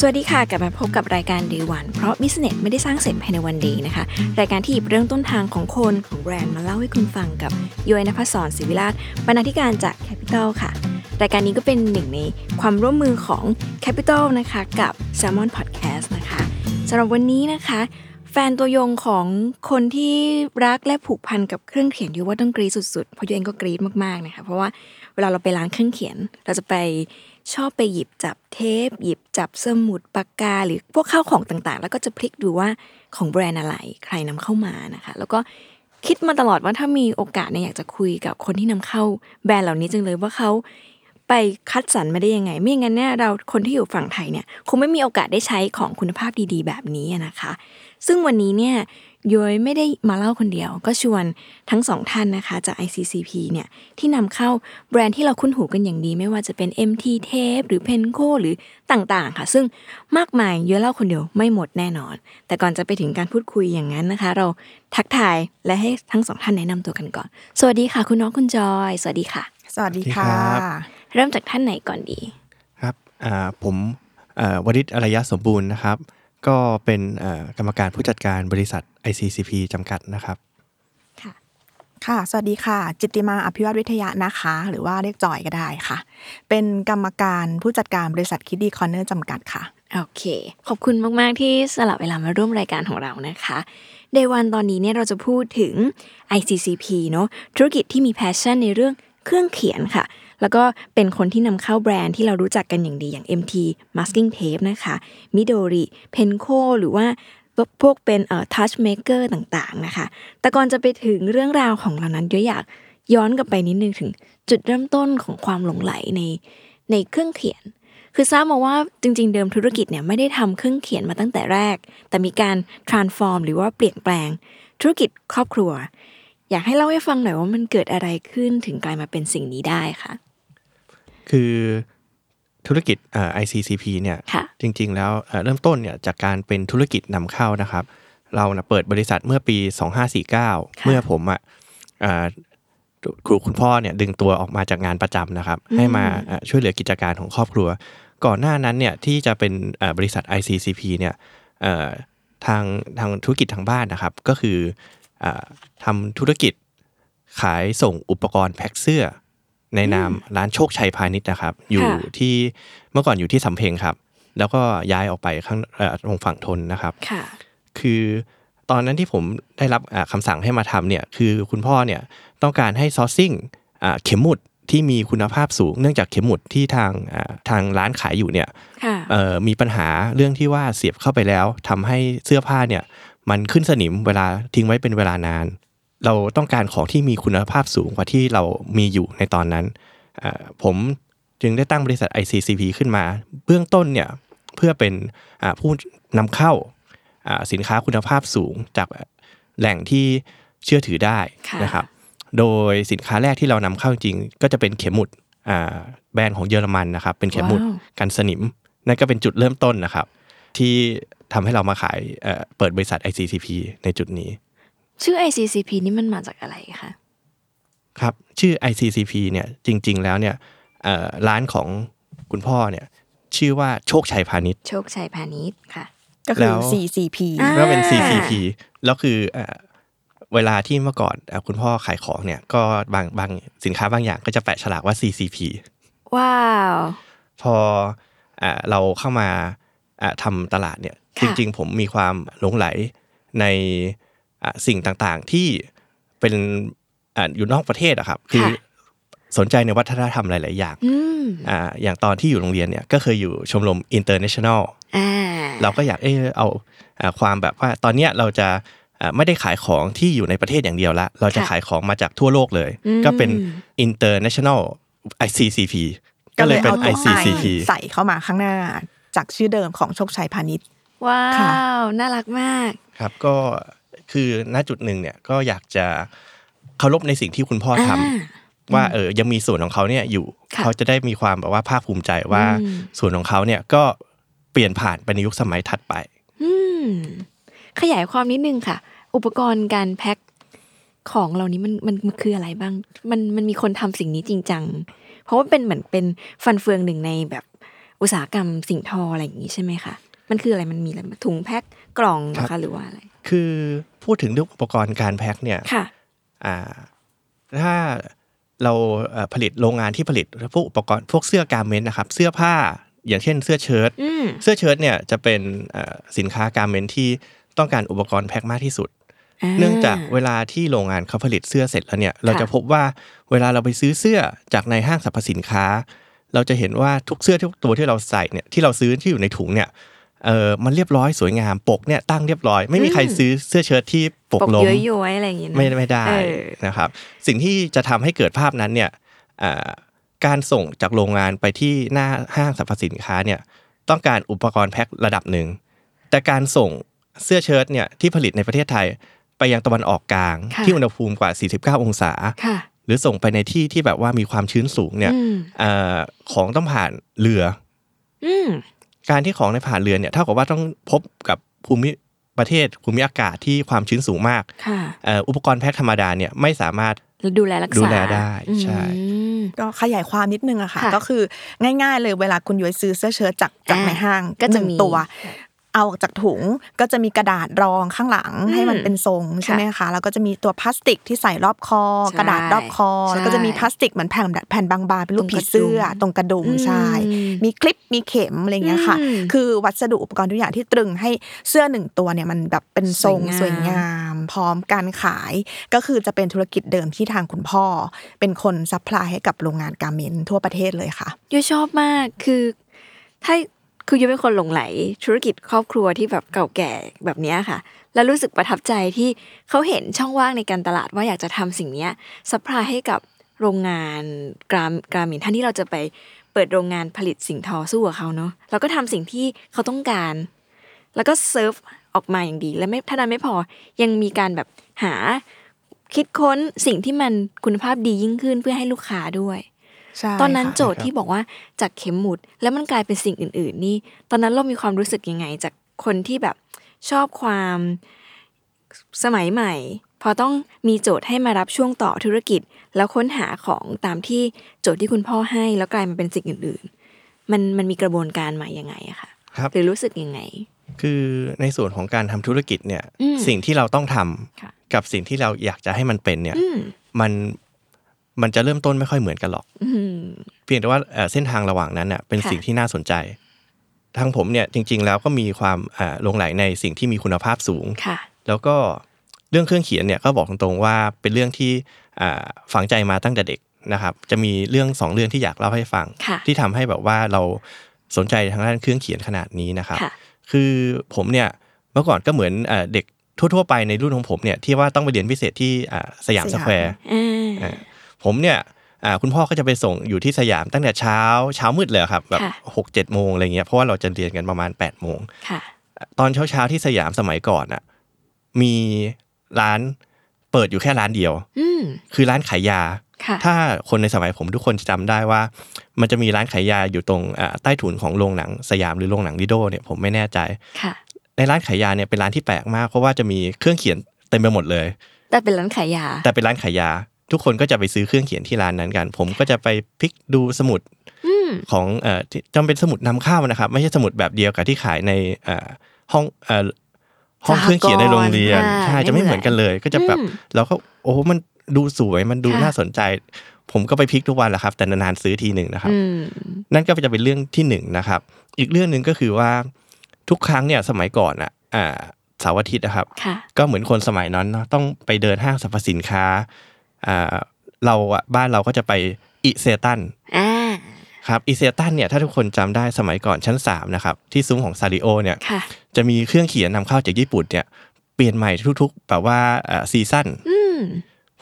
สวัสดีค่ะ กลับมาพบกับรายการ Day One เพราะ Business ไม่ได้สร้างเสร็จภายในวันเดียวนะคะ รายการที่หยิบเรื่องต้นทางของคนของแบรนด์มาเล่าให้คุณฟังกับย้อยนภศรศิวิราชบรรณาธิการจาก Capital ค่ะ รายการนี้ก็เป็นหนึ่งในความร่วมมือของ Capital นะคะกับ Salmon Podcast นะคะสำหรับวันนี้นะคะ แฟนตัวยงของคนที่รักและผูกพันกับเครื่องเขียนยูว่าต้องกรีดสุดๆเพราะยูเองก็กรีดมากๆนะคะเพราะว่าเวลาเราไปร้านเครื่องเขียน เราจะไปชอบไปหยิบจับเทป หยิบจับสมุดปากกา หรือพวกข้าวของต่างๆ แล้วก็จะพลิกดูว่าของแบรนด์อะไรใครนำเข้ามานะคะ แล้วก็คิดมาตลอดว่าถ้ามีโอกาสเนี่ยอยากจะคุยกับคนที่นำเข้าแบรนด์เหล่านี้จังเลยว่าเขา ไปคัดสรรมาได้ยังไง ไม่อย่างนั้นเนี่ยเราคนที่อยู่ฝั่งไทยเนี่ยคงไม่มีโอกาสได้ใช้ของคุณภาพดีๆ แบบนี้อะนะคะ ซึ่งวันนี้เนี่ยย้อยไม่ได้มาเล่าคนเดียว ก็ชวนทั้งสองท่านนะคะจาก ICCP เนี่ยที่นำเข้าแบรนด์ที่เราคุ้นหูกันอย่างดี ไม่ว่าจะเป็น MT Tape หรือ Penco หรือต่างๆ ค่ะ ซึ่งมากมายย้อยเล่าคนเดียวไม่หมดแน่นอน แต่ก่อนจะไปถึงการพูดคุยอย่างนั้นนะคะ เราทักทายและให้ทั้งสองท่านแนะนำตัวกันก่อน สวัสดีค่ะ คุณน้องคุณจอย สวัสดีค่ะ สวัสดีค่ะ สวัสดีครับ เริ่มจากท่านไหนก่อนดี ครับอ่าผมเอ่อวริศอารยะสมบูรณ์นะครับ ก็เป็นเอ่อกรรมการผู้จัดการบริษัท ICCP จำกัดนะครับ ค่ะ ค่ะ สวัสดีค่ะ จิตติมาอภิวัตวิทยานะคะ หรือว่าเรียกจอยก็ได้ค่ะ เป็นกรรมการผู้จัดการบริษัทคิดดีคอนเนอร์จำกัดค่ะ โอเค ขอบคุณมาก ๆ ที่สลับเวลามาร่วมรายการของเรานะคะ เดวันตอนนี้เนี่ยเราจะพูดถึง ICCP เนอะธุรกิจที่มีแพชชั่นในเรื่องเครื่องเขียนค่ะ แล้วก็เป็นคนที่นำเข้าแบรนด์ที่เรารู้จักกันอย่างดีอย่าง MT Masking Tape นะคะ Midori Penco หรือว่าพวกเป็นเอ่อ Touch Maker ต่างๆนะคะ แต่ก่อนจะไปถึงเรื่องราวของเหล่านั้นย้อยอยากย้อนกลับไปนิดนึงถึงจุดเริ่มต้นของความหลงไหลในในเครื่องเขียน คือทราบมาว่าจริง ๆ เดิมธุรกิจเนี่ยไม่ได้ทำเครื่องเขียนมาตั้งแต่แรก แต่มีการ transform หรือว่าเปลี่ยนแปลง ธุรกิจครอบครัว อยากให้เล่าให้ฟังหน่อยว่ามันเกิดอะไรขึ้นถึงกลายมาเป็นสิ่งนี้ได้ค่ะ คือธุรกิจเอ่อ ICCP เนี่ย ค่ะ จริงๆแล้วเอ่อเริ่มต้นเนี่ยจากการเป็นธุรกิจนำเข้านะครับ เราน่ะเปิดบริษัทเมื่อปี 2549 เมื่อผมอ่ะเอ่อครูคุณพ่อเนี่ยดึงตัวออกมาจากงานประจำนะครับ ให้มาเอ่อช่วยเหลือกิจการของครอบครัว ก่อนหน้านั้นเนี่ยที่จะเป็นเอ่อบริษัท ICCP เนี่ยเอ่อทางทางธุรกิจทางบ้านนะครับ ก็คือเออทำธุรกิจขายส่งอุปกรณ์แพ็คเสื้อ ในนามร้านโชคชัยพาณิชย์นะครับ อยู่ที่เมื่อก่อนอยู่ที่สำเพ็งครับ แล้วก็ย้ายออกไปข้างเอ่อตรงฝั่งทนนะครับ ค่ะ คือตอนนั้นที่ผมได้รับอ่าคำสั่งให้มาทำเนี่ยคือคุณพ่อเนี่ยต้องการให้ซอร์ซิ่งอ่าเข็มหมุดที่มีคุณภาพสูง เนื่องจากเข็มหมุดที่ทางอ่าทางร้านขายอยู่เนี่ย ค่ะ เอ่อมีปัญหาเรื่องที่ว่าเสียบเข้าไปแล้วทำให้เสื้อผ้าเนี่ยมันขึ้นสนิมเวลาทิ้งไว้เป็นเวลานาน เราต้องการของที่มีคุณภาพสูงกว่าที่เรามีอยู่ในตอนนั้นอ่าผมจึงได้ตั้งบริษัท ICCP ขึ้นมา เบื้องต้นเนี่ยเพื่อเป็นอ่าผู้นำเข้า อ่าสินค้าคุณภาพสูงจากแหล่งที่เชื่อถือได้ ค่ะ นะครับ โดยสินค้าแรกที่เรานำเข้าจริงๆก็จะเป็นเข็มหมุดอ่าแบรนด์ของเยอรมันนะครับ เป็นเข็มหมุด ว้าว กันสนิม นั่นก็เป็นจุดเริ่มต้นนะครับ ที่ทำให้เรามาขายเอ่อเปิดบริษัท ICCP ในจุดนี้ ชื่อ ICCP นี่มันมาจากอะไรคะ ครับชื่อ ICCP เนี่ยจริง ๆ แล้วเนี่ยเอ่อร้านของคุณพ่อเนี่ยชื่อว่าโชคชัยพาณิชย์ โชคชัยพาณิชย์ค่ะ ก็คื แล้ อ ว CCP อ่า แล้วเป็น CCP แล้วคือเอ่อเวลาที่เมื่อก่อนเอ่อคุณพ่อขายของเนี่ยก็บางบางสินค้าบางอย่างก็จะแปะฉลากว่า CCP ว้าว พอเอ่อเราเข้ามาเอ่อทำตลาดเนี่ย ค่ะ จริง ๆ ผมมีความหลงไหลในเอ่อสิ่งต่างๆที่เป็นเอ่ออยู่นอกประเทศอะครับคือสนใจในวัฒนธรรมหลาย ๆ อย่าง อืม อ่าอย่างตอนที่อยู่โรงเรียนเนี่ยก็เคยอยู่ชมรม international อ่า เราก็อยากเออเอาอ่าความแบบว่าตอนเนี้ยเราจะอ่าไม่ได้ขายของที่อยู่ในประเทศอย่างเดียวละ เราจะ ค่ะ ขายของมาจากทั่วโลกเลย อืม ก็เป็น international ICCP ก็เลยเป็น อาตัว ICCP I ใส่เข้ามาข้างหน้า จากชื่อเดิมของโชคชัยพาณิชย์ ว้า ค่ะ ว น่ารักมาก ครับก็คือณจุดหนึ่งเนี่ยก็อยากจะเคารพในสิ่งที่คุณพ่อทำ อ่า ว่าเออยังมีส่วนของเขาเนี่ยอยู่ ค่ะ เขาจะได้มีความแบบว่าภาคภูมิใจว่า อืม ส่วนของเขาเนี่ยก็เปลี่ยนผ่านไปในยุคสมัยถัดไป อืม ขยายความนิดนึงค่ะ อุปกรณ์การแพ็คของเหล่านี้มันมันมันคืออะไรบ้าง มันมันมีคนทำสิ่งนี้จริงจัง เพราะว่าเป็นเหมือนเป็นฟันเฟืองหนึ่งในแบบอุตสาหกรรมสิ่งทออะไรอย่างนี้ใช่ไหมคะ มันคืออะไร มันมีอะไรบ้างถุงแพ็คกล่องเหรอ ครั คะ บ หรือว่าอะไร คือพูดถึงเรื่องอุปกรณ์การแพ็คเนี่ย ค่ะ อ่าถ้าเราเอ่อผลิตโรงงานที่ผลิตพวกอุปกรณ์พวกเสื้อการเมนต์นะครับ เสื้อผ้าอย่างเช่นเสื้อเชิ้ต อืม เสื้อเชิ้ตเนี่ยจะเป็นเอ่อสินค้าการเมนต์ที่ต้องการอุปกรณ์แพ็คมากที่สุด เนื่องจากเวลาที่โรงงานเขาผลิตเสื้อเสร็จแล้วเนี่ยเราจะพบว่าเวลาเราไปซื้อเสื้อจากในห้างสรรพสินค้า เราจะเห็นว่าทุกเสื้อทุกตัวที่เราใส่เนี่ยที่เราซื้อที่อยู่ในถุงเนี่ยเออมันเรียบร้อยสวยงามปกเนี่ยตั้งเรียบร้อย ไม่มีใครซื้อเสื้อเชิ้ตที่ปก ปก ล้ม ย้อยๆอะไรอย่างเงี้ยนะ ไม่ไม่ได้ เออ นะครับ สิ่งที่จะทำให้เกิดภาพนั้นเนี่ยเอ่อการส่งจากโรงงานไปที่หน้าห้างสรรพสินค้าเนี่ยต้องการอุปกรณ์แพ็คระดับหนึ่ง แต่การส่งเสื้อเชิ้ตเนี่ยที่ผลิตในประเทศไทยไปยังตะวันออกกลาง ค่ะ ที่อุณหภูมิกว่า 49 องศา ค่ะ หรือส่งไปในที่ที่แบบว่ามีความชื้นสูงเนี่ย อืม เอ่อของต้องผ่านเรือ อืม การที่ของในผ่านเรือเนี่ยเท่ากับว่าต้องพบกับภูมิประเทศภูมิอากาศที่ความชื้นสูงมาก ค่ะ เอ่ออุปกรณ์แพ็คธรรมดาเนี่ยไม่สามารถ แล้วดูแลรักษา ดูแลได้ใช่ อืม ก็ขยายความนิดนึงอะค่ะ ค่ะ ก็คือง่ายๆ เลยเวลาคุณย้อยซื้อเสื้อเชิ้ตจากจาก อ่า ในห้าง ก็จะ หนึ่ง มี ตัว เอาออกจากถุงก็จะมีกระดาษรองข้างหลัง อืม ให้มันเป็นทรงใช่ไหมคะแล้วก็จะมีตัวพลาสติกที่ใส่รอบคอ ใช่ กระดาษรอบคอ ใช่ แล้วก็จะมีพลาสติกเหมือนแผ่นแผ่นบางๆเป็นรูปผีเสื้อต ต ร รง ง ก ก ระ ระดุ ดุม ม ใช่ อืม มีคลิปมีเข็มอะไรอย่างเงี้ยค่ะ อืม คือวัสดุอุปกรณ์ทุกอย่างที่ตรึงให้เสื้อหนึ่งตัวเนี่ยมันแบบเป็นทรงส ส ว วยงางยาม ม ตามพร้อมการขายก็คือจะเป็นธุรกิจเดิมที่ทางคุณพ่อ เป็นคนซัพพลายให้กับโรงงานการเมนทั่วประเทศเลยค่ะ ยุ้ยชอบมากคือ ถ้าคือยุ้ยเป็นคนหลงไหล ธุรกิจครอบครัวที่แบบเก่าแก่แบบเนี้ยค่ะ แล้วรู้สึกประทับใจที่เขาเห็นช่องว่างในการตลาดว่าอยากจะทำสิ่งเนี้ยซัพพลายให้กับโรงงานกรามกรามินท่านที่เราจะไปเปิดโรงงานผลิตสิ่งทอสู้กับเขาเนาะเราก็ทำสิ่งที่เขาต้องการ แล้วก็เซิร์ฟออกมาอย่างดี และไม่ถ้านั้นไม่พอยังมีการแบบหาคิดค้นสิ่งที่มันคุณภาพดียิ่งขึ้นเพื่อให้ลูกค้าด้วย ใช่ ตอนนั้น ค่ะ โจทย์ที่บอกว่าจากเข็มหมุดแล้วมันกลายเป็นสิ่งอื่น ๆ นี่ ตอนนั้นเรามีความรู้สึกยังไง จากคนที่แบบชอบความสมัยใหม่ พอต้องมีโจทย์ให้มารับช่วงต่อธุรกิจ แล้วค้นหาของตามที่โจทย์ที่คุณพ่อให้ แล้วกลายมาเป็นสิ่งอื่น ๆ มันมันมีกระบวนการมายังไงอะคะ ครับ หรือรู้สึกยังไง คือในส่วนของการทำธุรกิจเนี่ย อืม สิ่งที่เราต้องทำ ค่ะ กับสิ่งที่เราอยากจะให้มันเป็นเนี่ย อืม มันมันจะเริ่มต้นไม่ค่อยเหมือนกันหรอก อืม เพียงแต่ว่าเอ่อเส้นทางระหว่างนั้นน่ะเป็น ค่ะ สิ่งที่น่าสนใจ ทางผมเนี่ยจริง ๆ แล้วก็มีความเอ่อหลงไหลในสิ่งที่มีคุณภาพสูง ค่ะ แล้วก็เรื่องเครื่องเขียนเนี่ยก็บอกตรงๆว่าเป็นเรื่องที่อ่าฝังใจมาตั้งแต่เด็กนะครับ จะมีเรื่องสองเรื่องที่อยากเล่าให้ฟัง ค่ะ ที่ทำให้แบบว่าเราสนใจทางด้านเครื่องเขียนขนาดนี้นะครับ ค่ะ คือผมเนี่ยเมื่อก่อนก็เหมือนเอ่อเด็กทั่วๆไปในรุ่นของผมเนี่ยที่ว่าต้องไปเรียนพิเศษที่อ่าสยามสแควร์ อ่า อ่าผมเนี่ยอ่าคุณพ่อก็จะไปส่งอยู่ที่สยามตั้งแต่เช้าเช้ามืดเลยครับแบบ ค่ะ หกเจ็ดโมงอะไรเงี้ยเพราะว่าเราจะเรียนกันประมาณ8ปดโมง ค่ะ ตอนเช้าเช้าๆที่สยามสมัยก่อนอ่ะมีร้านเปิดอยู่แค่ร้านเดียว อืม คือร้านขายยา ค่ะ ถ้าคนในสมัยผมทุกคนจะจำได้ว่า มันจะมีร้านขายยาอยู่ตรงอ่าใต้ถุนของโรงหนังสยามหรือโรงหนังลิโดเนี่ยผมไม่แน่ใจ ค่ะ ในร้านขายยาเนี่ยเป็นร้านที่แปลกมาก เพราะว่าจะมีเครื่องเขียน เต็มไปหมดเลย แต่เป็นร้านขายยา แต่เป็นร้านขายยา ทุกคนก็จะไปซื้อเครื่องเขียนที่ร้านนั้นกัน ผมก็จะไปพลิกดูสมุดของเอ่อที่จำเป็นสมุดนำเข้านะครับ ไม่ใช่สมุดแบบเดียวกับที่ขายในเอ่อห้องเอ่อห้อง สหกรณ์ เครื่องเขียนในโรงเรียน อ่า ใช่จะไม่เหมือนกันเลย ก็จะแบบ อืม เราก็โอ้โหมันดูสวยมันดู ค่ะ น่าสนใจ ผมก็ไปพลิกทุกวันแหละครับ แต่นานๆซื้อทีหนึ่งนะครับ อืม นั่นก็จะเป็นเรื่องที่หนึ่งนะครับ อีกเรื่องหนึ่งก็คือว่าทุกครั้งเนี่ยสมัยก่อนอ่ะอ่าเสาร์อาทิตย์นะครับ ค่ะ ก็เหมือนคนสมัยนั้นเนอะต้องไปเดินห้างสรรพสินค้าอ่าเราอ่ะบ้านเราก็จะไปอิเซตัน อ่า ครับอิเซตันเนี่ยถ้าทุกคนจำได้สมัยก่อนชั้น 3 นะครับ ที่ซุ้มของซาริโอเนี่ย ค่ะ จะมีเครื่องเขียนนำเข้าจากญี่ปุ่นเนี่ยเปลี่ยนใหม่ทุกๆ แบบว่าอ่าซีซั่น อืม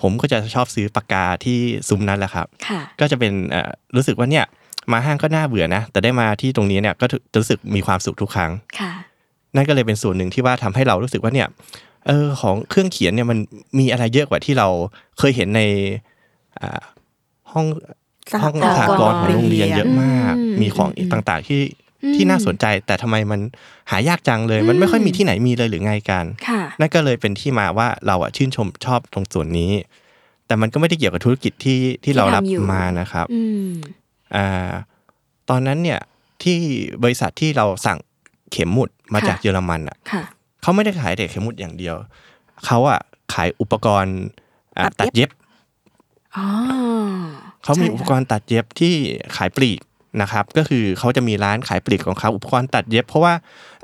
ผมก็จะชอบซื้อปากกาที่ซุ้มนั้นแหละครับ ค่ะ ก็จะเป็นเอ่อรู้สึกว่าเนี่ยมาห้างก็น่าเบื่อนะ แต่ได้มาที่ตรงนี้เนี่ยก็จะรู้สึกมีความสุขทุกครั้ง ค่ะ นั่นก็เลยเป็นส่วนหนึ่งที่ว่าทำให้เรารู้สึกว่าเนี่ยเออของเครื่องเขียนเนี่ยมันมีอะไรเยอะกว่าที่เราเคยเห็นในอ่าห้อง สหกรณ์ ห้องสหกรณ์ของโรงเรียนเยอะมาก อืม มีของต่างๆที่ที่น่าสนใจ แต่ทำไมมันหายากจังเลย มันไม่ค่อยมีที่ไหนมีเลยหรือไงกัน ค่ะ นั่นก็เลยเป็นที่มาว่าเราอะชื่นชมชอบตรงส่วนนี้ แต่มันก็ไม่ได้เกี่ยวกับธุรกิจที่ที่เรารับมานะครับ อืม อ่าตอนนั้นเนี่ยที่บริษัทที่เราสั่งเข็มหมุดมา ค่ะ จากเยอรมันอ่ะ ค่ะ เขาไม่ได้ขายแต่เข็มหมุดอย่างเดียว เขาอ่ะขายอุปกรณ์อ่ะ ตั ตัด ดเย็ เย็บบ อ๋อ เขามีอุปกรณ์ตัดเย็บที่ขายปลีกนะครับ ก็คือเขาจะมีร้านขายปลีกของเขาอุปกรณ์ตัดเย็บ เพราะว่า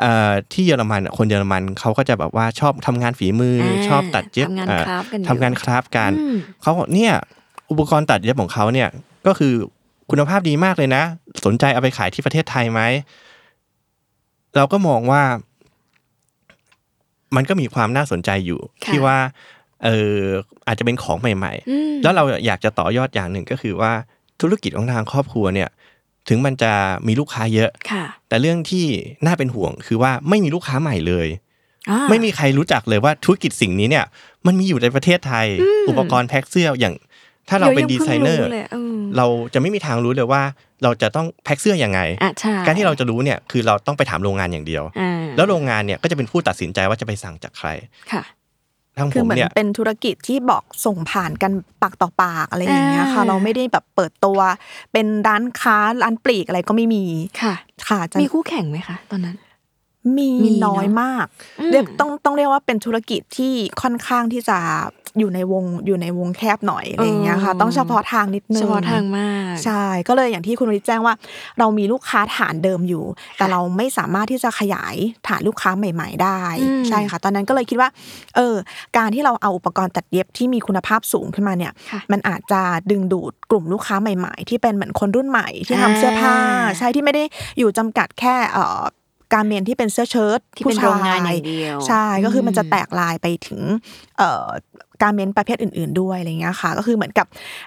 เอ่อที่เยอรมันอ่ะคนเยอรมันเขาก็จะแบบว่าชอบทำงานฝีมืออ ม ชอบตัดเย็บ ทำงาน เอ่อ คราฟต์กันอยู่ ทำงานคราฟต์กัน อืม เขาบอกเนี่ยอุปกรณ์ตัดเย็บของเขาเนี่ยก็คือคุณภาพดีมากเลยนะ สนใจเอาไปขายที่ประเทศไทยไหม เราก็มองว่า มันก็มีความน่าสนใจอยู่ ค่ะ ที่ว่า เอออาจจะเป็นของใหม่ อืม ๆ แล้วเราอยากจะต่อยอดอย่างหนึ่งก็คือว่าธุรกิจของทางครอบครัวเนี่ย ถึงมันจะมีลูกค้าเยอะ ค่ะ แต่เรื่องที่น่าเป็นห่วงคือว่าไม่มีลูกค้าใหม่เลย อ่า ไม่มีใครรู้จักเลยว่าธุรกิจสิ่งนี้เนี่ย มันมีอยู่ในประเทศไทย อุปกรณ์แพ็คเสื้ออย่าง ถ้าเราเป็น เดี๋ยดีวยัง ไซเนอร์ เพิ่งรู้เลยเออ เราจะไม่มีทางรู้เลยว่า เราจะต้องแพ็คเสื้อยังไง อ่ะใช่ การที่เราจะรู้เนี่ยคือเราต้องไปถามโรงงานอย่างเดียว อ่า แล้วโรงงานเนี่ยก็จะเป็นผู้ตัดสินใจว่าจะไปสั่งจากใคร ค่ะ ทั้งผ คือ ม เหมือน เนี่ย เป็นธุรกิจที่บอกส่งผ่านกันปากต่อปากอะไรอย่างเงี้ยค่ะ อ่า เราไม่ได้แบบเปิดตัว เป็นร้านค้าร้านปลีกอะไรก็ไม่มี ค่ะ ค่ะจะ มีคู่แข่งไหมคะ ตอนนั้น มี มีเนอะ น้อยมาก อืม เรียกต้องต้องเรียกว่าเป็นธุรกิจที่ค่อนข้างที่จะอยู่ในวงอยู่ในวงแคบหน่อยอะไรอย่างเงี้ยค่ะ ต้องเฉพาะทางนิดนึง เฉพาะทางมาก ใช่ ก็เลยอย่างที่คุณวริศแจ้งว่า เรามีลูกค้าฐานเดิมอยู่ แต่เราไม่สามารถที่จะขยายฐานลูกค้าใหม่ ๆ ได้ ใช่ค่ะ ตอนนั้นก็เลยคิดว่า เออ การที่เราเอาอุปกรณ์ตัดเย็บที่มีคุณภาพสูงขึ้นมาเนี่ย ค่ะ มันอาจจะดึงดูดกลุ่มลูกค้าใหม่ ๆ ที่เป็นเหมือนคนรุ่นใหม่ที่ทำ อ่า เสื้อผ้า ใช่ที่ไม่ได้อยู่จำกัดแค่เอ่อการเมนที่เป็นเสื้อเชิ้ต ที่เป็น ผู้ช โรงงานอย่างเดียว ใช่ก็คือมันจะ อืม แตกลายไปถึงเอ่อการเมนประเภทอื่น ๆ ด้วยอะไรเงี้ยค่ะ ก็คือเหมือนกับ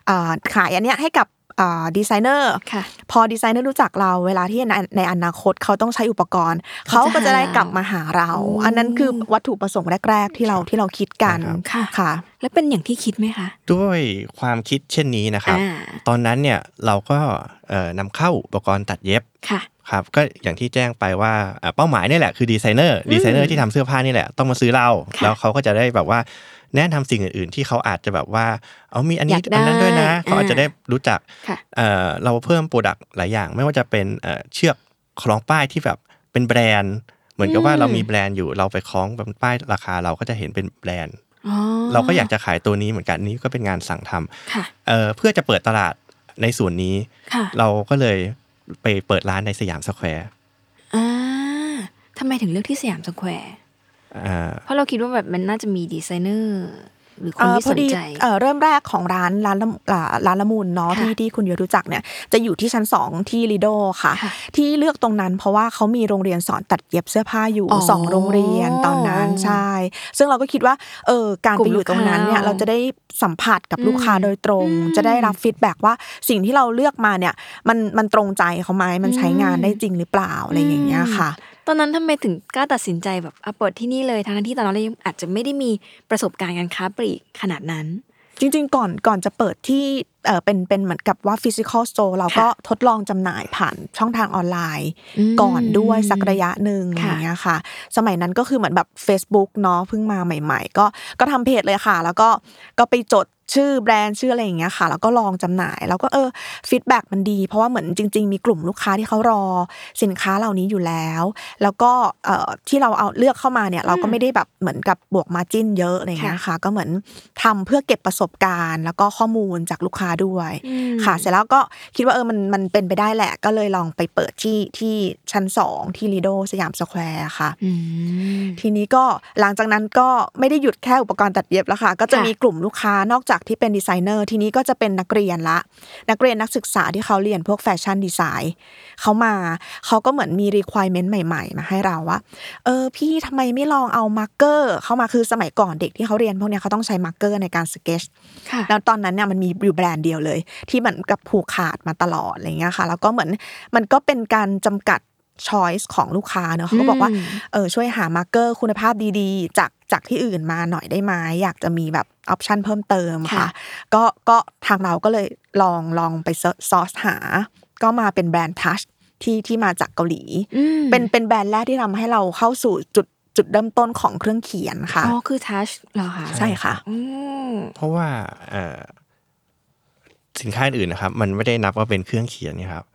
อ่าขายอันเนี้ยให้กับอ่าดีไซเนอร์ ค่ะ พอดีไซเนอร์รู้จักเราเวลาที่ในในอนาคตเขาต้องใช้อุปกรณ์ เขาก็จะได้กลับมาหาเรา อันนั้นคือวัตถุประสงค์แรก ๆ ที่เราที่เราคิดกัน ค่ะ ค่ะ แล้วเป็นอย่างที่คิดไหมคะ ด้วยความคิดเช่นนี้นะครับ อ่า ตอนนั้นเนี่ยเราก็เอ่อนำเข้าอุปกรณ์ตัดเย็บ ค่ะ ครับก็อย่างที่แจ้งไปว่าอ่ะเป้าหมายนี่แหละคือดีไซเนอร์ดีไซเนอร์ที่ทำเสื้อผ้านี่แหละต้องมาซื้อเรา ค่ะ แล้วเขาก็จะได้แบบว่าแนะนำสิ่งอื่น ๆ ที่เขาอาจจะแบบว่าเอามีอันนี้อันนั้นด้วยนะเขาอาจจะได้รู้จัก ค่ะ เอ่อเราเพิ่มโปรดักต์หลายอย่าง ไม่ว่าจะเป็นเอ่อเชือกคล้องป้ายที่แบบเป็นแบรนด์ เหมือนกับว่าเรามีแบรนด์อยู่เราไปคล้องแบบป้ายราคาเราก็จะเห็นเป็นแบรนด์ อ๋อ เราก็อยากจะขายตัวนี้เหมือนกันนี่ก็เป็นงานสั่งท ค่ะ ำเอ่อเพื่อจะเปิดตลาดในส่วนนี้ ค่ะ เราก็เลยไปเปิดร้านในสยามสแควร์ อ่าทำไมถึงเลือกที่สยามสแควร์ อ่า เพราะเราคิดว่าแบบมันน่าจะมีดีไซเนอร์ หรือคนที่สเอ่อพอน ดี ใจ เอ่อเริ่มแรกของร้านร้านละอ่าร้านละมูลเนาะ ค่ะ ที่ที่คุณยศรู้จักเนี่ยจะอยู่ที่ชั้น 2 ที่ลีโดค่ะ ค่ะ ที่เลือกตรงนั้นเพราะว่าเขามีโรงเรียนสอนตัดเย็บเสื้อผ้าอยู่ อ๋อ สองโรงเรียนตอนนั้นใช่ ซึ่งเราก็คิดว่าเออการ กลุ่มไปอยู่ตรงนั้นเนี่ย ลูกค้า เราจะได้สัมผัสกับ อืม ลูกค้าโดยตรง อืม จะได้รับฟีดแบ็กว่าสิ่งที่เราเลือกมาเนี่ยมันมันตรงใจเขาไหมมันใช้งาน อืม ได้จริงหรือเปล่าอะไรอย่างเงี้ยค่ะ ตอนนั้นทำไมถึงกล้าตัดสินใจแบบเอาเปิดที่นี่เลยทั้งๆที่ตอนนั้นเรายังอาจจะไม่ได้มีประสบการณ์การค้าปลีกขนาดนั้น จริงๆก่อนก่อนจะเปิดที่ เออเป็นเป็นเหมือนกับว่าฟิสิกอลโซเราก็ทดลองจำหน่ายผ่านช่องทางออนไลน์ อืม ก่อนด้วยสักระยะหนึ่งอ ค่ะ ย่างเงี้ยค่ะ สมัยนั้นก็คือเหมือนแบบ Facebook เนาะเพิ่งมาใหม่ ๆ ก็ก็ทำเพจเลยค่ะ แล้วก็ก็ไปจดชื่อแบรนด์ชื่ออะไรอย่างเงี้ยค่ะ แล้วก็ลองจำหน่าย แล้วก็เออฟีดแบ็กมันดี เพราะว่าเหมือนจริง ๆ มีกลุ่มลูกค้าที่เขารอสินค้าเหล่านี้อยู่แล้ว แล้วก็เอ่อที่เราเอาเลือกเข้ามาเนี่ยเราก็ไม่ได้แบบเหมือนกับบวกมาจิ้นเยอะอะไรอย่างเงี้ยค่ะ ก็เหมือนทำเพื่อเก็บประสบการณ์ แล้วก็ข้อมูลจากลูกค้าด้วย อืม ค่ะเสร็จแล้วก็คิดว่าเออมันมันเป็นไปได้แหละ ก็เลยลองไปเปิดที่ที่ชั้นสองที่ลีโดสยามสแควร์ค่ะ อืม ทีนี้ก็หลังจากนั้นก็ไม่ได้หยุดแค่อุปกรณ์ตัดเย็บแล้วค่ะ ก็จะ ค่ะ มีกลุ่มลูกค้านอกจากที่เป็นดีไซเนอร์ ทีนี้ก็จะเป็นนักเรียนละ นักเรียนนักศึกษาที่เขาเรียนพวกแฟชั่นดีไซน์เขามาเขาก็เหมือนมี requirement ใหม่ ๆ มาให้เราว่าเออพี่ทำไมไม่ลองเอามาร์กเกอร์เข้ามาคือสมัยก่อนเด็กที่เขาเรียนพวกเนี้ยเขาต้องใช้มาร์กเกอร์ในการสเก็ต ค่ะ แล้วตอนนั้นเนี่ยมันมีอยู่แบรนด์เดียวเลย ที่เหมือนกับผูกขาดมาตลอดอะไรเงี้ยค่ะ แล้วก็เหมือนมันก็เป็นการจำกัดช้อยส์ของลูกค้าเนอะเขาก็บอกว่า อืม เออช่วยหามาร์กเกอร์คุณภาพดีๆ จากจากที่อื่นมาหน่อยได้ไหมอยากจะมีแบบออปชันเพิ่มเติมค่ะ ก็ก็ทางเราก็เลยลองลองไปซอร์สหา ก็มาเป็นแบรนด์ทัชที่ที่มาจากเกาหลี อืม เป็นเป็นแบรนด์แรกที่ทำให้เราเข้าสู่จุดจุดเริ่มต้นของเครื่องเขียนค่ะ อ๋อคือทัชเหรอคะ ใช่ค่ะ อืม เพราะว่าเอ่อสินค้าอื่นๆนะครับ มันไม่ได้นับว่าเป็นเครื่องเขียนนะครับ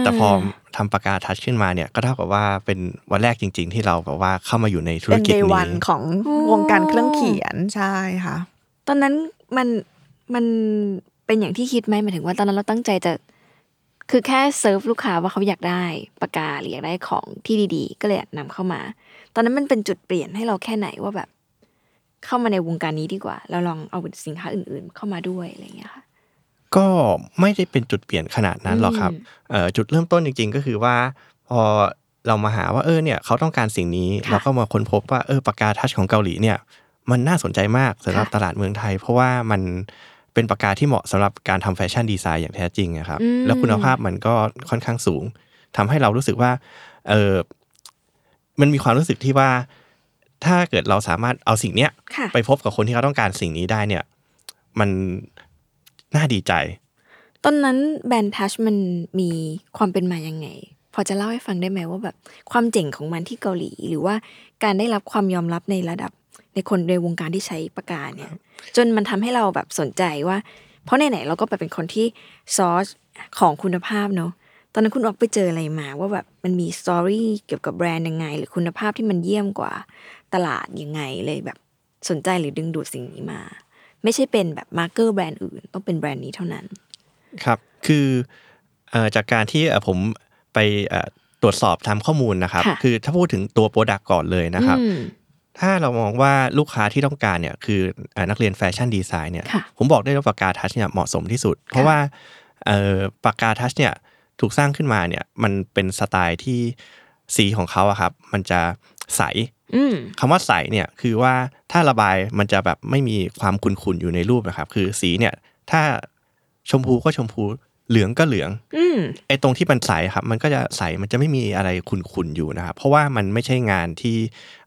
แต่พอทำปากกาทัชขึ้นมาเนี่ยก็เท่ากับว่าเป็นวันแรกจริง ๆ ที่เราแบบว่าเข้ามาอยู่ในธุร เป็น กิจ เด นี้ วันของวงการเครื่องเขียนใช่ค่ะ ตอนนั้นมันมันเป็นอย่างที่คิดไหมหมายถึงว่าตอนนั้นเราตั้งใจจะ คือแค่เซิร์ฟลูกค้าว่าเขาอยากได้ปากกาหรืออยากได้ของที่ดีๆ ก็เลยนำเข้ามา ตอนนั้นมันเป็นจุดเปลี่ยนให้เราแค่ไหนว่าแบบ เข้ามาในวงการนี้ดีกว่า เราลองเอาสินค้าอื่น ๆ เข้ามาด้วยอะไรอย่างเงี้ยค่ะ ก็ไม่ได้เป็นจุดเปลี่ยนขนาดนั้นหรอกครับ อืม เอ่อจุดเริ่มต้นจริง ๆ ก็คือว่าพอเรามาหาว่าเออเนี่ยเขาต้องการสิ่งนี้ ค่ะ เราก็มาค้นพบว่าเออปากกาทัชของเกาหลีเนี่ย มันน่าสนใจมากสำหรับ ค่ะ ตลาดเมืองไทย เพราะว่ามันเป็นปากกาที่เหมาะสำหรับการทำแฟชั่นดีไซน์อย่างแท้จริงนะครับ อืม แล้วคุณภาพมันก็ค่อนข้างสูงทำให้เรารู้สึกว่า เออมันมีความรู้สึกที่ว่า ถ้าเกิดเราสามารถเอาสิ่งเนี้ย ค่ะ ไปพบกับคนที่เขาต้องการสิ่งนี้ได้เนี่ย มันน่าดีใจ ตอนนั้นแบรนด์ทัชมันมีความเป็นมายังไง พอจะเล่าให้ฟังได้ไหมว่าแบบความเจ๋งของมันที่เกาหลี หรือว่าการได้รับความยอมรับในระดับในคนในวงการที่ใช้ปากกาเนี่ย จนมันทำให้เราแบบสนใจว่า เพราะไหนๆเราก็แบบเป็นคนที่ซอสของคุณภาพเนาะตอนนั้นคุณออกไปเจออะไรมา ว่าแบบมันมีสตอรี่เกี่ยวกับแบรนด์ยังไง หรือคุณภาพที่มันเยี่ยมกว่าตลาดยังไงเลยแบบสนใจหรือดึงดูดสิ่งนี้มา ไม่ใช่เป็นแบบมาร์เกอร์แบรนด์อื่นต้องเป็นแบรนด์นี้เท่านั้น ครับ คือเอ่อจากการที่เอ่อผมไปเอ่อตรวจสอบทำข้อมูลนะครับ ค่ะ คือถ้าพูดถึงตัวโปรดักก่อนเลยนะครับ อืม ถ้าเรามองว่าลูกค้าที่ต้องการเนี่ยคือเอ่อนักเรียนแฟชั่นดีไซน์เนี่ย ค่ะ ผมบอกได้ว่าปากกาทัชเนี่ยเหมาะสมที่สุด เพราะว่าเอ่อปากกาทัชเนี่ยถูกสร้างขึ้นมาเนี่ยมันเป็นสไตล์ที่สีของเขาอะครับ มันจะใส อืม คำว่าใสเนี่ยคือว่าถ้าระบายมันจะแบบไม่มีความขุ่นๆอยู่ในรูปนะครับ คือสีเนี่ยถ้าชมพูก็ชมพูเหลืองก็เหลือง อืม ไอ้ตรงที่มันใสครับ มันก็จะใสมันจะไม่มีอะไรขุ่นๆอยู่นะครับ เพราะว่ามันไม่ใช่งานที่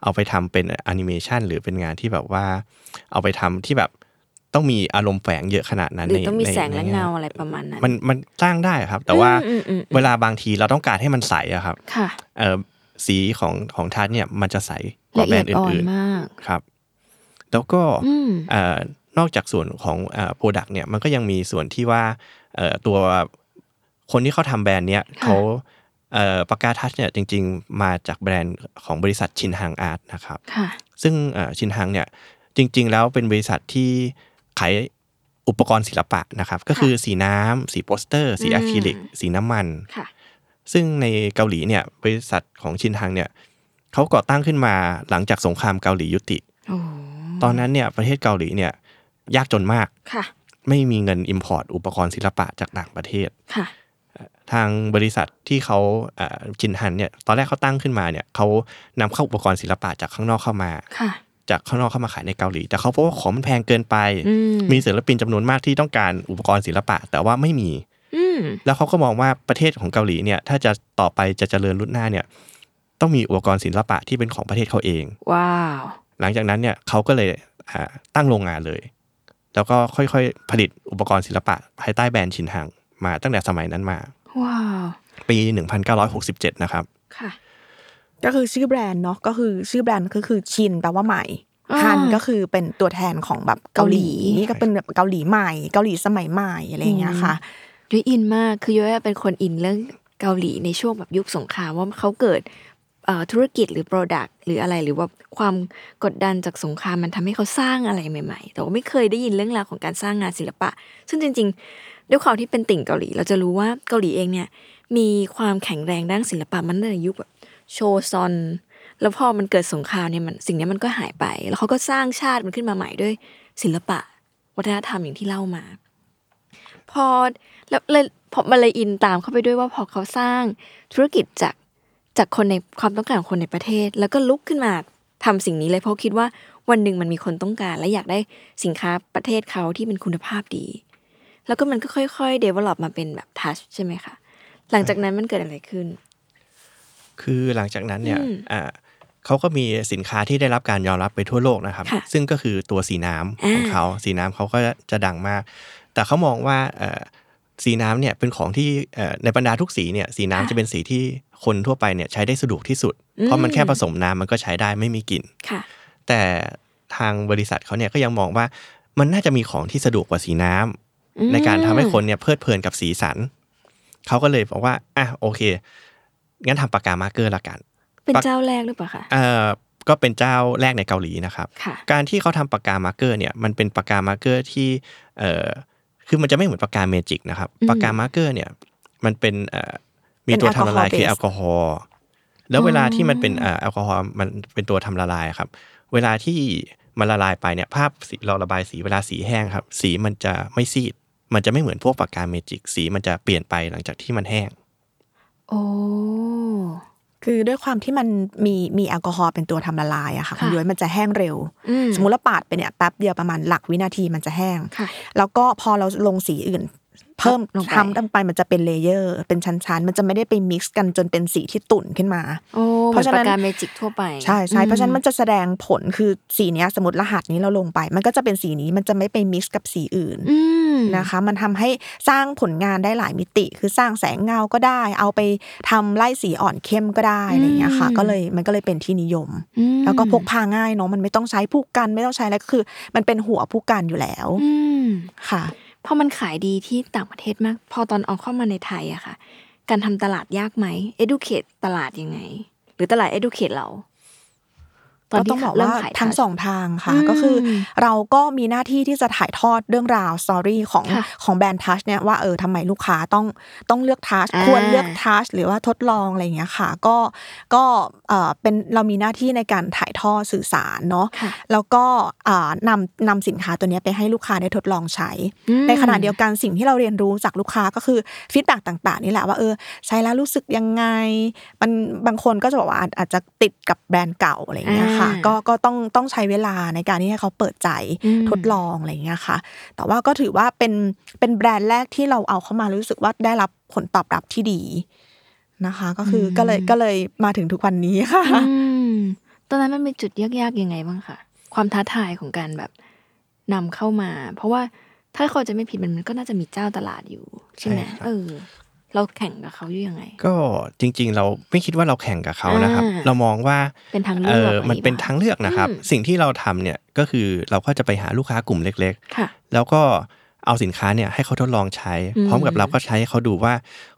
เอาไปทำเป็นแอนิเมชันหรือเป็นงานที่แบบว่า เอาไปทำที่แบบต้องมีอารมณ์แฝงเยอะขนาดนั้น หรือ ใน ต้องมี ใน แสงและ ใน เงาอะไรประมาณนั้น มันมันสร้างได้ครับ แต่ว่า อืมอืมอืม เวลาบางทีเราต้องการให้มันใสอะครับ ค่ะ เอ่อสีของของทัชเนี่ยมันจะใสกว่า ละ แบร เอียดนด์ อ่อน อื่นๆ มาก ครับ แล้วก็ อืม เอ่อนอกจากส่วนของโปรดักต์เนี่ยมันก็ยังมีส่วนที่ว่าเอ่อตัวคนที่เขาทำแบรนด์เนี้ยเขาเอ่อปากกาทัชเนี่ยจริง ๆ มาจากแบรนด์ของบริษัทชินฮังอาร์ตนะครับ ค่ะ ซึ่งเอ่อชินฮังเนี่ยจริง ๆ แล้วเป็นบริษัทที่ขายอุปกรณ์ศิลปะนะครับ ก็คือสีน้ำสีโปสเตอร์ สี อืม อะคริลิก สีน้ำมัน ค่ะ ซึ่งในเกาหลีเนี่ยบริษัทของชินฮังเนี่ยเขาก่อตั้งขึ้นมาหลังจากสงครามเกาหลียุติ โอ้ ตอนนั้นเนี่ยประเทศเกาหลีเนี่ยยากจนมาก ค่ะ ไม่มีเงิน Import อุปกรณ์ศิลปะจากต่างประเทศ ค่ะ ทางบริษัทที่เขาเอ่อจินฮันเนี่ยตอนแรกเขาตั้งขึ้นมาเนี่ยเขานำเข้าอุปกรณ์ศิลปะจากข้างนอกเข้ามา ค่ะ จากข้างนอกเข้ามาขายในเกาหลี แต่เขาพบว่าของมันแพงเกินไป อืม มีศิลปินจำนวนมากที่ต้องการอุปกรณ์ศิลปะ แต่ว่าไม่มี อืม แล้วเขาก็มองว่าประเทศของเกาหลีเนี่ยถ้าจะต่อไปจะเจริญรุ่นหน้าเนี่ยต้องมีอุปกรณ์ศิลปะที่เป็นของประเทศเขาเอง ว้าว หลังจากนั้นเนี่ยเขาก็เลยอ่าตั้งโรงงานเลย แล้วก็ค่อยๆผลิตอุปกรณ์ศิลปะ ภายใต้แบรนด์ชินหังมาตั้งแต่สมัยนั้นมา ว้าว ปี 1967 นะครับ ค่ะ ก็คือชื่อแบรนด์เนาะก็คือชื่อแบรนด์ก็คือชินแปลว่าใหม่ อ่า ฮันก็คือเป็นตัวแทนของแบบเกาหลี เกาหลี ก็เป็นแบบเกาหลีใหม่ เกาหลีสมัยใหม่อะไรอย่างเงี้ยค่ะ ยุ้ยอินมาก คือยุ้ยเป็นคนอินเรื่องเกาหลีในช่วงแบบยุคสงครามว่าเขาเกิดเอ่อธุรกิจหรือโปรดักต์หรืออะไรหรือว่าความกดดันจากสงครามมันทำให้เขาสร้างอะไรใหม่ๆ แต่ว่าไม่เคยได้ยินเรื่องราวของการสร้างงานศิลปะ ซึ่งจริงๆ ด้วยความที่เป็นติ่งเกาหลี เราจะรู้ว่าเกาหลีเองเนี่ยมีความแข็งแรงด้านศิลปะมันตั้งแต่ยุคแบบโชซอน แล้วพอมันเกิดสงครามเนี่ยมันสิ่งเนี้ยมันก็หายไป แล้วเขาก็สร้างชาติมันขึ้นมาใหม่ด้วยศิลปะ วัฒนธรรมอย่างที่เล่ามา พอแล้วเลยพอมาเลยอินตามเข้าไปด้วยว่าพอเขาสร้างธุรกิจจากจากคนในความต้องการของคนในประเทศ แล้วก็ลุกขึ้นมาทำสิ่งนี้เลยเพราะคิดว่าวันหนึ่งมันมีคนต้องการ และอยากได้สินค้าประเทศเขาที่เป็นคุณภาพดี แล้วก็มันก็ค่อยๆ develop มาเป็นแบบทัชใช่ไหมคะหลังจากนั้นมันเกิดอะไรขึ้น คือหลังจากนั้นเนี่ย อืม อ่าเขาก็มีสินค้าที่ได้รับการยอมรับไปทั่วโลกนะครับ ค่ะ ซึ่งก็คือตัวสีน้ำของ อ่า เขา สีน้ำเขาก็จะดังมาก แต่เขามองว่าเอ่อสีน้ำเนี่ยเป็นของที่เอ่อในบรรดาทุกสีเนี่ย สีน้ำจะเป็นสีที่คนทั่วไปเนี่ยใช้ได้สะดวกที่สุด เพราะมันแค่ผสมน้ำมันก็ใช้ได้ไม่มีกลิ่น ค่ะ แต่ทางบริษัทเขาเนี่ยก็ยังมองว่ามันน่าจะมีของที่สะดวกกว่าสีน้ำ อืม ในการทำให้คนเนี่ยเพลิดเพลินกับสีสัน เขาก็เลยบอกว่าอ่ะโอเค งั้นทำปากกามาร์กเกอร์ละกัน เป็น ปะ เจ้าแรกหรือเปล่าคะ เอ่อก็เป็นเจ้าแรกในเกาหลีนะครับ ค่ะ การที่เขาทำปากกามาร์กเกอร์เนี่ยมันเป็นปากกามาร์กเกอร์ที่เอ่อคือมันจะไม่เหมือนปากกาเมจิกนะครับปากกามาร์กเกอร์เนี่ยมันเป็นเอ่อมี เป็น ตัวทำละลาย alcohol คือ based แอลกอฮอล์แล้วเวลาที่มันเป็นเอ่อแอลกอฮอล์มันเป็นตัวทำละลายครับ เวลาที่มันละลายไปเนี่ยภาพสีเราระบายสีเวลาสีแห้งครับ สีมันจะไม่ซีด มันจะไม่เหมือนพวกปากกาเมจิกสีมันจะเปลี่ยนไปหลังจากที่มันแห้ง โอ้ คือด้วยความที่มันมีมีแอลกอฮอล์เป็นตัวทำละลายอะค่ะ ค่ะ คุณย้อยมันจะแห้งเร็ว อืม สมมติเราปาดไปเนี่ยแป๊บเดียวประมาณหลักวินาทีมันจะแห้ง ค่ะ แล้วก็พอเราลงสีอื่น เพิ่ม ลงไป ทำลงไปมันจะเป็นเลเยอร์ เป็นชั้นๆ มันจะไม่ได้ไปมิกซ์กันจนเป็นสีที่ตุ่นขึ้นมา โอ้ เพราะฉะ หมือนั้น นปากกาเมจิกทั่วไป ใช่ใช่เพราะฉะนั้นมัน อื จะแสดงผลคือสีเนี้ยสมมติรหัสนี้เราลงไป มันก็จะเป็นสีนี้มันจะไม่ไปมิกซ์กับสีอื่น อืม นะคะ มันทำให้สร้างผลงานได้หลายมิติ คือสร้างแสงเงาก็ได้ เอาไปทำไล่สีอ่อนเข้มก็ได้อะไรอย่างเงี้ยค่ะ อืม ก็เลยมันก็เลยเป็นที่นิยม อืม แล้วก็พกพาง่ายเนาะมันไม่ต้องใช้ผู้กันไม่ต้องใช้อะไรก็คือ มันเป็นหัวผู้กันอยู่แล้ว อืม ค่ะ พอมันขายดีที่ต่างประเทศมาก พอตอนเอาเข้ามาในไทยอะค่ะ การทำตลาดยากไหม educate ตลาดยังไง หรือตลาด educate เรา ก็ต้องบอก เริ่ม ว่า ขย ทั้ง ทัช สองทางค่ะ อืม ก็คือเราก็มีหน้าที่ที่จะถ่ายทอดเรื่องราวสตอรี่ของ ค่ะ ของแบรนด์ทัชเนี่ยว่าเออทำไมลูกค้าต้องต้องเลือกทัช อ่า ควรเลือกทัชหรือว่าทดลองอะไรอย่างเงี้ยค่ะ ก็ก็เออเป็นเรามีหน้าที่ในการถ่ายทอดสื่อสารเนาะ ค่ะ แล้วก็เอ่อนำนำสินค้าตัวเนี้ยไปให้ลูกค้าได้ทดลองใช้ อืม ในขณะเดียวกันสิ่งที่เราเรียนรู้จากลูกค้าก็คือฟีดแบ็กต่าง ๆ นี่แหละว่าเออใช้แล้วรู้สึกยังไง มันบางคนก็จะบอกว่าอาจอาจจะติดกับแบรนด์เก่าอะไรอย่างเงี้ยค่ะ อ่า ก็ก็ต้องต้องใช้เวลาในการที่ให้เขาเปิดใจ อืม ทดลองอะไรอย่างเงี้ยค่ะ แต่ว่าก็ถือว่าเป็นเป็นแบรนด์แรกที่เราเอาเข้ามารู้สึกว่าได้รับผลตอบรับที่ดีนะคะ ก็คืออก็เลยก็เลยมาถึงทุกวันนี้ค่ะ อืมตอนนั้นมันมีจุดยากๆยังไงบ้างคะความท้าทายของการแบบนำเข้ามา เพราะว่าถ้าเขาจะไม่ผิดมันมันก็น่าจะมีเจ้าตลาดอยู่ ใช่ไหม ใช่ครับ เออ เราแข่งกับเขาอยู่ยังไง ก็จริง ๆ เราไม่คิดว่าเราแข่งกับเขานะครับ อ่า เรามองว่า เป็นทางเลื เอ อก อมันเป็นทางเลือกนะครับ สิ่งที่เราทำเนี่ยก็คือเราก็จะไปหาลูกค้ากลุ่มเล็ก ค่ะ ๆ แล้วก็เอาสินค้าเนี่ยให้เขาทดลองใช้ อืม พร้อมกับเราก็ใช้ให้เขาดูว่า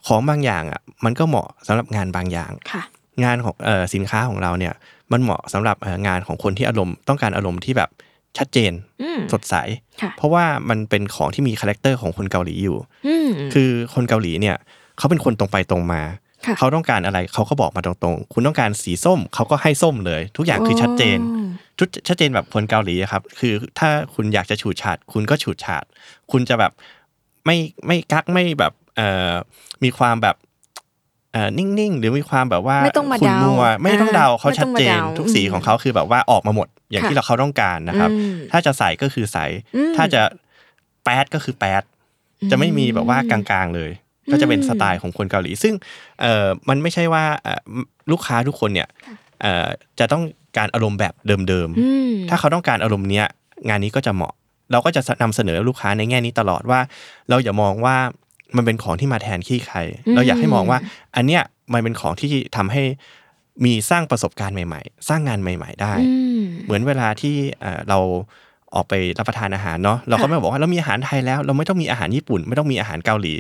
ของบางอย่างอ่ะมันก็เหมาะสำหรับงานบางอย่าง ค่ะ งานของเออสินค้าของเราเนี่ยมันเหมาะสำหรับเอ่องานของคนที่อารมณ์ต้องการอารมณ์ที่แบบชัดเจน อืม สดใส ค่ะ เพราะว่ามันเป็นของที่มีคาแรคเตอร์ของคนเกาหลีอยู่ อืม คือคนเกาหลีเนี่ยเขาเป็นคนตรงไปตรงมา ค่ะ เขาต้องการอะไรเขาก็บอกมาตรงๆ คุณต้องการสีส้มเขาก็ให้ส้มเลย ทุกอย่างคือชัดเจน อืม ชุดชัดเจนแบบคนเกาหลีอะครับ คือถ้าคุณอยากจะฉูดฉาดคุณก็ฉูดฉาด คุณจะแบบไม่ไม่กักไม่แบบเอ่อมีความแบบเอ่อนิ่งๆ หรือมีความแบบว่า ไม่ต้องมา ขุน เดา มัวไม่ต้องเดา อ่า เขาชัดเจน ไม่ต้องมาเดา ทุกสีของเขาคือแบบว่าออกมาหมดอย่าง ค่ะ ที่เราเขาต้องการนะครับ อืม ถ้าจะใส่ก็คือใส่ อืม ถ้าจะแป๊ดก็คือแป๊ด จะไม่มีแบบว่ากลางๆเลย ก็จะเป็นสไตล์ของคนเกาหลี ซึ่งเอ่อมันไม่ใช่ว่าเอ่อลูกค้าทุกคนเนี่ยเอ่อจะต้องการอารมณ์แบบเดิม อืม ๆ ถ้าเขาต้องการอารมณ์เนี้ยงานนี้ก็จะเหมาะ เราก็จะนำเสนอลูกค้าในแง่นี้ตลอดว่า เราอย่ามองว่ามันเป็นของที่มาแทนขี้ใคร เราอยากให้มองว่า อันเนี้ยมันเป็นของที่ทำให้มีสร้างประสบการณ์ใหม่ๆ สร้างงานใหม่ ๆ ได้ อืม เหมือนเวลาที่เอ่อเราออกไปรับประทานอาหารเนาะเราก็ไม่บอกว่าเรามีอาหารไทยแล้ว เราไม่ต้องมีอาหารญี่ปุ่น ไม่ต้องมีอาหารเกาหลี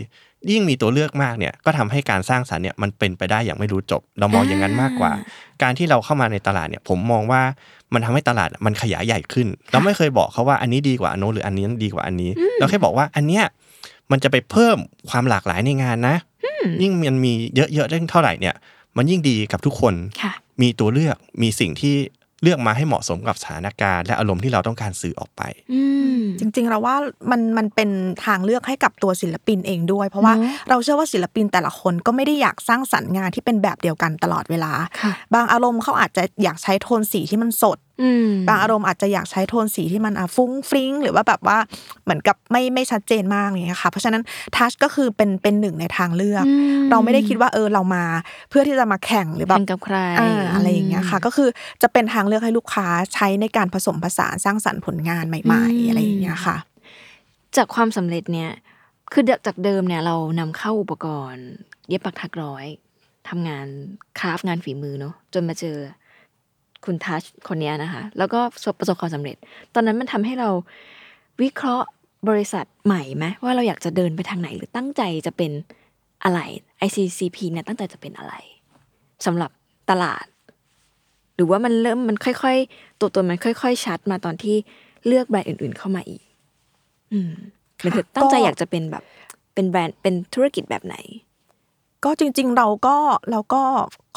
ยิ่งมีตัวเลือกมากเนี่ยก็ทำให้การสร้างสรรค์เนี่ยมันเป็นไปได้อย่างไม่รู้จบ เรามองอย่างนั้นมากกว่า การที่เราเข้ามาในตลาดเนี่ยผมมองว่ามันทำให้ตลาดมันขยายใหญ่ขึ้น เราไม่เคยบอกเขาว่าอันนี้ดีกว่าอันโน้นหรืออันนี้ดีกว่าอันนี้ เราแค่บอกว่าอันเนี้ยมันจะไปเพิ่มความหลากหลายในงานนะ ยิ่งมันมีเยอะๆเรื่องเท่าไหร่เนี่ย มันยิ่งดีกับทุกคน ค่ะ มีตัวเลือกมีสิ่งที่เลือกมาให้เหมาะสมกับสถานการณ์ และอารมณ์ที่เราต้องการสื่อออกไป อืม จริงๆเราว่ามันมันเป็นทางเลือกให้กับตัวศิลปินเองด้วย เพราะว่า เนอะ เราเชื่อว่าศิลปินแต่ละคนก็ไม่ได้อยากสร้างสรรค์งานที่เป็นแบบเดียวกันตลอดเวลา ค่ะ บางอารมณ์เขาอาจจะอยากใช้โทนสีที่มันสด อืม บางอารมณ์อาจจะอยากใช้โทนสีที่มันอ่ะฟุ้งฟริ้ง หรือว่าแบบว่าเหมือนกับไม่ไม่ชัดเจนมากอย่างเงี้ยค่ะเพราะฉะนั้นทัชก็คือเป็นเป็นหนึ่งในทางเลือก อืม เราไม่ได้คิดว่าเออเรามาเพื่อที่จะมาแข่งหรือแบบ แข่งกับใคร อ่าอะไรอย่างเงี้ยค่ะ ก็คือจะเป็นทางเลือกให้ลูกค้าใช้ในการผสมผสานสร้างสรรค์ผลงานใหม่ ๆ อะไรอย่างเงี้ยค่ะ จากความสำเร็จเนี่ย คือจากเดิมเนี่ยเรานำเข้าอุปกรณ์ เย็บปักถักร้อยทำงานคราฟต์งานฝีมือเนาะจนมาเจอคุณทัชคนเนี้ยนะคะ แล้วก็ประสบประสบความสำเร็จ ตอนนั้นมันทำให้เราวิเคราะห์บริษัทใหม่ไหมว่าเราอยากจะเดินไปทางไหน หรือตั้งใจจะเป็นอะไร ICCP เนี่ยตั้งใจจะเป็นอะไรสำหรับตลาด หรือว่ามันเริ่มมันค่อย ๆ ตัวตนมันค่อย ๆ ชัดมาตอนที่เลือกแบรนด์อื่น ๆ เข้ามาอีก อืมหรือคือตั้งใจอยากจะเป็นแบบ เป็นแบรนด์เป็นธุรกิจแบบไหน ก็จริง ๆ เราก็เราก็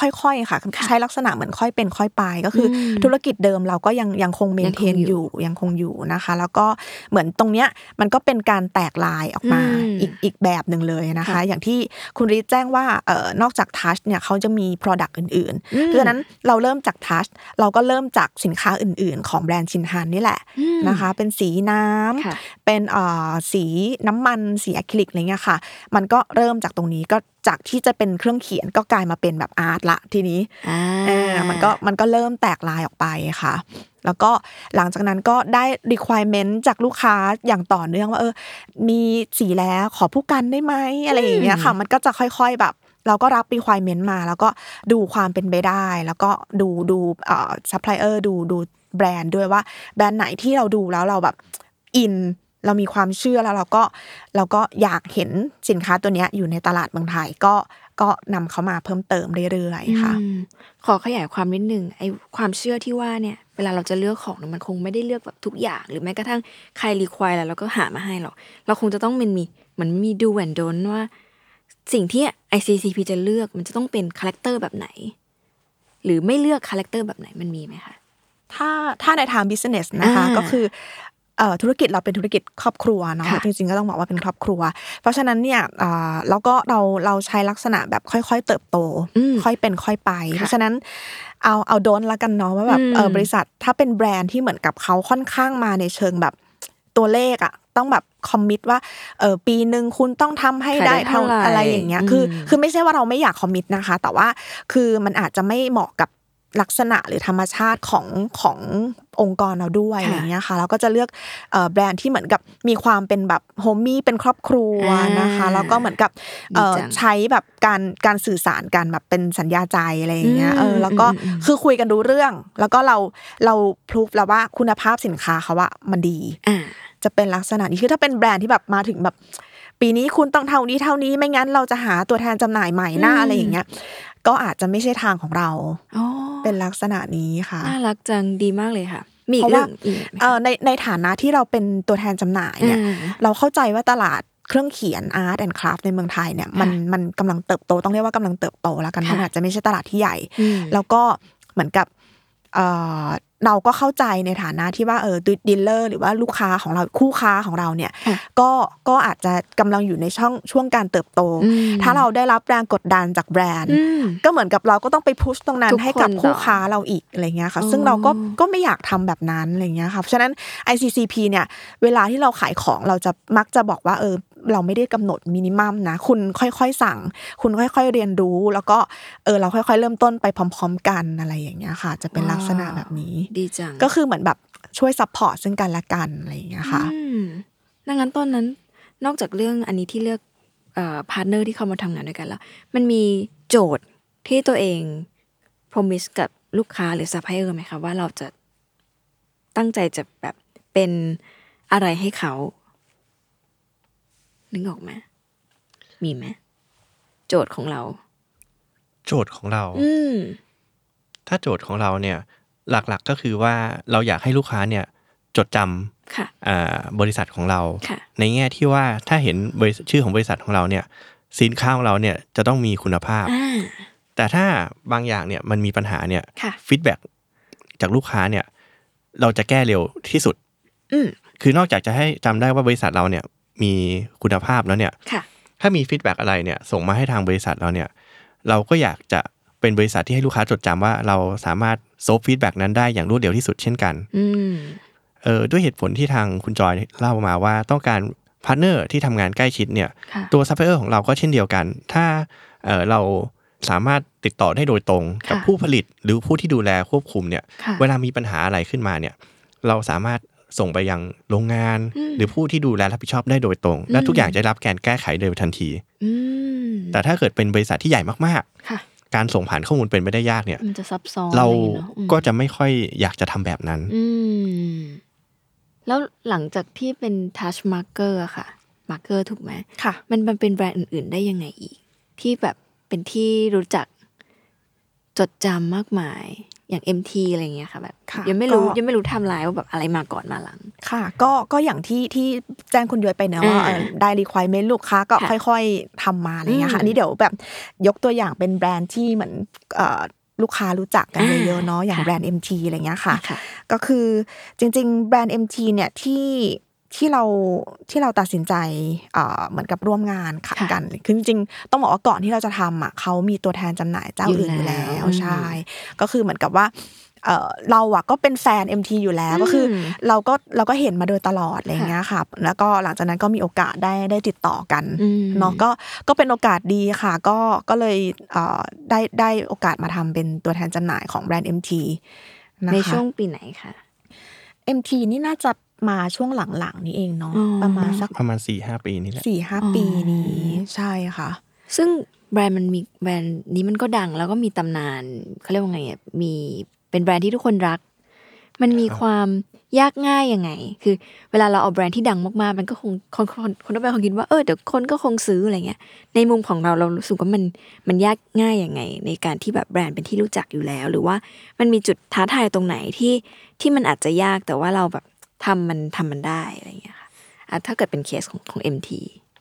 ค่อยๆค่ะ ใช้ลักษณะเหมือนค่อยเป็นค่อยไป ก็คืออธุรกิจเดิมเราก็ยังยังคงเมนเทน ยังคง อ อยู่ ยู่ยังคงอยู่นะคะ แล้วก็เหมือนตรงเนี้ยมันก็เป็นการแตกลายออกมา อืม อีกอีกแบบหนึ่งเลยนะคะ ค่ะ อย่างที่คุณริแจ้งว่าเอ่อนอกจากทัชเนี่ยเขาจะมี Product อื่น อืม ๆเพราะฉะนั้นเราเริ่มจากทัชเราก็เริ่มจากสินค้าอื่น ๆ ของแบรนด์ชินฮันนี่แหละ อืม นะคะ เป็นสีน้ำ ค่ะ เป็นเอ่อสีน้ำมันสีอะคริลิกอะไรเงี้ยค่ะ มันก็เริ่มจากตรงนี้ก็จากที่จะเป็นเครื่องเขียนก็กลายมาเป็นแบบอาร์ตละทีนี้ อ่า เออมันก็มันก็เริ่มแตกลายออกไปค่ะ แล้วก็หลังจากนั้นก็ได้ requirement จากลูกค้าอย่างต่อเนื่องว่าเออมีสีแล้วขอผู้กันได้ไหมอะไรอย่างเงี้ยค่ะ มันก็จะค่อยๆแบบ เราก็รับ requirement มา แล้วก็ดูความเป็นไปได้ แล้วก็ดูดูเอ่อ supplier ดูดูแบรนด์ด้วยว่าแบรนด์ไหนที่เราดูแล้วเราแบบ อินเรามีความเชื่อแล้วเราก็เราก็อยากเห็นสินค้าตัวเนี้ยอยู่ในตลาดเมืองไทยก็ก็นำเขามาเพิ่มเติมเรื่อยๆค่ะ อืมขอขยายความนิดนึงไอ้ความเชื่อที่ว่าเนี่ยเวลาเราจะเลือกของเนี่ยมันคงไม่ได้เลือกแบบทุกอย่าง หรือแม้กระทั่งใครรีควายแล้วเราก็หามาให้หรอกเราคงจะต้องมันมีเหมันมีดูแอนดนว่า สิ่งที่ ICCP จะเลือกมันจะต้องเป็นคาแรคเตอร์แบบไหน หรือไม่เลือกคาแรคเตอร์แบบไหนมันมีไหมคะ ถ้าถ้าในทางบิสเนสนะคะ อ่า ก็คือเอ่อธุรกิจเราเป็นธุรกิจครอบครัวเนาะ ค่ะ จริงๆก็ต้องบอกว่าเป็นครอบครัว เพราะฉะนั้นเนี่ยเอ่อแล้วก็เราเราใช้ลักษณะแบบค่อยๆ เติบโต อืม ค่อยเป็นค่อยไป ค่ะ เพราะฉะนั้นเอาเอาโดนละกันเนาะว่าแบบ อืม เอ่อบริษัทถ้าเป็นแบรนด์ที่เหมือนกับเขาค่อนข้างมาในเชิงแบบตัวเลขอะต้องแบบคอมมิตว่าเออปีหนึ่งคุณต้องทำให้ ขายได้ ได้เท่า เท่าไหร่ อะไรอย่างเงี้ยคือ อืม คือ คือไม่ใช่ว่าเราไม่อยากคอมมิตนะคะ แต่ว่าคือมันอาจจะไม่เหมาะกับลักษณะหรือธรรมชาติของขององค์กรเราด้วย ค่ะ อะไรเงี้ยค่ะเราก็จะเลือกเอ่อแบรนด์ที่เหมือนกับมีความเป็นแบบโฮมมี่เป็นครอบครัวนะคะ อ่า แล้วก็เหมือนกับเอ่อ ดีจัง ใช้แบบการการสื่อสารกันแบบเป็นสัญญาใจอะไรอย่างเงี้ย อืม เออแล้วก็ อืมอืม คือคุยกันรู้เรื่อง แล้วก็เราเราพรูฟแล้วว่าคุณภาพสินค้าเขาว่ามันดี อ่า จะเป็นลักษณะนี้คือถ้าเป็นแบรนด์ที่แบบมาถึงแบบ ปีนี้คุณต้องเท่านี้เท่านี้ไม่งั้นเราจะหาตัวแทนจำหน่ายใหม่หน้า อืม อะไรอย่างเงี้ย ก็อาจจะไม่ใช่ทางของเรา อ๋อ เป็นลักษณะนี้ค่ะ น่ารักจังดีมากเลยค่ะ มีอีกเพราะ เรื่ ว่า องอีกไหมคะ เอ่อในในฐานะที่เราเป็นตัวแทนจำหน่ายเนี่ย อ่า เราเข้าใจว่าตลาดเครื่องเขียนอาร์ตแอนด์คราฟในเมืองไทยเนี่ยมันมันกำลังเติบโตต้องเรียกว่ากำลังเติบโตแล้วกัน ค่ะ มันอาจจะไม่ใช่ตลาดที่ใหญ่ อืม แล้วก็เหมือนกับเอ่อเราก็เข้าใจในฐานะที่ว่าเออดีลเลอร์หรือว่าลูกค้าของเราคู่ค้าของเราเนี่ย ค่ะ ก็ก็อาจจะกำลังอยู่ในช่องช่วงการเติบโต อืม ถ้าเราได้รับแรงกดดันจากแบรนด์ อืม ก็เหมือนกับเราก็ต้องไปพุชตรงนั้น ทุกคน ให้กับ ต่อ คู่ค้าเราอีกอะไรเงี้ยค่ะ อ๋อ ซึ่งเราก็ก็ไม่อยากทำแบบนั้นอะไรเงี้ยค่ะเพราะฉะนั้น ICCP เนี่ยเวลาที่เราขายของเราจะมักจะบอกว่าเออเราไม่ได้กำหนดมินิมัมนะ คุณค่อยๆสั่ง คุณค่อยๆเรียนรู้ แล้วก็เออเราค่อยๆ เริ่มต้นไปพร้อม ๆ กันอะไรอย่างเงี้ยค่ะ จะเป็นลักษณะแบบนี้ ดีจัง ก็คือเหมือนแบบ ช่วยซัพพอร์ตซึ่งกันและกันอะไรอย่างเงี้ยค่ะ อืมดังนั้นต้นนั้นนอกจากเรื่องอันนี้ที่เลือกพาร์ทเนอร์ที่เข้ามาทำงานด้วยกันแล้ว มันมีโจทย์ที่ตัวเอง promise กับลูกค้าหรือซัพพลายเออร์ไหมคะว่าเราจะตั้งใจจะแบบเป็นอะไรให้เขา นึกออกไหมมีไหมโจทย์ของเรา โจทย์ของเรา อืม ถ้าโจทย์ของเราเนี่ยหลักๆก็คือว่าเราอยากให้ลูกค้าเนี่ยจดจ ค่ะ ำอ่าบริษัทของเรา ค่ะ ในแง่ที่ว่าถ้าเห็นบริษัทชื่อของบริษัทของเราเนี่ยสินค้าของเราเนี่ยจะต้องมีคุณภาพ อ่า แต่ถ้าบางอย่างเนี่ยมันมีปัญหาเนี่ย ค่ะ ฟีดแบ็จากลูกค้าเนี่ยเราจะแก้เร็วที่สุด อืม คือนอกจากจะให้จำได้ว่าบริษัทเราเนี่ยมีคุณภาพแล้วเนี่ย ค่ะ ถ้ามีฟีดแบ็กอะไรเนี่ยส่งมาให้ทางบริษัทเราเนี่ย เราก็อยากจะเป็นบริษัทที่ให้ลูกค้าจดจำว่าเราสามารถโซฟฟีดแบ็กนั้นได้อย่างรวดเร็วที่สุดเช่นกัน อืม เออด้วยเหตุผลที่ทางคุณจอยเล่ามาว่าต้องการพาร์ทเนอร์ที่ทำงานใกล้ชิดเนี่ย ค่ะ ตัวซัพพลายเออร์ของเราก็เช่นเดียวกัน ถ้าเอ่อเราสามารถติดต่อได้โดยตรงกับ ค่ะ ผู้ผลิตหรือผู้ที่ดูแลควบคุมเนี่ย ค่ะ เวลามีปัญหาอะไรขึ้นมาเนี่ย เราสามารถส่งไปยังโรงงาน อืม หรือผู้ที่ดูแลรับผิดชอบได้โดยตรง และ อืม ทุกอย่างจะได้รับการแก้ไขโดยทันที อืม แต่ถ้าเกิดเป็นบริษัทที่ใหญ่มาก ค่ะ ๆ การส่งผ่านข้อมูลเป็นไม่ได้ยากเนี่ย มันจะซับซ้อน เรา อะไรอย่างเงี้ยเนอะอืม ก็จะไม่ค่อยอยากจะทำแบบนั้น อืม แล้วหลังจากที่เป็นทัชมาร์เกอร์ค่ะ มาร์เกอร์ถูกไหม ค่ะ มันมันเป็นแบรนด์อื่น ๆ ได้ยังไงอีก ที่แบบเป็นที่รู้จักจดจำมากมาย อย่าง MT อะไรเงี้ยค่ะแบบ ค่ะ ยังไม่รู้ ก็ ยังไม่รู้ไทำลายว่าแบบอะไรมาก่อนมาหลัง ค่ะ ก็ก็อย่างที่ที่แจ้งคุณย้อยไปเนอะว่า อ่า เอ่อได้รีคว i เมนต์ลูกค้าก็ ค่ะ ค่อยๆทำมาอะไรเงี้ย อืม ค่ะ อันนี้เดี๋ยวแบบยกตัวอย่างเป็นแบรนด์ที่เหมือนเอ่อลูกค้ารู้จักกัน อ่า เยอะๆเนาะอย่าง ค่ะ แบรนด์ MT อะไรเงี้ยค่ะ ค่ะ ก็คือจริงๆ แบรนด์ MT เนี่ยที่ที่เราที่เราตัดสินใจเอ่อเหมือนกับร่วมงานค่ะ ค่ะ กันคือจริงๆต้องบอกว่าก่อนที่เราจะทำอ่ะเขามีตัวแทนจำหน่ายเจ้าอื่นอยู่แล้วใช่ ก็คือเหมือนกับว่าเอ่อเราอะก็เป็นแฟน MT อยู่แล้วก็คือ ม เราก็เราก็เห็นมาโดยตลอดอะไรอย่างเงี้ยค่ะ แล้วก็หลังจากนั้นก็มีโอกาสได้ได้ติดต่อกัน อืม เนาะก็ก็เป็นโอกาสดีค่ะ ก็ก็เลยเอ่อได้ได้โอกาสมาทำเป็นตัวแทนจำหน่ายของแบรนด์ MT นะคะ ในช่วงปีไหนคะ MT นี่น่าจะมาช่วงหลังๆ นี้เองเนาะ อ๋อ ประมาณสัก ประมาณ4ี่ห้าปีนี่แหละ สี่ห้าปีนี้ใช่ค่ะ ซึ่งแบรนด์มันมีแบรนด์นี้มันก็ดังแล้วก็มีตำนานเขาเรียกว่าไงอ่ะมีเป็นแบรนด์ที่ทุกคนรัก มันมีความยากง่ายยังไง คือเวลาเราเอาแบรนด์ที่ดังมากๆ มันก็คงคนคนคนทั่วไปคงคิดว่าเออเดี๋ยวคนก็คงซื้ออะไรเงี้ย ในมุมของเราเรารู้สึกว่ามันมันยากง่ายยังไง ในการที่แบบแบรนด์เป็นที่รู้จักอยู่แล้ว หรือว่ามันมีจุดท้าทายตรงไหนที่ที่มันอาจจะยากแต่ว่าเราแบบทำมันทำมันได้อะไรเงี้ยค่ะอ่ะถ้าเกิดเป็นเคสของของ MT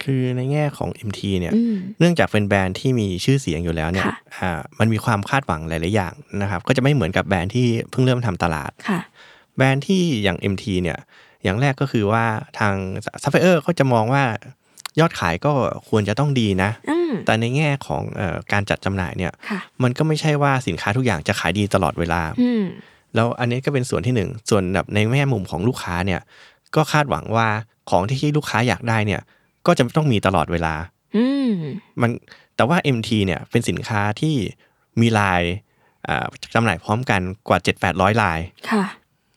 คือในแง่ของ MT เนี่ย อืม เนื่องจากเป็นแบรนด์ที่มีชื่อเสียงอยู่แล้วเนี่ย ค่ะ อ่ามันมีความคาดหวังหลาย ๆ อย่างนะครับ ก็จะไม่เหมือนกับแบรนด์ที่เพิ่งเริ่มทำตลาด ค่ะ แบรนด์ที่อย่าง MT เนี่ย อย่างแรกก็คือว่าทางซัพพลายเออร์เขาจะมองว่ายอดขายก็ควรจะต้องดีนะ อืม แต่ในแง่ของเออการจัดจำหน่ายเนี่ย ค่ะ มันก็ไม่ใช่ว่าสินค้าทุกอย่างจะขายดีตลอดเวลา อืม แล้วอันนี้ก็เป็นส่วนที่หนึ่ง ส่วนแบบในแง่มุมของลูกค้าเนี่ย ก็คาดหวังว่าของที่ลูกค้าอยากได้เนี่ย ก็จะต้องมีตลอดเวลา อืม มันแต่ว่า MT เนี่ยเป็นสินค้าที่มีลายอ่าจำหน่ายพร้อมกันกว่า 7-800 ลาย ค่ะ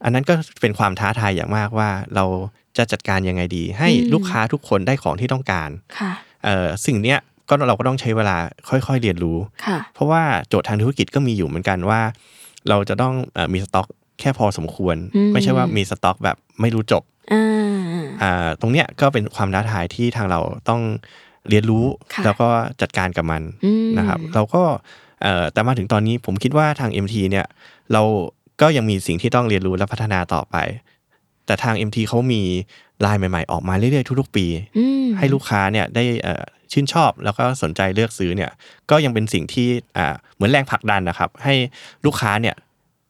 อันนั้นก็เป็นความท้าทายอย่างมากว่าเราจะจัดการยังไงดี ให้ อืม ลูกค้าทุกคนได้ของที่ต้องการ ค่ะ เอ่อสิ่งเนี้ยก็เราก็ต้องใช้เวลาค่อยๆเรียนรู้ ค่ะ เพราะว่าโจทย์ทางธุรกิจก็มีอยู่เหมือนกันว่า เราจะต้องเอ่อมีสต็อกแค่พอสมควร อืม ไม่ใช่ว่ามีสต็อกแบบไม่รู้จบ อ่า อ่าตรงเนี้ยก็เป็นความท้าทายที่ทางเราต้องเรียนรู้ ค่ะ แล้วก็จัดการกับมัน อืม นะครับเราก็เอ่อแต่มาถึงตอนนี้ผมคิดว่าทาง MT เนี่ยเราก็ยังมีสิ่งที่ต้องเรียนรู้และพัฒนาต่อไป แต่ทาง MT เขามีลายใหม่ ๆ ออกมาเรื่อยๆทุกๆ ปี อืม ให้ลูกค้าเนี่ยได้เอ่อชื่นชอบแล้วก็สนใจเลือกซื้อเนี่ยก็ยังเป็นสิ่งที่อ่าเหมือนแรงผลักดันนะครับ ให้ลูกค้าเนี่ย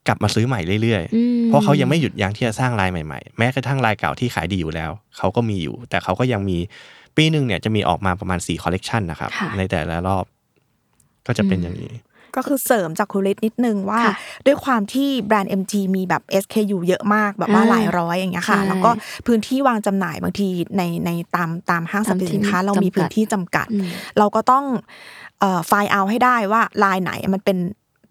กลับมาซื้อใหม่เรื่อย อืม ๆ เพราะเขายังไม่หยุดยั้งที่จะสร้างลายใหม่ๆ แม้กระทั่งลายเก่าที่ขายดีอยู่แล้ว เขาก็มีอยู่ แต่เขาก็ยังมีปีหนึ่งเนี่ยจะมีออกมาประมาณ4คอลเลกชันนะครับ ค่ะ ในแต่ละรอบ ก็จะเป็นอย่างนี้ ก็คือเสริมจากคุณฤทธิ์นิดนึงว่า ค่ะ ด้วยความที่แบรนด์ MT มีแบบ SKU เยอะมากแบบว่า อ่า หลายร้อยอย่างเงี้ยค่ะ ใช่ แล้วก็พื้นที่วางจำหน่ายบางทีในในตามตามห้างสรรพสินค้า ตามที่ เราจำกัดมีพื้นที่จำกัด อืม เราก็ต้องไฟล์เอาให้ได้ว่าลายไหนมันเป็น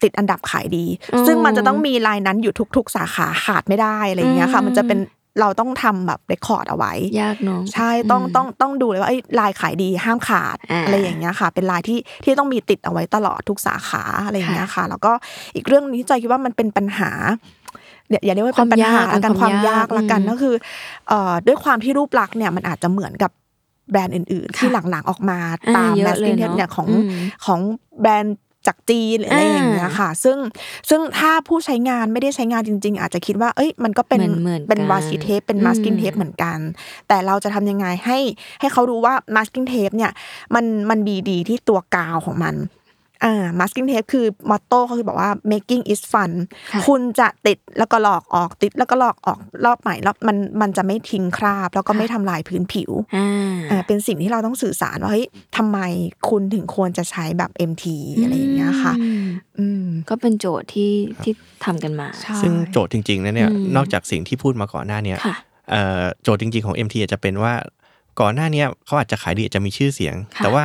ติดอันดับขายดี อืม ซึ่งมันจะต้องมีลายนั้นอยู่ทุก ๆ สาขาขาดไม่ได้อะไรอย่างเงี้ยค่ะ อืม มันจะเป็นเราต้องทำแบบเรคคอร์ดเอาไว้ ยากเนาะ ใช่ต้องต้องต้องดูเลยว่าไอ้ยลายขายดีห้ามขาด อ่า อะไรอย่างเงี้ยค่ะ เป็นลายที่ที่ต้องมีติดเอาไว้ตลอดทุกสาขาอะไรอย่างเงี้ยค่ะ แล้วก็อีกเรื่องนี้จอยคิดว่ามันเป็นปัญหาเนี่ยอย่าเรียกว่าเป็นปัญหา ความยาก ละกัน เป็นคคาวาวม ม ยากละกัน ยาก ก็คือเอ่อด้วยความที่รูปลักษณ์เนี่ยมันอาจจะเหมือนกับแบรนด์อื่น ๆ ที่หลังๆออกมา อ่า ตาม เย แม อะ ส เลย ติ้งเท เน ป อะ เนี่ยของ อืม ของแบรนด์จากจีนหรืออะไร อ่า อย่างเงี้ยค่ะ ซึ่งซึ่งถ้าผู้ใช้งานไม่ได้ใช้งานจริง ๆ อาจจะคิดว่าเอ้ยมันก็เป็น เหมือนๆ เป็น กัน วาสีเทปเป็นมาสกิ้ง อืม เทปเหมือน เหมือนกันแต่เราจะทำยังไงให้ให้เขารู้ว่า masking tape เนี่ยมันมันดีดีที่ตัวกาวของมันอ่า masking tape คือมอตโต้เขาคือบอกว่า making is fun ค่ะ คุณจะติดแล้วก็หลอกออกติดแล้วก็หลอกออกรอบใหม่รอบมันมันจะไม่ทิ้งคราบ แล้วก็ไม่ทำลายพื้นผิว อ่า อ่าเป็นสิ่งที่เราต้องสื่อสารว่าเฮ้ยทำไมคุณถึงควรจะใช้แบบ MT อะไรอย่างเงี้ยค่ะ อืม อืม ก็เป็นโจทย์ที่ที่ทำกันมา ซึ่งโจทย์จริงๆนะเนี่ย อืม นอกจากสิ่งที่พูดมาก่อนหน้าเนี้ย ค่ะ เอ่อโจทย์จริงๆของ MT อาจจะเป็นว่าก่อนหน้าเนี้ยเขาอาจจะขายดีอาจจะมีชื่อเสียง ค่ะ แต่ว่า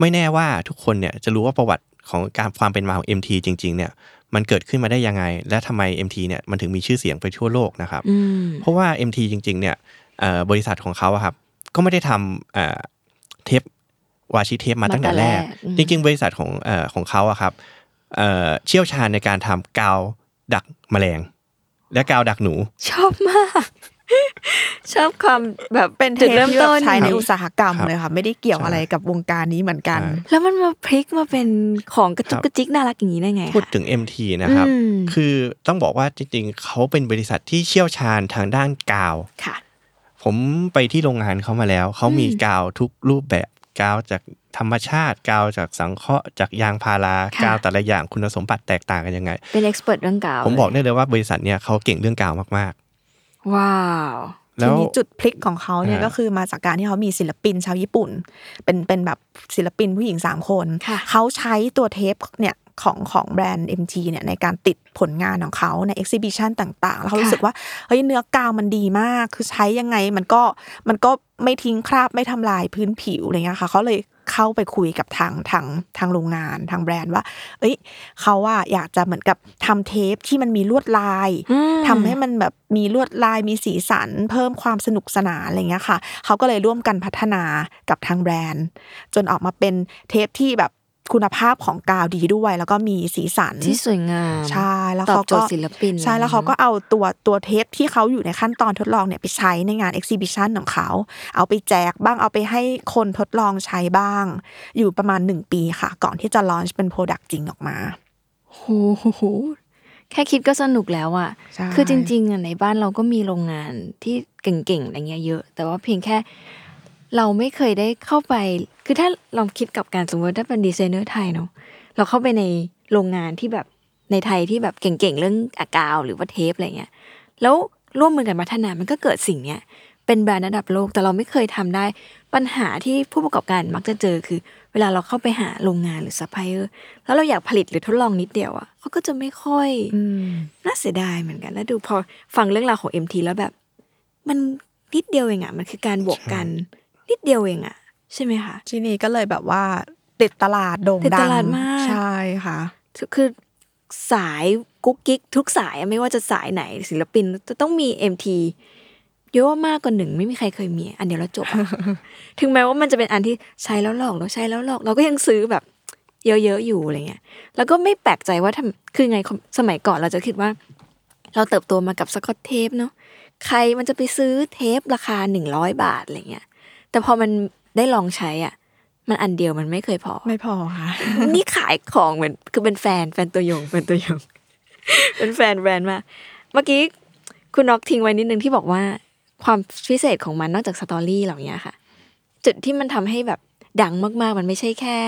ไม่แน่ว่าทุกคนเนี่ยจะรู้ว่าประวัติของการความเป็นมาของ MT จริงๆเนี่ยมันเกิดขึ้นมาได้ยังไง และทำไม MT เนี่ยมันถึงมีชื่อเสียงไปทั่วโลกนะครับ อืม เพราะว่า MT จริงๆเนี่ยเอ่อบริษัทของเขาอะครับก็ไม่ได้ทำเอ่อเทปวาชิเทปมาตั้งแต่แรก มาแต่แรกอืม จริงๆ บริษัทของเอ่อของเขาอะครับเอ่อเชี่ยวชาญในการทำกาวดักแมลง และกาวดักหนู ชอบมาก ชอบความแบบ เป็นเท จุด ป เริ่ม ที่แบ ต้ บ น ใช้ในอุตสาหกรรม ครับ เลยค่ะ ไม่ได้เกี่ยว ใช่ อะไรกับวงการนี้เหมือนกัน แล้วมันมาพลิกมาเป็นของกระจุกกระจิกน่ารักอย่างนี้ได้ไง พูด คะ ถึง MT นะครับ อืม คือต้องบอกว่าจริงๆ เขาเป็นบริษัทที่เชี่ยวชาญทางด้านกาว ค่ะ ผมไปที่โรงงานเขามาแล้ว เขามีกาวทุกรูปแบบ กาวจากธรรมชาติ กาวจากสังเคราะห์จากยางพารา ค่ะ กาวแต่ละอย่างคุณสมบัติแตกต่างกันยังไง เป็นเอ็กซ์เพรสเรื่องกาว ผมบอกได้เลยว่าบริษัทเนี่ยเขาเก่งเรื่องกาวมาก ว้าว ๆ แล้ว ทีนี้จุดพลิกของเขาเนี่ย อ่า ก็คือมาจากการที่เขามีศิลปินชาวญี่ปุ่น เป็นเป็นแบบศิลปินผู้หญิง 3 คน ค่ะ เขาใช้ตัวเทปเนี่ยของของแบรนด์ MT เนี่ยในการติดผลงานของเขาใน exhibition ต่างๆ แล้วเขา ค่ะ รู้สึกว่าเฮ้ยเนื้อกาวมันดีมาก คือใช้ยังไงมันก็มันก็ไม่ทิ้งคราบไม่ทำลายพื้นผิวอะไรเงี้ยค่ะเขาเลยเข้าไปคุยกับทางทางทางโรงงานทางแบรนด์ว่า เอ้ยเขาว่าอยากจะเหมือนกับทำเทปที่มันมีลวดลาย อืม ทำให้มันแบบมีลวดลายมีสีสัน เพิ่มความสนุกสนานอะไรเงี้ยค่ะ เขาก็เลยร่วมกันพัฒนากับทางแบรนด์ จนออกมาเป็นเทปที่แบบคุณภาพของกาวดีด้วย แล้วก็มีสีสัน ที่สวยงาม ใช่แล้ว ตอ เขา บโจ ก็ ทย์ศิลปิน ใช่แล้วเขาก็ นอะ เอาตัวตัวเทปที่เขาอยู่ในขั้นตอนทดลองเนี่ยไปใช้ในงานเอ็กซิบิชันของเขา เอาไปแจกบ้างเอาไปให้คนทดลองใช้บ้าง อยู่ประมาณ 1 ปีค่ะ ก่อนที่จะลอนช์เป็นโปรดักต์จริงออกมา โอ้โหแค่คิดก็สนุกแล้วอะ่ะ ใช่ คือจริงๆอะในบ้านเราก็มีโรงงานที่เก่งๆอะไรเงี้ยเยอะ แต่ว่าเพียงแค่เราไม่เคยได้เข้าไป คือถ้าลองคิดกับการสมมติถ้าเป็นดีไซเนอร์ไทยเนาะ เราเข้าไปในโรงงานที่แบบในไทยที่แบบเก่งๆเรื่องอากาวหรือว่าเทปอะไรเงี้ย แล้วร่วมมือกันพัฒนา มันก็เกิดสิ่งเนี้ย เป็นแบรนด์ระดับโลก แต่เราไม่เคยทำได้ ปัญหาที่ผู้ประกอบการมักจะเจอคือ เวลาเราเข้าไปหาโรงงานหรือซัพพลายเออร์ แล้วเราอยากผลิตหรือทดลองนิดเดียวอะ่ะเขาก็จะไม่ค่อย น่าเสียดายเหมือนกัน แล้วดูพอฟังเรื่องราวของ MT แล้วแบบ มันนิดเดียวเองอะ่ะ มันคือการบวกกัน นิดเดียวเองอะ่ะ ใช่ไหมคะ ทีนี้ก็เลยแบบว่าติดตลาดโด่ง ติด ดัง ตลาดมาก ใช่ค่ะ คือคือสายกุ๊กกิ๊กทุกสายอะไม่ว่าจะสายไหนศิลปินจะต้องมี MT เยอะมากกว่าหนึ่งไม่มีใครเคยมี อันเดียวแล้วจบอะ ถึงแม้ว่ามันจะเป็นอันที่ใช้แล้วหลอกแล้วใช้แล้วหลอก เราก็ยังซื้อแบบ เยอะๆอยู่อะไรเงี้ยแล้วก็ไม่แปลกใจว่าทำคือไงสมัยก่อนเราจะคิดว่า เราเติบโตมากับสกอตเทปเนาะใครมันจะไปซื้อเทปราคาหนึ่งร้อยบาทอะไรเงี้ยแต่พอมันได้ลองใช้อ่ะ มันอันเดียวมันไม่เคยพอ ไม่พอค่ะ นี่ขายของเหมือนคือเป็นแฟนแฟนตัวยงเป็นตัวยง เป็นแฟนแบรนด์มากเมื่อกี้คุณน็อกทิ้งไว้นิดนึงที่บอกว่า ความพิเศษของมันนอกจากสตอรี่เหล่านี้ค่ะ จุดที่มันทำให้แบบดังมากๆ มันไม่ใช่แค่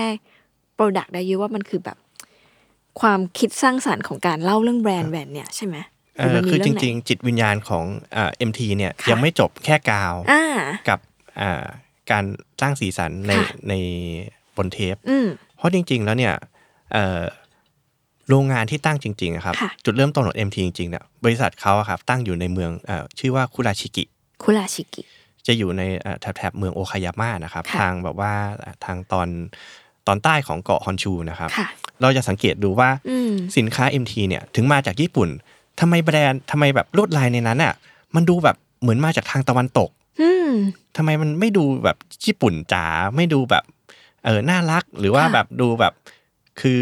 โปรดักต์ได้ยุว่ามันคือแบบ ความคิดสร้างสรรค์ของการเล่าเรื่องแบรนด์แบรนด์เนี่ยใช่ไหมห เอ่อ มันมี คือ เไหน จริงๆ จิตวิญญาณของเอ็มทีเนี่ย ค่ะ ยังไม่จบแค่กาว อ่า กับอ่าการสร้างสีสันใน ค่ะ ในบนเทป อืม เพราะจริง ๆ แล้วเนี่ยเอ่อโรงงานที่ตั้งจริงๆอะครับ ค่ะ จุดเริ่มต้นของ MT จริงๆเนี่ยบริษัทเขาอะครับตั้งอยู่ในเมืองเอ่อชื่อว่าคุราชิกิ คุราชิกิ จะอยู่ในแถบแถบๆเมืองโอคายาม่านะครับ ค่ะ ทางแบบว่าทางตอน ตอนใต้ของเกาะฮอนชูนะครับ ค่ะ เราจะสังเกตดูว่า อืม สินค้า MT เนี่ยถึงมาจากญี่ปุ่นทำไมแบรนด์ทำไมแบบลวดลายในนั้นอ่ะมันดูแบบเหมือนมาจากทางตะวันตก อืม ทำไมมันไม่ดูแบบญี่ปุ่นจ๋าไม่ดูแบบเออน่ารักหรือว่า ค่ะ แบบดูแบบคือ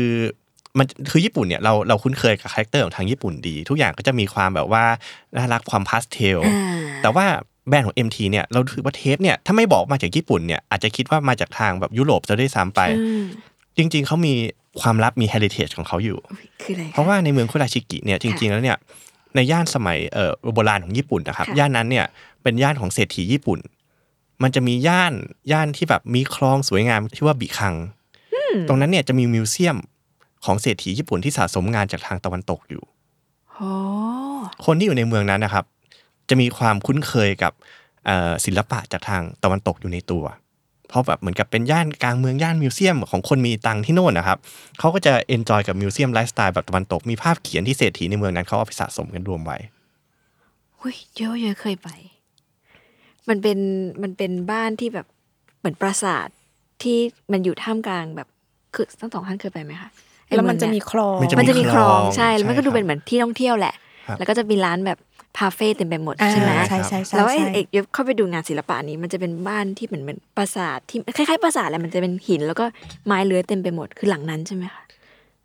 มันคือญี่ปุ่นเนี่ยเราเราคุ้นเคยกับคาแรคเตอร์ของทางญี่ปุ่นดี ทุกอย่างก็จะมีความแบบว่าน่ารักความพาสเทล อ่า แต่ว่าแบรนด์ของ MT เนี่ยเราถือว่าเทปเนี่ยถ้าไม่บอกมาจากญี่ปุ่นเนี่ยอาจจะคิดว่ามาจากทางแบบยุโรปจะได้วยซ้ำไป อืม จริง ๆเขามีความลับมี heritage ของเขาอยู่ คืออะไรค เพราะว่าในเมืองคุราชิกิเนี่ยจริง ๆ แล้วเนี่ยในย่านสมัยเอ่อโบราณของญี่ปุ่นนะครับ ค่ะ ย่านนั้นเนี่ยเป็นย่านของเศรษฐีญี่ปุ่น มันจะมีย่านย่านที่แบบมีคลองสวยงามชื่อว่าบิคัง ตรงนั้นเนี่ยจะมีมิวเซียมของเศรษฐีญี่ปุ่นที่สะสมงานจากทางตะวันตกอยู่ โอ้ คนที่อยู่ในเมืองนั้นนะครับ จะมีความคุ้นเคยกับเอ่อศิลปะจากทางตะวันตกอยู่ในตัว เพราะแบบเหมือนกับเป็นย่านกลางเมืองย่านมิวเซียมของคนมีตังค์ที่โน่นนะครับเขาก็จะเอนจอยกับมิวเซียมไลฟ์สไตล์แบบตะวันตกมีภาพเขียนที่เศรษฐีในเมืองนั้นเขาเอาไปสะสมกันรวมไว้ อุ้ยเยอะเยอะเคยไป มันเป็นมันเป็นบ้านที่แบบเหมือนปราสาทที่มันอยู่ท่ามกลางแบบคือทั้งสองท่านเคยไปไหมคะไอ้ แล้วมันจะมี เอง คลอง มันจะ เยมันจะมีคลอง คลอง ใช่แล้วมันก็ ใช่ ดู ครับ เป็นเหมือนที่ท่องเที่ยวแหละ ครับ แล้วก็จะมีร้านแบบพาเฟ่เต็มไปหมด อ่า ใช่ไหม ใช่ใช่ใช่ แล้วไอ้ ใช่ เอกยศเข้าไปดูงานศิลปะนี้มันจะเป็นบ้านที่เหมือนเหมือนปราสาทที่คล้ายๆปราสาทแหละมันจะเป็นหิน แล้วก็ไม้เลื้อยเต็มไปหมดคือหลังนั้นใช่ไหมคะ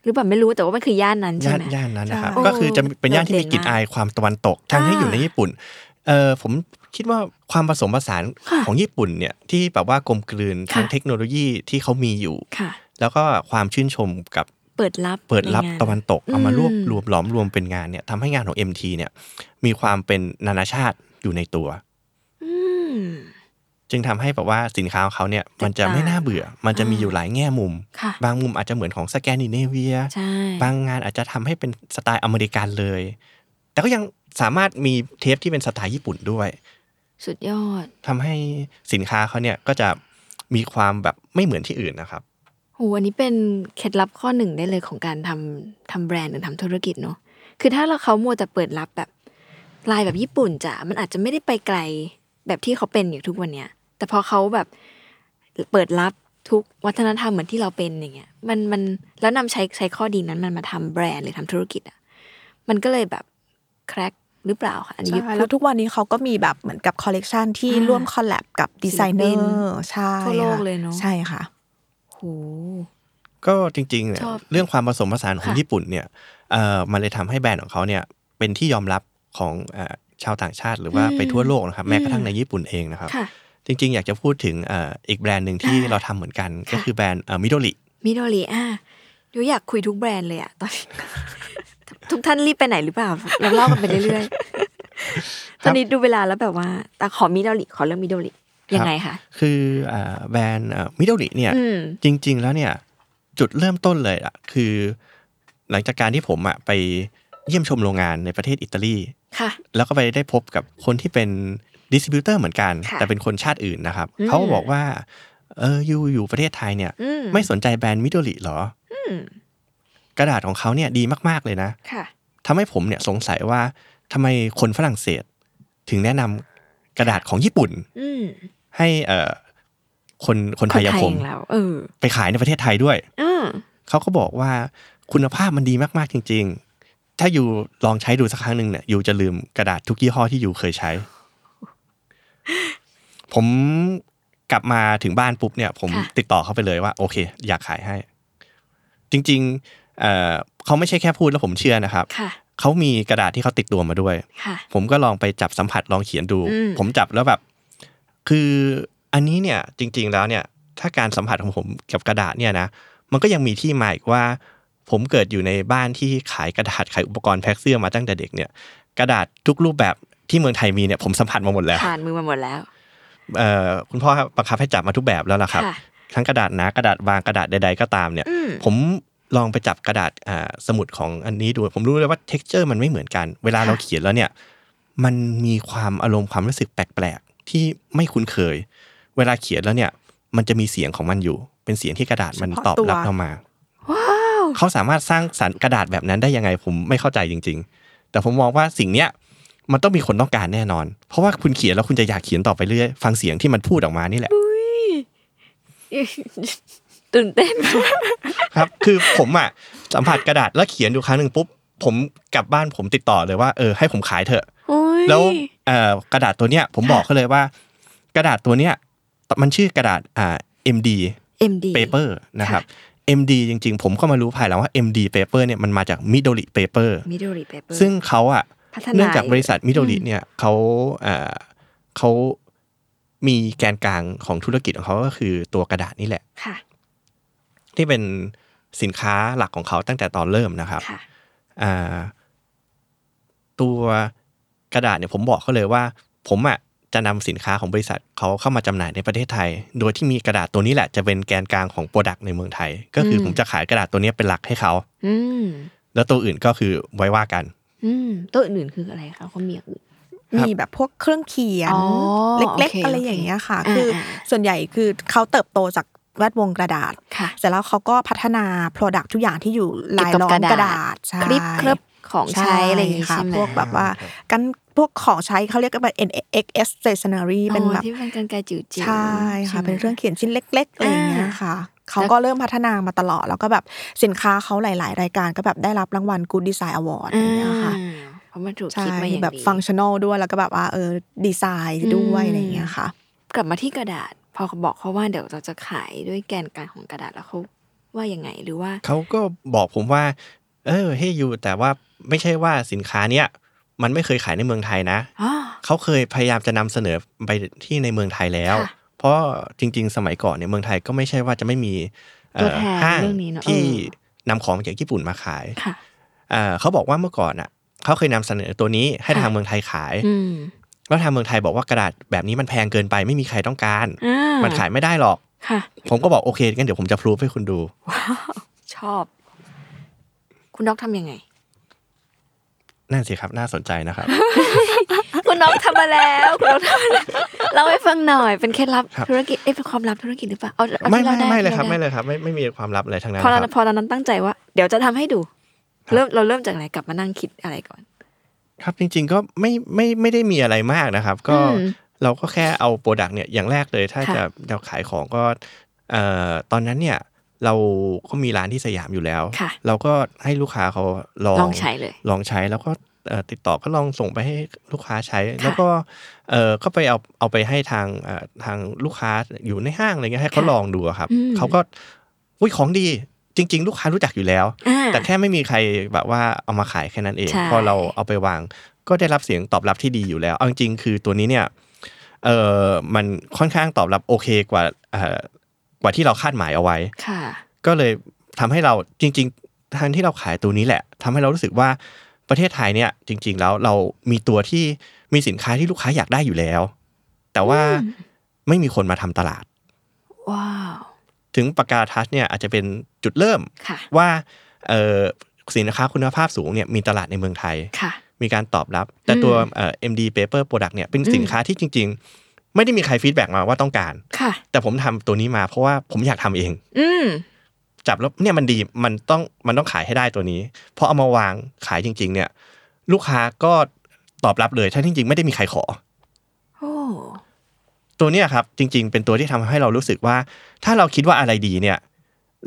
หรือแบบไม่รู้แต่ว่ามันคือย่านนั้นใช่ ย่าน ไหม ย่านนั้นนะครับ ใช่ ก็คือจะเป็นย่านที่โดดมีก เด่ ลิ่ น น มาก อายความตะวันตกทั้งที่ อ่า อยู่ในญี่ปุ่นเออผมคิดว่าความผสมผสาน ค่ะ ของญี่ปุ่นเนี่ยที่แบบว่ากลมกลืนทั้ง ค่ะ เทคโนโลยีที่เขามีอยู่ ค่ะ แล้วก็ความชื่นชมกับ เปิดรับ เปิดรับ ในงา ตะวันตกเอามา อืม รวบรวมหลอมรวมเป็นงานเนี่ยทำให้งานของ MT เนี่ยมีความเป็นนานาชาติอยู่ในตัว อืม จึงทำให้แบบว่าสินค้าของเขาเนี่ยมันจะไม่น่าเบื่อ มันจะมีอยู่หลายแง่มุม ค่ะ บางมุมอาจจะเหมือนของสแกนดิเนเวีย ใช่ บางงานอาจจะทำให้เป็นสไตล์อเมริกันเลย แต่ก็ยังสามารถมีเทปที่เป็นสไตล์ญี่ปุ่นด้วย สุดยอด ทำให้สินค้าเขาเนี่ยก็จะมีความแบบไม่เหมือนที่อื่นนะครับ โหอันนี้เป็นเคล็ดลับข้อหนึ่งได้เลยของการทำทำแบรนด์หรือทำธุรกิจเนาะคือถ้าเราเขามัวแต่เปิดรับแบบลายแบบญี่ปุ่นจ้ะมันอาจจะไม่ได้ไปไกลแบบที่เขาเป็นอยู่ทุกวันเนี้ย แต่พอเขาแบบเปิดรับทุกวัฒนธรรมเหมือนที่เราเป็นอย่างเงี้ยมันมันแล้วนำใช้ใช้ข้อดีนั้นมันมาทำแบรนด์หรือทำธุรกิจอ่ะมันก็เลยแบบแครกหรือเปล่าคะอันนี้ ใช่ พูด แล้วทุกวันนี้เขาก็มีแบบเหมือนกับคอลเลกชันที่ อ่า ร่วมคอลแลบกับดีไซเนอ ศิลปิ ร์ใช่ ทั่วโลก ค่ เลยเนอะ ใช่ค่ะ โห ก็จริงๆเนี่ย ชอบ เรื่องความผสมผสานของ ค่ะ ญี่ปุ่นเนี่ยเอ่อมันเลยทำให้แบรนด์ของเขาเนี่ยเป็นที่ยอมรับของเอ่อชาวต่างชาติหรือว่าไปทั่วโลกนะครับแม้กระทั่งในญี่ปุ่นเองนะครับ ค่ะ จริง ๆ อยากจะพูดถึงเอ่ออีกแบรนด์หนึ่งที่ อ่า เราทำเหมือนกัน ค่ะ ก็คือแบรนด์มิโดริ มิโดริอ่ะยูอยากคุยทุกแบรนด์เลยอ่ะตอนนี้ ทุกท่านรีบไปไหนหรือเปล่า เราเล่ากันไปเรื่อยๆ ตอนนี้ดูเวลาแล้วแบบว่าแต่ขอมิโดริขอเรื่องมิโดริยังไงคะ คือเอ่อแบรนด์มิโดริเนี่ย อืม จริง ๆ แล้วเนี่ยจุดเริ่มต้นเลยอะคือ หลังจากการที่ผมอะไปเยี่ยมชมโรงงานในประเทศอิตาลี ค่ะ แล้วก็ไปได้พบกับคนที่เป็นดิสติบิวเตอร์เหมือนกัน ค่ะ แต่เป็นคนชาติอื่นนะครับ อืม เขาบอกว่าเอออยู่อยู่ประเทศไทยเนี่ย อืม ไม่สนใจแบรนด์มิโดริหรอ อืม กระดาษของเขาเนี่ยดีมาก ๆ เลยนะ ค่ะ ทำให้ผมเนี่ยสงสัยว่าทำไมคนฝรั่งเศส ถึงแนะนำกระดาษของญี่ปุ่น อืม ให้เอ่อคนคนไทยอยางผม ของเราเออ ไปขายในประเทศไทยด้วย อืม เขาก็บอกว่าคุณภาพมันดีมากๆจริง ๆ ถ้าอยู่ลองใช้ดูสักครั้งหนึ่งเนี่ยอยู่จะลืมกระดาษทุกยี่ห้อที่อยู่เคยใช้ ผมกลับมาถึงบ้านปุ๊บเนี่ย ผมติดต่อเขาไปเลยว่า โอเค อยากขายให้ จริง ๆ เอ่อเขาไม่ใช่แค่พูดแล้วผมเชื่อนะครับ ค่ะ เขามีกระดาษที่เขาติดตัวมาด้วย ค่ะ ผมก็ลองไปจับสัมผัสลองเขียนดู อืม ผมจับแล้วแบบ คืออันนี้เนี่ยจริง ๆ แล้วเนี่ย ถ้าการสัมผัสของผมกับกระดาษเนี่ยนะมันก็ยังมีที่มาอีกว่า ผมเกิดอยู่ในบ้านที่ขายกระดาษขายอุปกรณ์แพ็คเสื้อมาตั้งแต่เด็กเนี่ย กระดาษทุกรูปแบบที่เมืองไทยมีเนี่ยผมสัมผัสมาหมดแล้ว ผ่านมือมาหมดแล้ว เอ่อคุณพ่อบังคับให้จับมาทุกแบบแล้วล่ะครับ ค่ะ ทั้งกระดาษหนากระดาษบางกระดาษใด ๆ ก็ตามเนี่ย อืม ผมลองไปจับกระดาษอ่าสมุดของอันนี้ดู ผมรู้เลยว่า t e x t อร์มันไม่เหมือนกัน เวลาเรา ค่ะ เขียนแล้วเนี่ย มันมีความอารมณ์ความรู้สึกแปลกๆ ที่ไม่คุ้นเคย เวลาเขียนแล้วเนี่ย มันจะมีเสียงของมันอยู่ เป็นเสียงที่กระดาษมัน เฉพาะ ตอบรับ ตัว เรามาเขาสามารถสร้างสรรค์กระดาษแบบนั้นได้ยังไงผมไม่เข้าใจจริง ๆ แต่ผมมองว่าสิ่งเนี้ยมันต้องมีคนต้องการแน่นอน เพราะว่าคุณเขียนแล้วคุณจะอยากเขียนต่อไปเรื่อยฟังเสียงที่มันพูดออกมานี่แหละ ตื่นเต้น ครับคือผมอ่ะสัมผัสกระดาษแล้วเขียนอยู่ครั้งหนึ่งปุ๊บผมกลับบ้านผมติดต่อเลยว่าเออให้ผมขายเถอะ โอ้ย แล้วเอ่อกระดาษตัวเนี้ยผมบอกเขาเลยว่า กระดาษตัวเนี้ยมันชื่อกระดาษอ่า MD MD paper นะครับ MD จริงๆ ผมก็มารู้ภายหลังว่า MD paper เนี่ยมันมาจาก Midori paper Midori Paper ซึ่งเขาอ่ะ พัฒนา เนื่องจากบริษัท Midori เนี่ยเขาเอ่อเขามีแกนกลางของธุรกิจของเขาก็คือตัวกระดาษนี่แหละ ค่ะ ที่เป็นสินค้าหลักของเขาตั้งแต่ตอนเริ่มนะครับ ค่ะ อ่าตัวกระดาษเนี่ยผมบอกเขาเลยว่า ผมอ่ะจะนำสินค้าของบริษัทเขาเข้ามาจำหน่ายในประเทศไทย โดยที่มีกระดาษตัวนี้แหละจะเป็นแกนกลางของโปรดักต์ในเมืองไทย ก็คืออ ม ผมจะขายกระดาษตัวเนี้ยเป็นหลักให้เขา อืม แล้วตัวอื่นก็คือไว้ว่ากัน อืมตัวอื่นๆคืออะไรคะเขามีอย่างอื่น มีแบบพวกเครื่องเขียน อ๋อ เล็ก โอเค ๆ อะไรอย่างเงี้ยค่ะ อ่า คืออา ส่วนใหญ่คือเขาเติบโตจากแวดวงกระดาษ ค่ะ เสร็จแล้วเขาก็พัฒนา Product ทุกอย่างที่อยู่ลายล้อมกระดาษใช่ คลิปเคลิบของใช้อะไรอย่างงี้ ค่ะ ใช่ไหม พวกแบบว่ากันพวกของใช้เขาเรียกกันว่า NX stationery เป็น อ๋อ แบบ ที่เป็นกันไกรจิ๋วๆ ใช่ค่ะ ไหม เป็นเครื่องเขียนชิ้นเล็กๆอะไรอย่างเงี้ยค่ะเขาก็เริ่มพัฒนามาตลอด แล้วก็แบบสินค้าเขาหลาย ๆ รายการก็แบบได้รับรางวัล Good Design Award อะไรอย่างเงี้ยค่ะ อ่าเพราะมันถูก ใช่ คิดมาอย่าง แบบ ดี ฟังชั่นอลด้วยแล้วก็แบบว่าเออดีไซน์ด้วย อืม อะไรอย่างเงี้ยค่ะ กลับมาที่กระดาษ พอเขาบอกเขาว่าเดี๋ยวเราจะขายด้วยแกนกลางของกระดาษแล้วเขาว่ายังไงหรือว่า เขาก็บอกผมว่า เออเฮ้ยยูแต่ว่าไม่ใช่ว่าสินค้าเนี้ยมันไม่เคยขายในเมืองไทยนะ อ๋อ เขาเคยพยายามจะนำเสนอไปที่ในเมืองไทยแล้ว ค่ะ เพราะจริง ๆ สมัยก่อนเนี่ยเมืองไทยก็ไม่ใช่ว่าจะไม่มีเอ่ ตัว อ แทน ห้าง เรื่องนี้เนอะ ที่ เอ นำของจากญี่ปุ่นมาขาย ค่ะ เอ่อเขาบอกว่าเมื่อก่อนอ่ะเขาเคยนำเสนอตัวนี้ให้ ค่ะ ทางเมืองไทยขาย อืม แล้วทางเมืองไทยบอกว่ากระดาษแบบนี้มันแพงเกินไปไม่มีใครต้องการ อ่า มันขายไม่ได้หรอก ค่ะ ผมก็บอกโอเคงั้นเดี๋ยวผมจะพรูฟให้คุณดู ชอบ คุณนกทำยังไง นั่นสิครับน่าสนใจนะครับ คุณนกทำมาแล้วคุณนกทำมาแล้วเล่าให้ฟังหน่อยเป็นเคล็ดลับ ครับ ธุรกิจเอ๊ะเป็นความลับธุรกิจหรือเปล่าเอา เอา ไม่ ที่ ไม่ ด้ ไม่เลยครับ ที่า ไม่ ด้ เลยครับ ไม่ไม่มีความลับอะไรทั้งนั้น พอเรา ครับ พอตอนนั้นตั้งใจว่า เดี๋ยวจะทำให้ดู ครับ เริ่มเราเริ่มจากไหนกลับมานั่งคิดอะไรก่อน ครับจริงๆก็ไม่ไม่ไม่ได้มีอะไรมากนะครับ ก็ อืม เราก็แค่เอาโปรดักต์เนี่ยอย่างแรกเลย ถ้า ค่ะ จะจะขายของก็เอ่อตอนนั้นเนี่ยเราก็มีร้านที่สยามอยู่แล้ว ค่ะ เราก็ให้ลูกค้าเขาลอง ลองใช้เลย ลองใช้แล้วก็เอ่อติดต่อก็ลองส่งไปให้ลูกค้าใช้ แล้วก็เออก็ไปเอาเอาไปให้ทางเอ่อทางลูกค้าอยู่ในห้างอะไรเงี้ยให้เขา ค่ะ ลองดูอะครับ อืม เขาก็อุ้ยของดีจริง ๆ ลูกค้ารู้จักอยู่แล้ว อ่า แต่แค่ไม่มีใครแบบว่าเอามาขายแค่นั้นเอง ใช่ พอเราเอาไปวางก็ได้รับเสียงตอบรับที่ดีอยู่แล้วเอาจริงๆคือตัวนี้เนี่ยเออมันค่อนข้างตอบรับโอเคกว่าเอ่อกว่าที่เราคาดหมายเอาไว้ ค่ะ ก็เลยทำให้เราจริงๆทางที่เราขายตัวนี้แหละทำให้เรารู้สึกว่าประเทศไทยเนี่ยจริง ๆ แล้วเรามีตัวที่มีสินค้าที่ลูกค้าอยากได้อยู่แล้ว แต่ว่าไม่มีคนมาทำตลาด ว้าว ถึงปากกาทัชเนี่ยอาจจะเป็นจุดเริ่ม ค่ะ ว่าเอ่อสินค้าคุณภาพสูงเนี่ยมีตลาดในเมืองไทย ค่ะ มีการตอบรับ แต่ตัวเอ่อ MD paper product เนี่ยเป็นสินค้าที่จริง ๆ ไม่ได้มีใครฟีดแบ็กมาว่าต้องการ ค่ะ แต่ผมทำตัวนี้มาเพราะว่าผมอยากทำเอง อืม จับแล้วเนี่ยมันดีมันต้องมันต้องขายให้ได้ตัวนี้พอเอามาวางขายจริง ๆ เนี่ย ลูกค้าก็ตอบรับเลยทั้งที่จริงไม่ได้มีใครขอ โอ้ ตัวเนี้ยครับจริง ๆ เป็นตัวที่ทำให้เรารู้สึกว่า ถ้าเราคิดว่าอะไรดีเนี่ย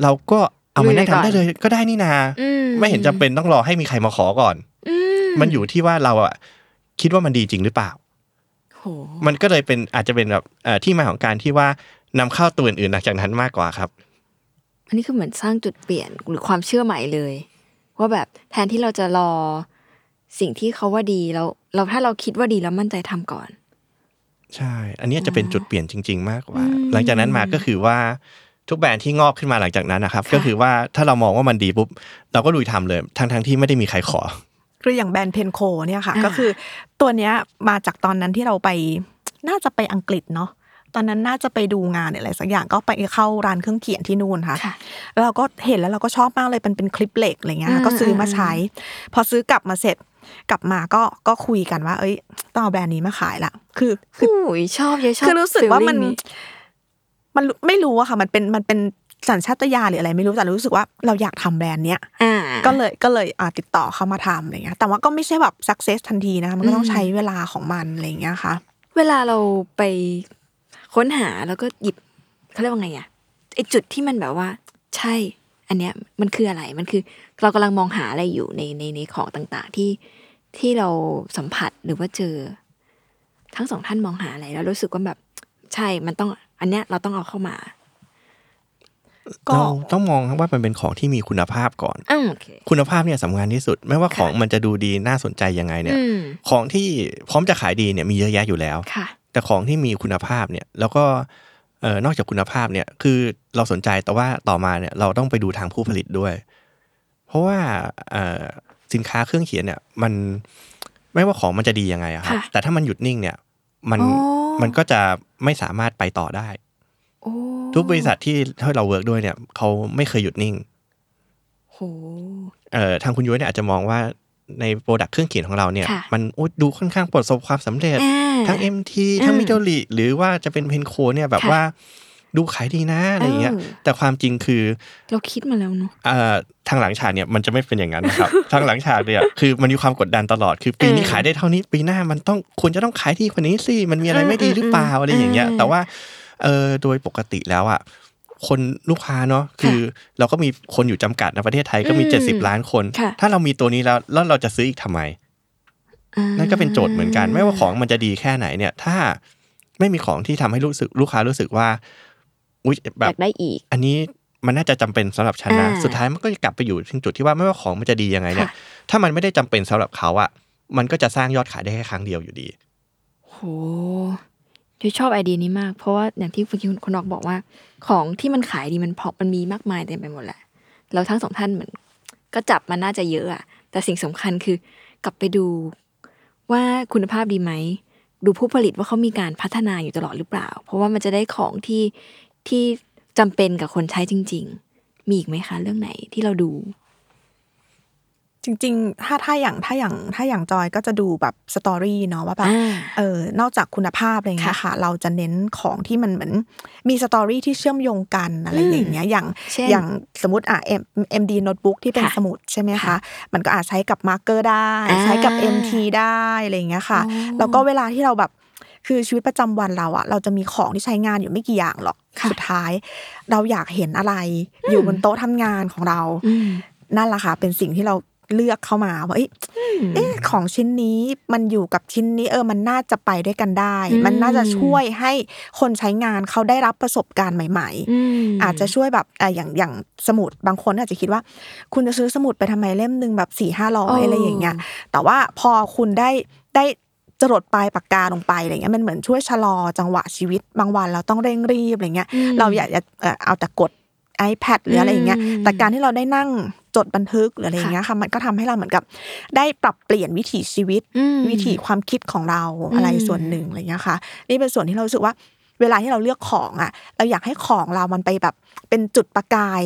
เราก็เอามานั่งทำได้เลยก็ได้นี่นา อืม ไม่เห็นจำเป็นต้องรอให้มีใครมาขอก่อน อืม มันอยู่ที่ว่าเราอะคิดว่ามันดีจริงหรือเปล่า โห มันก็เลยเป็นอาจจะเป็นแบบเอ่อที่มาของการที่ว่านำเข้าตัวอื่นๆหลังจากนั้นมากกว่าครับ อันนี้คือเหมือนสร้างจุดเปลี่ยนหรือความเชื่อใหม่เลย ว่าแบบแทนที่เราจะรอสิ่งที่เขาว่าดีแล้วเราถ้าเราคิดว่าดีแล้วมั่นใจทำก่อน ใช่ อันเนี้ยจะเป็นจุดเปลี่ยนจริง ๆ มากกว่า หลังจากนั้นมาก็คือว่าทุกแบรนด์ที่งอกขึ้นมาหลังจากนั้นนะครับ ก็คือว่าถ้าเรามองว่ามันดีปุ๊บเราก็ลุยทำเลยทั้งๆที่ไม่ได้มีใครขอ คืออย่างแบรนด์เพนโคเนี่ยค่ะ อ่า ก็คือตัวเนี้ยมาจากตอนนั้นที่เราไปน่าจะไปอังกฤษเนาะตอนนั้นน่าจะไปดูงานหรืออะไรสักอย่างก็ไปเข้าร้านเครื่องเขียนที่นู่นค่ะ ค่ะ แล้วเราก็เห็นแล้วเราก็ชอบมากเลยเป็นเป็นคลิปเหล็กอะไรเงี้ย อืม ก็ซื้อมาใช้ พอซื้อกลับมาเสร็จกลับมาก็ก็คุยกันว่า เอ้ยต้องเอาแบรนด์นี้มาขายละคือคื ื อ อโอ้ยชอบเยอะชอบ คือรู้สึกว่ามัน feeling มันรู้ไม่รู้อะค่ะ มันเป็นมันเป็นสัญชาตญาณหรืออะไรไม่รู้แต่รู้สึกว่าเราอยากทำแบรนด์เนี้ย อ่า ก็เลยก็เลยอ่ะติดต่อเข้ามาทำอะไรเงี้ย แต่ว่าก็ไม่ใช่แบบ success ทันทีนะคะมันก็ต้องใช้เวลาของมันอะไรเงี้ยค่ะ เวลาเราไปค้นหาแล้วก็หยิบเขาเรียกว่าไงอะ อ้จุดที่มันแบบว่า ใช่ อันเนี้ยมันคืออะไรมันคือ เรากำลังมองหาอะไรอยู่ในในในของต่างๆ ที่ที่เราสัมผัสหรือว่าเจอ ทั้งสองท่านมองหาอะไรแล้วรู้สึกว่าแบบใช่มันต้อง อันเนี้ยเราต้องเอาเข้ามา ก็ เราต้องมองว่ามันเป็นของที่มีคุณภาพก่อน อืมโอเค คุณภาพเนี่ยสำคัญที่สุด ไม่ว่า ค่ะ ของมันจะดูดีน่าสนใจยังไงเนี่ย อืม ของที่พร้อมจะขายดีเนี่ยมีเยอะแยะอยู่แล้ว ค่ะ แต่ของที่มีคุณภาพเนี่ยแล้วก็เอ่อนอกจากคุณภาพเนี่ยคือเราสนใจแต่ว่าต่อมาเนี่ยเราต้องไปดูทางผู้ผลิตด้วย เพราะว่าเอ่อสินค้าเครื่องเขียนเนี่ยมันไม่ว่าของมันจะดียังไงอะครับ ค่ะ แต่ถ้ามันหยุดนิ่งเนี่ยมัน อ๋อ มันก็จะไม่สามารถไปต่อได้ โอ้ ทุกบริษัทที่ที่เราเวิร์กด้วยเนี่ยเขาไม่เคยหยุดนิ่ง โห เอ่อทางคุณยุ้ยเนี่ยอาจจะมองว่าในโปรดักต์เครื่องเขียนของเราเนี่ย ค่ะ มันโอ๊ยดูค่อนข้างประสบความสำเร็จ อ่า ทั้ง MT ทั้ง อืม มิโดริหรือว่าจะเป็นเพนโคเนี่ยแบบ ค่ะ ว่าดูขายดีนะอะไรอย่างเงี้ย เออ แต่ความจริงคือ เราคิดมาแล้วเนาะ เอ่อทางหลังฉากเนี่ยมันจะไม่เป็นอย่างนั้น นะครับ ทางหลังฉากเนี่ยคือมันมีความกดดันตลอดคือปีนี้ เออ ขายได้เท่านี้ปีหน้ามันต้องควรจะต้องขายที่กว่านี้สิมันมีอะไร อืม ไม่ดีหรือเปล่า อืม อะไรอย่างเงี้ย อืม แต่ว่าเออโดยปกติแล้วอ่ะคนลูกค้าเนาะคือเราก็มีคนอยู่จำกัดในะประเทศไทยก็มี อืม 70 ล้านคน ค่ะ ถ้าเรามีตัวนี้แล้วแล้วเราจะซื้ออีกทำไม อ่า นั่นก็เป็นโจทย์เหมือนกัน ไม่ว่าของมันจะดีแค่ไหนเนี่ย ถ้าไม่มีของที่ทำให้รู้สึกลูกค้ารู้สึกว่าอุ๊ยแบ อบ ยากได้อีก อันนี้มันน่าจะจำเป็นสำหรับฉันนะ อ่า สุดท้ายมันก็จะกลับไปอยู่ที่จุดที่ว่าไม่ว่าของมันจะดียังไงเนี่ย ค่ะ ถ้ามันไม่ได้จำเป็นสำหรับเขาอะมันก็จะสร้างยอดขายได้แค่ครั้งเดียวอยู่ดี โหยุ้ยชอบไอเดียนี้มาก เพราะว่าอย่างที่เมื่อกี้คุณนอกบอกว่า ของที่มันขายดีมันเพราะมันมีมากมายเต็มไปหมดแหละเราทั้งสองท่านเหมือนก็จับมันน่าจะเยอะอะแต่สิ่งสำคัญคือกลับไปดูว่าคุณภาพดีไหม ดูผู้ผลิตว่าเขามีการพัฒนาอยู่ตลอดหรือเปล่า เพราะว่ามันจะได้ของที่ที่จำเป็นกับคนใช้จริง ๆ มีอีกไหมคะ เรื่องไหนที่เราดู จริง ๆ ถ้าถ้าอย่างถ้าอย่างถ้าอย่างจอยก็จะดูแบบสตอรี่เนาะว่าแบบ อ่า เออนอกจากคุณภาพอะไรเงี้ยค่ะ เราจะเน้นของที่มันเหมือนมีสตอรี่ที่เชื่อมโยงกันอะไรอย่างเงี้ยอย่าง เช่น อย่างสมมติอ่ะเอ็มเอ็มดีโน้ตบุ๊กที่เป็น ค่ะ สมุดใช่ไหม ค่ะ คะ มันก็อาจใช้กับมาร์กเกอร์ได้ อ่า ใช้กับ MT ได้อะไรอย่างเงี้ยค่ะ อ๋อ แล้วก็เวลาที่เราแบบคือชีวิตประจำวันเราอะเราจะมีของที่ใช้งานอยู่ไม่กี่อย่างหรอก ค่ะ สุดท้าย เราอยากเห็นอะไร อยู่บนโต๊ะทำงานของเรา อืม นั่นแหละค่ะเป็นสิ่งที่เราเลือกเข้ามาว่าเอ๊ะเอ๊ะของชิ้นนี้มันอยู่กับชิ้นนี้เออมันน่าจะไปด้วยกันได้ อืม มันน่าจะช่วยให้คนใช้งานเขาได้รับประสบการณ์ใหม่ ๆ ม อาจจะช่วยแบบอ่ะอย่างอย่างสมุดบางคนอาจจะคิดว่า คุณจะซื้อสมุดไปทำไมเล่มหนึ่งแบบสี่ห้าร้อเออยอ อะไรอย่างเงี้ยแต่ว่าพอคุณได้ได้จรดปลายปากกาลงไปอะไรเงี้ยมันเหมือนช่วยชะลอจังหวะชีวิตบางวันเราต้องเร่งรีบอะไรเงี้ย อืม เราอยากจะเอ่อเอาแต่กด iPad หรืออะไรอย่างเงี้ย อืม แต่การที่เราได้นั่งจดบันทึกหรืออะไรอย่างเงี้ยค่ะมันก็ทำให้เราเหมือนกับ ได้ปรับเปลี่ยนวิถีชีวิต อืม วิถีความคิดของเราอะไร อืม ส่วนหนึ่งอะไรเงี้ยค่ะ นี่เป็นส่วนที่เรารู้สึกว่า เวลาที่เราเลือกของอ่ะ เราอยากให้ของเรามันไปแบบเป็นจุดประกาย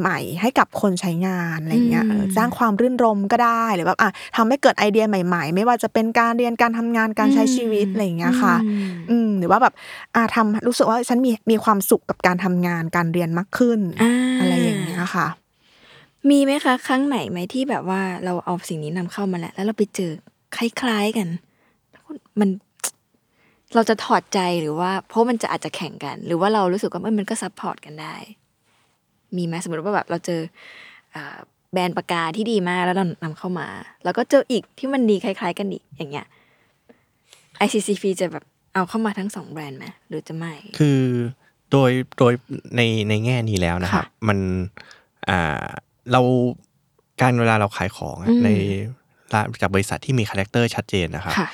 ใหม่ ๆ ให้กับคนใช้งานอะไรเงี้ย อืม เออสร้างความรื่นรมย์ก็ได้หรือแบบอ่ะทำให้เกิดไอเดียใหม่ ๆ ไม่ว่าจะเป็นการเรียนการทำงานการใช้ชีวิต อืม อะไรเงี้ยค่ะ อืม อืมหรือว่าแบบอ่ะทำรู้สึกว่าฉันมีมีความสุขกับการทำงานการเรียนมากขึ้น อะไรอย่างเงี้ยค่ะ มีไหมคะ ครั้งไหนไหมที่แบบว่าเราเอาสิ่งนี้นำเข้ามาแล้ว แล้วเราไปเจอคล้ายๆกันแล้วมัน เราจะถอดใจหรือว่า เพราะมันจะอาจจะแข่งกัน หรือว่าเรารู้สึกว่าเออมันก็ซัพพอร์ตกันได้ มีไหมสมมติว่าแบบเราเจออ่าแบรนด์ปากกาที่ดีมากแล้วเรานำเข้ามา แล้วก็เจออีกที่มันดีคล้าย ๆ กันอีกอย่างเงี้ย ICCP จะแบบเอาเข้ามาทั้งสองแบรนด์ไหมหรือจะไม่ คือโดยโดยในในแง่นี้แล้วนะครับ ค่ะ มันอ่าเราการเวลาเราขายของอะ อืม ในร้านจากบริษัทที่มีคาแรคเตอร์ชัดเจนนะครับ ค่ะ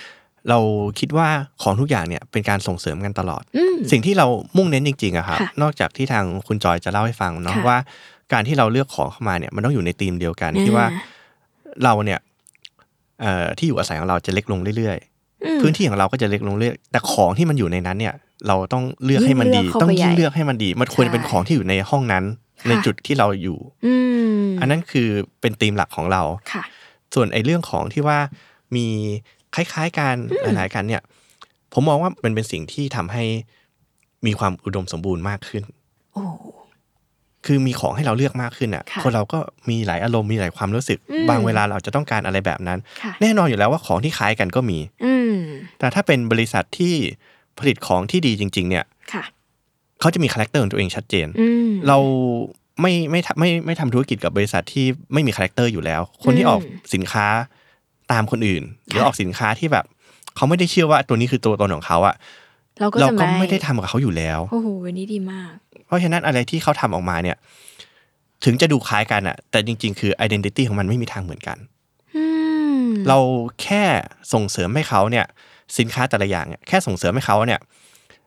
เราคิดว่าของทุกอย่างเนี่ยเป็นการส่งเสริมกันตลอด อืม สิ่งที่เรามุ่งเน้นจริงๆอะครับ ค่ะ นอกจากที่ทางคุณจอยจะเล่าให้ฟังเนาะ ค่ะ ว่า การที่เราเลือกของเข้ามาเนี่ยมันต้องอยู่ในธีมเดียวกัน อ่า ที่ว่าเราเนี่ยเอ่อที่อยู่อาศัยของเราจะเล็กลงเรื่อยๆ พื้นที่ของเราก็จะเล็กลงเรื่อยแต่ของที่มันอยู่ในนั้นเนี่ย เราต้องเลือกให้มันดี ยิ่งเลือกเข้าไป ต้องยิ่ใหงญ่ เลือกให้มันดี มันควร ใช่ เป็นของที่อยู่ในห้องนั้น ใน ค่ะ จุดที่เราอยู่ อืม อันนั้นคือเป็นธีมหลักของเรา ค่ะ ส่วนไอ้เรื่องของที่ว่ามีคล้าย ๆกันหลายๆกันเนี่ย ผมมองว่ามันเป็นสิ่งที่ทำให้มีความอุดมสมบูรณ์มากขึ้น โอ้ คือมีของให้เราเลือกมากขึ้นอ่ะ ค่ะ คนเราก็มีหลายอารมณ์มีหลายความรู้สึก อืม บางเวลาเราจะต้องการอะไรแบบนั้น ค่ะ แน่นอนอยู่แล้วว่าของที่คล้ายกันก็มี อืม แต่ถ้าเป็นบริษัทที่ผลิตของที่ดีจริง ๆ เนี่ย ค่ะ เขาจะมีคาแรคเตอร์ของตัวเองชัดเจน อืม เราไม่ไม่ทำไม่ไม่ทำธุรกิจกับบริษัทที่ไม่มีคาแรคเตอร์อยู่แล้ว คนที่ อืม ออกสินค้าตามคนอื่น หรือ ค่ะ ออกสินค้าที่แบบ เขาไม่ได้เชื่อว่าตัวนี้คือตัวตนของเขาอะ เราก็ เรา จะ ก็ไม่ได้ทำกับเขาอยู่แล้ว โอ้โหวันนี้ดีมาก เพราะฉะนั้นอะไรที่เขาทำออกมาเนี่ย ถึงจะดูคล้ายกันอะแต่จริง ๆ คือ identity ของมันไม่มีทางเหมือนกัน อืม เราแค่ส่งเสริมให้เขาเนี่ย สินค้าแต่ละอย่างเนี่ยแค่ส่งเสริมให้เขาเนี่ย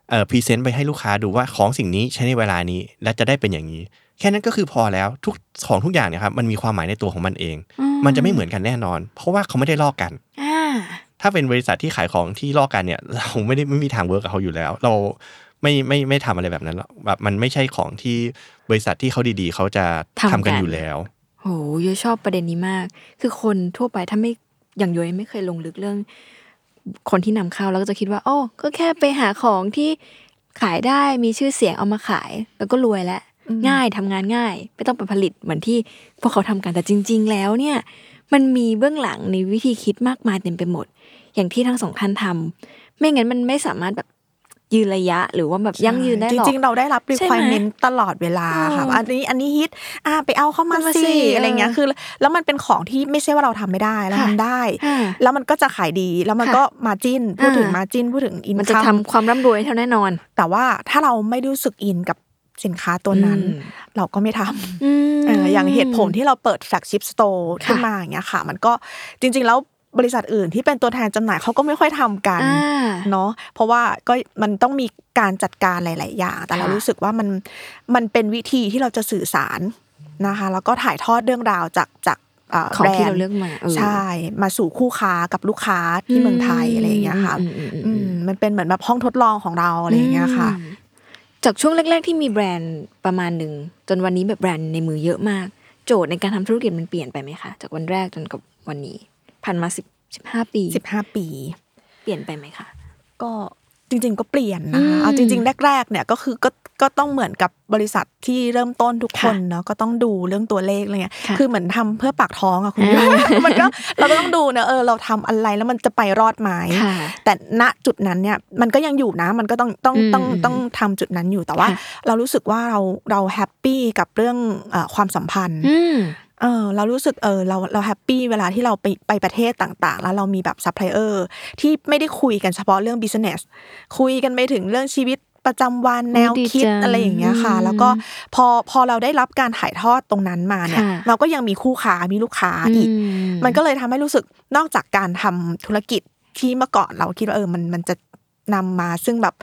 เอ่อพรีเซนต์ไปให้ลูกค้าดูว่าของสิ่งนี้ใช้ในเวลานี้ และจะได้เป็นอย่างนี้ แค่นั้นก็คือพอแล้วทุกของทุกอย่างเนี่ยครับมันมีความหมายในตัวของมันเอง อืม มันจะไม่เหมือนกันแน่นอน เพราะว่าเขาไม่ได้ลอกกัน อ่า ถ้าเป็นบริษัทที่ขายของที่ลอกกันเนี่ย เราไม่ได้ไม่มีทางเวิร์กกับเขาอยู่แล้ว เราไม่ไม่ไม่ทำอะไรแบบนั้นหรอกแบบมันไม่ใช่ของที่บริษัทที่เขาดีๆ เขาจะ ทำกัน ทำกันอยู่แล้ว โหยยชอบประเด็นนี้มาก คือคนทั่วไปถ้าไม่อย่างยยไม่เคยลงลึกเรื่อง คนที่นำเข้าแล้วก็จะคิดว่า โอ้ก็แค่ไปหาของที่ขายได้มีชื่อเสียงเอามาขาย แล้วก็รวยแล้วง่ายทำงานง่าย ไม่ต้องไปผลิตเหมือนที่พวกเขาทำกันแต่จริง ๆ แล้วเนี่ย มันมีเบื้องหลังในวิธีคิดมากมายเต็มไปหมด อย่างที่ทั้งสองท่านทำไม่งั้นมันไม่สามารถแบบยืนระยะ หรือว่าแบบยั่งยืนได้ห จ รอก ริงๆ เราได้รับ ใช่ไหม requirement ตลอดเวลาค่ะว่าอันนี้อันนี้ฮิตอ่ะไปเอาเข้ามา เอามาสิ สิอะไรเงี้ย เออ คือ แล้วมันเป็นของที่ไม่ใช่ว่าเราทำไม่ได้เรา ค่ะ ทำได้ ค่ะ แล้วมันก็จะขายดีแล้วมัน ค่ะ ก็มาจิ้นพูดถึง อ่าม มาจิ้นพูดถึงอิน มันจะ คั ทำความร่ำรวยให้เท่าแน่นอน แต่ว่าถ้าเราไม่รู้สึกอินกับสินค้าตัวนั้น อืม เราก็ไม่ทำ อืม เอออย่างเหตุผลที่เราเปิดแฟลกชิพสโตร์ ค่ะ ขึ้นมาอย่างเงี้ยค่ะ มันก็จริง ๆ แล้วบริษัทอื่นที่เป็นตัวแทนจำหน่ายเขาก็ไม่ค่อยทำกัน อ่า เนาะเพราะว่าก็มันต้องมีการจัดการหลาย ๆ อย่าง แต่เรา ค่ะ รู้สึกว่ามันมันเป็นวิธีที่เราจะสื่อสารนะคะแล้วก็ถ่ายทอดเรื่องราวจากจากเ ของที่ แบ เรา นด์ เลือกมาเออ ใช่มาสู่คู่ค้ากับลูกค้าที่เมืองไทยอะไรอย่างเงี้ยค่ะ อืมอืมอืมอืม อืมมันเป็นเหมือนแบบห้องทดลองของเราอะไรอย่างเงี้ยค่ะ อืมจากช่วงแรก ๆ ที่มีแบรนด์ประมาณหนึ่ง จนวันนี้แบบแบรนด์ในมือเยอะมาก โจทย์ในการทำธุรกิจมันเปลี่ยนไปไหมคะ จากวันแรกจนกับวันนี้ผ่านมาสิบสิบห้าปี 15 ปี เปลี่ยนไปไหมคะ ก็จริง ๆ ก็เปลี่ยนนะ อืม คะเอาจริง ๆ แรก ๆ เนี่ยก็คือก็ก็ต้องเหมือนกับบริษัทที่เริ่มต้นทุกคนเนาะก็ต้องดูเรื่องตัวเลขอะไรเงี้ย ค่ะ คือเหมือนทำเพื่อปากท้องอะคุณโยมัน ก็เราก็ต้องดูเนอะเออเราทำอะไรแล้วมันจะไปรอดไหม ค่ะ แต่ณจุดนั้นเนี่ยมันก็ยังอยู่นะมันก็ต้องต้อง อืม ต้องต้องทำจุดนั้นอยู่แต่ว่า ค่ะ เรารู้สึกว่าเราเราแฮปปี้กับเรื่องเอ่อความสัมพันธ์ อืม เออเรารู้สึกเออเราเราแฮปปี้เวลาที่เราไปไปประเทศต่างๆ แล้วเรามีแบบซัพพลายเออร์ที่ไม่ได้คุยกันเฉพาะเรื่องบิสเนสคุยกันไปถึงเรื่องชีวิตประจำวันแนว ดี คิด จัง อะไรอย่างเงี้ยค่ะ แล้วก็พอพอเราได้รับการถ่ายทอดตรงนั้นมาเนี่ย ค่ะ เราก็ยังมีคู่ค้ามีลูกค้าอีก ม มันก็เลยทำให้รู้สึกนอกจากการทำธุรกิจที่เมื่อก่อนเราคิดว่าเออมันมันจะนำมาซึ่งแบบ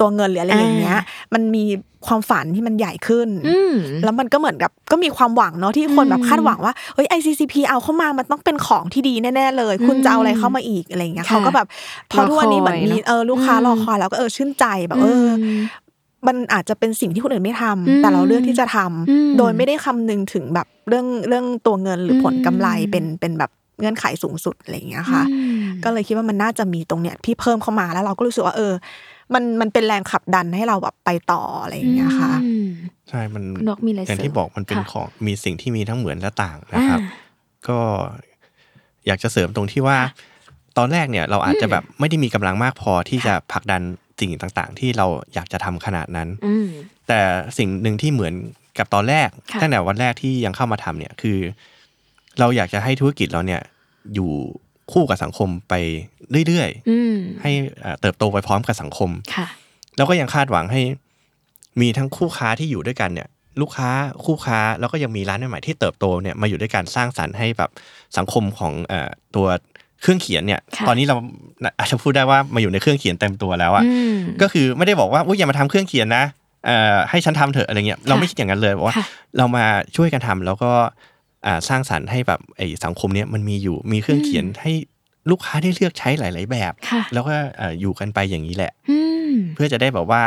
ตัวเงินหรืออะไรอย่างเงี้ย อ่ มันมีความฝันที่มันใหญ่ขึ้น อืม แล้วมันก็เหมือนกับก็มีความหวังเนาะที่คน อืม แบบคาดหวังว่าเฮ้ย ICCP เอาเข้ามามันต้องเป็นของที่ดีแน่ๆเลย คุณ อืม จะเอาอะไรเข้ามาอีกอะไรอย่างเงี้ย ค่ะ เขาก็แบบพอทุกวันนี้ รอคอย เหมือนมี เนอะ เออลูกค้า อืม รอคอยแล้วก็เออชื่นใจแบบเอออ ม มันอาจจะเป็นสิ่งที่คนอื่นไม่ทำ อืม แต่เราเลือกที่จะทำ อืม โดยไม่ได้คำนึงถึงแบบเรื่องเรื่องตัวเงินหรืออ ม ผลกำไรเป็นเป็นแบบเงื่อนไขสูงสุดอะไรอย่างเงี้ยค่ะ อืม ก็เลยคิดว่ามันน่าจะมีตรงเนี้ยที่เพิ่มเข้ามาแล้วเราก็รู้สึกว่าเออ มันมันเป็นแรงขับดันให้เราแบบไปต่ออะไรอย่างเงี้ยค่ะ อืม ใช่มัน คุณนกมีอะไร อย่าง เสริม ที่บอกมันเป็น ค่ะ ของมีสิ่งที่มีทั้งเหมือนและต่างนะครับ ก็อยากจะเสริมตรงที่ว่า ตอนแรกเนี่ยเราอาจจะแบบไม่ได้มีกำลังมากพอที่จะผลักดันสิ่งต่างๆ ที่เราอยากจะทำขนาดนั้น อืม แต่สิ่งหนึ่งที่เหมือนกับตอนแรก ค่ะ ตั้งแต่วันแรกที่ยังเข้ามาทำเนี่ยคือ เราอยากจะให้ธุรกิจเราเนี่ยอยู่คู่กับสังคมไปเรื่อย อืม ๆ ให้เอ่อเติบโตไปพร้อมกับสังคม ค่ะ แล้วก็ยังคาดหวังให้มีทั้งคู่ค้าที่อยู่ด้วยกันเนี่ย ลูกค้าคู่ค้าแล้วก็ยังมีร้านใหม่ๆที่เติบโตเนี่ยมาอยู่ด้วยกันสร้างสรรค์ให้แบบสังคมของเอ่อตัวเครื่องเขียนเนี่ย ค่ะ ตอนนี้เราอา จจะพูดได้ว่ามาอยู่ในเครื่องเขียนเต็มตัวแล้วอะ อืม ก็คือไม่ได้บอกว่าอุ๊ยอย่ามาทำเครื่องเขียนนะเอ่อให้ฉันทำเถอะอะไรเงี้ยเราไม่คิดอย่างนั้นเลยบอกว่า ค่ะ เรามาช่วยกันทำแล้วก็อ่าสร้างสรรค์ให้แบบไอ้สังคมเนี้ยมันมีอยู่มีเครื่องเขียนให้ลูกค้าได้เลือกใช้หลาย ๆ แบบ ค่ะ แล้วก็เอ่ออยู่กันไปอย่างนี้แหละ อืม เพื่อจะได้แบบว่า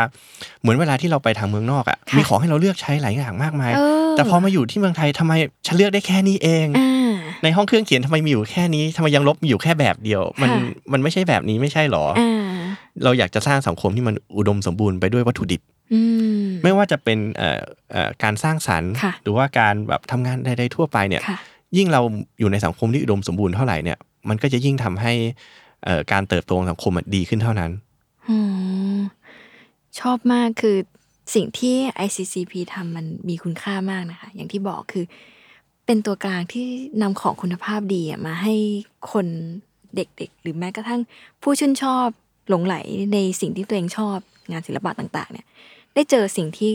เหมือนเวลาที่เราไปทางเมืองนอกอ่ะ ค่ะ มีของให้เราเลือกใช้หลายอย่างมากมาย เออ แต่พอมาอยู่ที่เมืองไทยทำไมฉันเลือกได้แค่นี้เอง อ่า ในห้องเครื่องเขียนทำไมมีอยู่แค่นี้ทำไมยังลบมีอยู่แค่แบบเดียว มัน ค่ะ มันไม่ใช่แบบนี้ไม่ใช่หรอ อ่า เราอยากจะสร้างสังคมที่มันอุดมสมบูรณ์ไปด้วยวัตถุดิบ อืม ไม่ว่าจะเป็นเอ่อเอ่อการสร้างสรรค์ ค่ะ หรือว่าการแบบทำงานใดๆทั่วไปเนี่ย ค่ะ ยิ่งเราอยู่ในสังคมที่อุดมสมบูรณ์เท่าไหร่เนี่ยมันก็จะยิ่งทำให้เอ่อการเติบโตของสังคมอะดีขึ้นเท่านั้น ออชอบมากคือ สิ่งที่ ICCP ทำมันมีคุณค่ามากนะคะ อย่างที่บอกคือ เป็นตัวกลางที่นำของคุณภาพดีอะมาให้คนเด็กๆ หรือแม้กระทั่งผู้ชื่นชอบหลงไหลในสิ่งที่ตัวเองชอบงานศิลปะต่างๆเนี่ยได้เจอสิ่งที่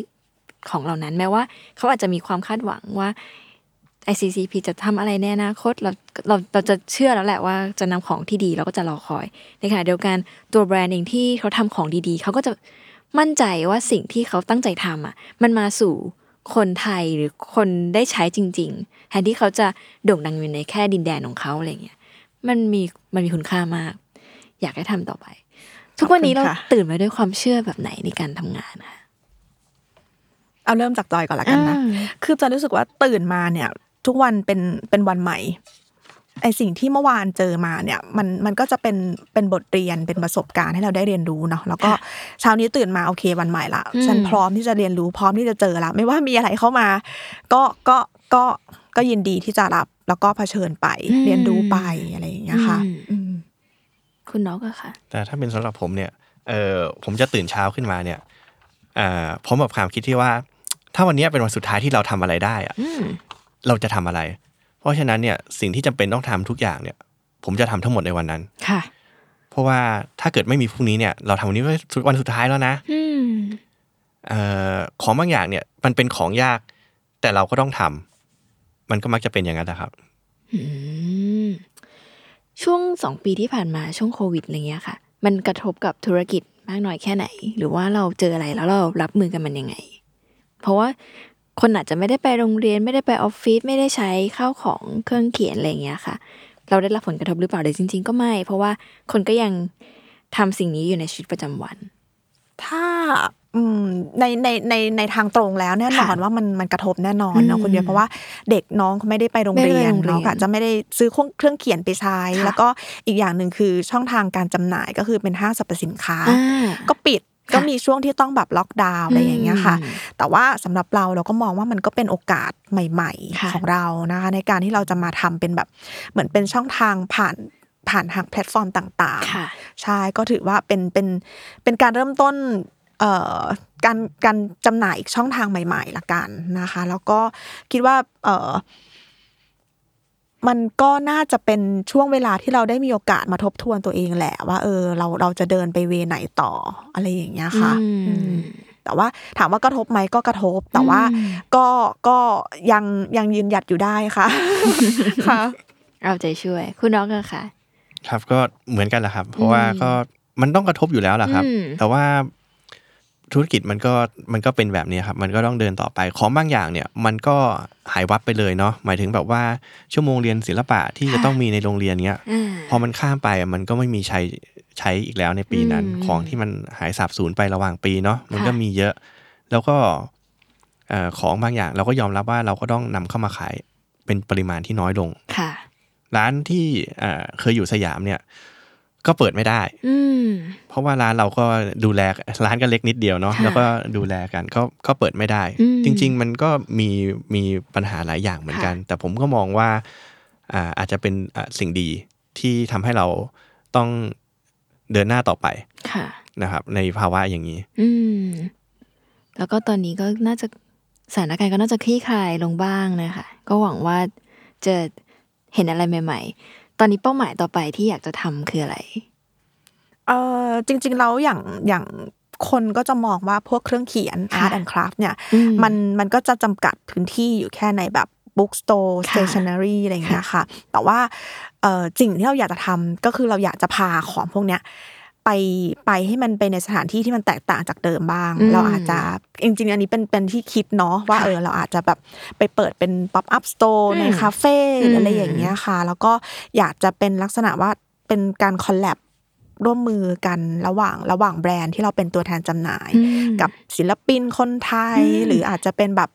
ของเหล่านั้นแม้ว่า เขาอาจจะมีความคาดหวังว่า ICCP จะทำอะไรในอนาคตเราเราเราจะเชื่อแล้วแหละว่าจะนำของที่ดีเราก็จะรอคอย ในขณะเดียวกันตัวแบรนด์เองที่เขาทำของดีๆ เขาก็จะมั่นใจว่าสิ่งที่เขาตั้งใจทำอ่ะมันมาสู่คนไทยหรือคนได้ใช้จริง ๆ แทนที่เขาจะโด่งดังอยู่ในแค่ดินแดนของเขาอะไรอย่างเงี้ยมันมีมันมีคุณค่ามาก อยากให้ทำต่อไป ทุกวันนี้เรา ขอบคุณค่ะ ตื่นมาด้วยความเชื่อแบบไหนในการทำงานคะ เอาเริ่มจากจอยก่อนละกันนะ อ่า คือจอยรู้สึกว่าตื่นมาเนี่ย ทุกวันเป็นเป็นวันใหม่ ไอสิ่งที่เมื่อวานเจอมาเนี่ย มันมันก็จะเป็นเป็นบทเรียนเป็นประสบการณ์ให้เราได้เรียนรู้เนาะแล้วก็เช้านี้ตื่นมาโอเควันใหม่ละ อืม ฉันพร้อมที่จะเรียนรู้พร้อมที่จะเจอละไม่ว่ามีอะไรเข้ามา ก็ก็ก็ก็ยินดีที่จะรับแล้วก็เผชิญไปเรียนรู้ไปอะไรอย่างเงี้ยค่ะ อืมคุณน็อกอะค่ะ แต่ถ้าเป็นสำหรับผมเนี่ย เออผมจะตื่นเช้าขึ้นมาเนี่ยเอ่อพร้อมกับความคิดที่ว่า ถ้าวันเนี้ยเป็นวันสุดท้ายที่เราทำอะไรได้อะ อืม เราจะทำอะไร เพราะฉะนั้นเนี่ยสิ่งที่จำเป็นต้องทำทุกอย่างเนี่ย ผมจะทำทั้งหมดในวันนั้น ค่ะ เพราะว่าถ้าเกิดไม่มีพรุ่งนี้เนี่ย เราทำวันนี้ไว้วันสุดท้ายแล้วนะ อืม เอ่อของบางอย่างเนี่ยมันเป็นของยาก แต่เราก็ต้องทำมันก็มักจะเป็นอย่างนั้นนะครับ อืม ช่วงสองปีที่ผ่านมาช่วงโควิดอะไรเงี้ยค่ะ มันกระทบกับธุรกิจมากน้อยแค่ไหน หรือว่าเราเจออะไรแล้วเรารับมือกันมันยังไง เพราะว่าคนอาจจะไม่ได้ไปโรงเรียน ไม่ได้ไปออฟฟิศไม่ได้ใช้ข้าวของเครื่องเขียนอะไรเงี้ยค่ะ เราได้รับผลกระทบหรือเปล่าเดี๋ยวจริง ๆ ก็ไม่ เพราะว่าคนก็ยังทำสิ่งนี้อยู่ในชีวิตประจำวัน ถ้าอืมในในในในทางตรงแล้วแน่นอน ค่ะ ว่ามันมันกระทบแน่นอนเนอะ อืม คุณเดียเพราะว่าเด็กน้องเขาไม่ได้ไปโรง ไม่ เรี ได้ ย ไป น โรงเรียน เนาะก็อาจจะไม่ได้ซื้อเครื่องเครื่องเขียนไปใช้ ค่ะ แล้วก็อีกอย่างหนึ่งคือช่องทางการจำหน่ายก็คือเป็นห้างสรรพสินค้า อ่า ก็ปิด ค่ะ ก็มีช่วงที่ต้องแบบล็อกดาวน์อะไรอย่างเงี้ยค่ะ อืม แต่ว่าสำหรับเราเราก็มองว่ามันก็เป็นโอกาสใหม่ ค่ะ ๆ ของเรานะคะ ในการที่เราจะมาทำเป็นแบบเหมือนเป็นช่องทางผ่านผ่านทางแพลตฟอร์มต่าง ค่ะ ๆ ใช่ก็ถือว่าเป็นเป็นเป็นการเริ่มต้นเอ่อการการจำหน่ายอีกช่องทางใหม่ๆละกันนะคะ แล้วก็คิดว่าเอ่อ มันก็น่าจะเป็นช่วงเวลาที่เราได้มีโอกาสมาทบทวนตัวเองแหละว่า เออ เราเราจะเดินไปเวไหนต่ออะไรอย่างเงี้ยค่ะ อืม อืมแต่ว่าถามว่ากระทบไหมก็กระทบ แต่ว่า อืม ก็ก็ยังยังยืนหยัดอยู่ได้ค่ะ ค่ะ เอาใจช่วย คุณน้องกันค่ะ ครับก็เหมือนกันแหละครับ เพราะว่าก็มันต้องกระทบอยู่แล้วแหละครับ อืม แต่ว่าธุรกิจมันก็มันก็เป็นแบบนี้ครับ มันก็ต้องเดินต่อไปของบางอย่างเนี่ย มันก็หายวับไปเลยเนาะหมายถึงแบบว่าชั่วโมงเรียนศิลปะที่จะต้องมีในโรงเรียนเนี้ย อ่า พอมันข้ามไปอ่ะมันก็ไม่มีใช้ใช้อีกแล้วในปีนั้น อืม ของที่มันหายสาบสูญไประหว่างปีเนาะมันก็ ค่ะ มีเยอะ แล้วก็เอ่อของบางอย่างเราก็ยอมรับว่าเราก็ต้องนำเข้ามาขายเป็นปริมาณที่น้อยลง ค่ะ ร้านที่เอ่อเคยอยู่สยามเนี่ย ก็เปิดไม่ได้ อืม เพราะว่าร้านเราก็ดูแลร้านก็เล็กนิดเดียวเนาะ ค่ะ แล้วก็ดูแลกันก็ก็เปิดไม่ได้ อืม จริง ๆ มันก็มีมีปัญหาหลายอย่างเหมือนกัน แต่ผมก็มองว่าอ่าอาจจะเป็นอ่าสิ่งดีที่ทำให้เราต้องเดินหน้าต่อไป ค่ะ นะครับ ในภาวะอย่างนี้ อืม แล้วก็ตอนนี้ก็น่าจะสถานการณ์ก็น่าจะคลี่คลายลงบ้างนะคะ ก็หวังว่าจะเห็นอะไรใหม่ ๆ ตอนนี้เป้าหมายต่อไปที่อยากจะทำคืออะไร เออจริงๆแล้วอย่างอย่างคนก็จะมองว่าพวกเครื่องเขียน ค่ะ Art and Craft เนี่ย อื มันมันก็จะจำกัดพื้นที่อยู่แค่ในแบบ bookstore ค่ะ stationery อะไรอย่างเงี้ยค่ะ แต่ว่าเอ่อสิ่งที่เราอยากจะทำก็คือเราอยากจะพาของพวกเนี้ยไปไปให้มันไปในสถานที่ที่มันแตกต่างจากเดิมบ้าง อืม เราอาจจะจริงๆ อันนี้เป็นเป็นที่คิดเนาะว่า ค่ะ เออเราอาจจะแบบไปเปิดเป็น pop up store อืม ในคาเฟ่หรืออะไร อืม อย่างเงี้ยค่ะ แล้วก็อยากจะเป็นลักษณะว่าเป็นการคอลแลบร่วมมือกันระหว่างระหว่างแบรนด์ที่เราเป็นตัวแทนจำหน่าย อืม กับศิลปินคนไทย อืม หรืออาจจะเป็นแบบ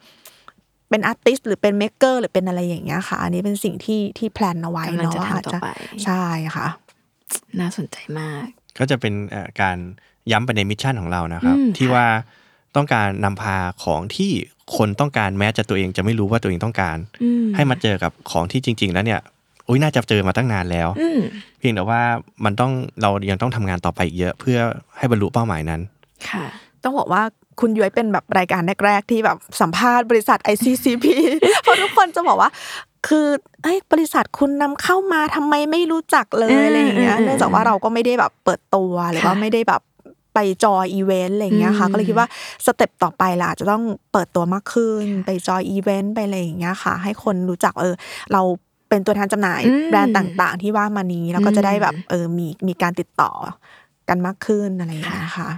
เป็นอาร์ติสต์หรือเป็นเมคเกอร์หรือเป็นอะไรอย่างเงี้ยค่ะ อันนี้เป็นสิ่งที่ที่แพลนเอาไว้ กำลัง เนาะ จะ อาจ ทำต่อ จะ ไป ใช่ค่ะ น่าสนใจมาก ก็จะเป็นเอ่อการย้ำไปในมิชชั่นของเรานะครับ อืม ที่ ค่ะ ว่าต้องการนำพาของที่คนต้องการแม้จะตัวเองจะไม่รู้ว่าตัวเองต้องการ อืม ให้มาเจอกับของที่จริง ๆ แล้วเนี่ยอุ้ยน่าจะเจอมาตั้งนานแล้ว อืม เพียงแต่ว่ามันต้องเรายังต้องทำงานต่อไปอีกเยอะ เพื่อให้บรรลุเป้าหมายนั้น ค่ะ ต้องบอกว่า คุณย้อยเป็นแบบรายการแรกๆที่แบบสัมภาษณ์บริษัท ICCP เพราะทุกคนจะบอกว่า คือเอ้ยบริษัทคุณนำเข้ามาทำไมไม่รู้จักเลยอะไรอย่างเงี้ย อืมอืม เนื่องจากว่าเราก็ไม่ได้แบบเปิดตัวหรือว่า ค่ะ ไม่ได้แบบไปจอยอีเวนต์อะไรอย่างเงี้ยค่ะ อืม ก็เลยคิดว่าสเต็ปต่อไปล่ะอาจจะต้องเปิดตัวมากขึ้น ไปจอยอีเวนต์ไปอะไรอย่างเงี้ยค่ะ ให้คนรู้จักเออ เราเป็นตัวแทนจำหน่าย อืม แบรนด์ต่างๆ ที่ว่ามานี้แล้วก็จะได้แบบเออมีมีการติดต่อกันมากขึ้นอะไรอย่างเงี้ยค่ะ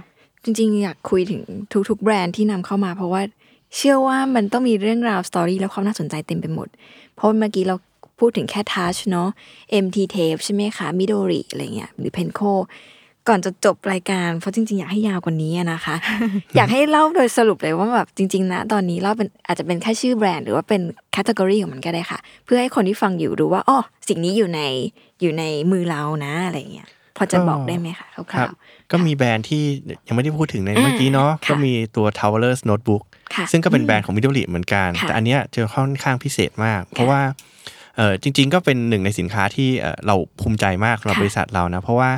จริงๆ อยากคุยถึงทุกๆ แบรนด์ที่นำเข้ามา เพราะว่าเชื่อว่ามันต้องมีเรื่องราวสตอรี่และความน่าสนใจเต็มไปหมด เพราะเมื่อกี้เราพูดถึงแค่ทัชเนาะ MT Tape ใช่ไหมคะมิโดริอะไรเงี้ยหรือเพนโคก่อนจะจบรายการ เพราะจริงๆ อยากให้ยาวกว่านี้อะนะคะ อยากให้เล่าโดยสรุปเลยว่าแบบจริงๆนะตอนนี้เล่าเป็นอาจจะเป็นแค่ชื่อแบรนด์หรือว่าเป็นแคตตากรีของมันก็ได้ค่ะ เพื่อให้คนที่ฟังอยู่รู้ว่าอ๋อสิ่งนี้อยู่ในอยู่ในมือเรานะอะไรเงี้ยพอจะบอกได้ไหมคะค ครั ร่า บ ว ก็มีแบรนด์ที่ยังไม่ได้พูดถึงใน อ่า เมื่อกี้เนาะ ค่ะ ก็มีตัว Towers Notebook ค่ะ ซึ่งก็เป็นแบรนด์ของมิดเดิลลีเหมือนกัน ค่ะ แต่อันเนี้ยจะค่อนข้างพิเศษมาก เพราะว่าเออจริง ๆ ก็เป็นหนึ่งในสินค้าที่เอ่อเราภูมิใจมากสำหรับ ค่ะ บริษัทเรานะ เพราะว่า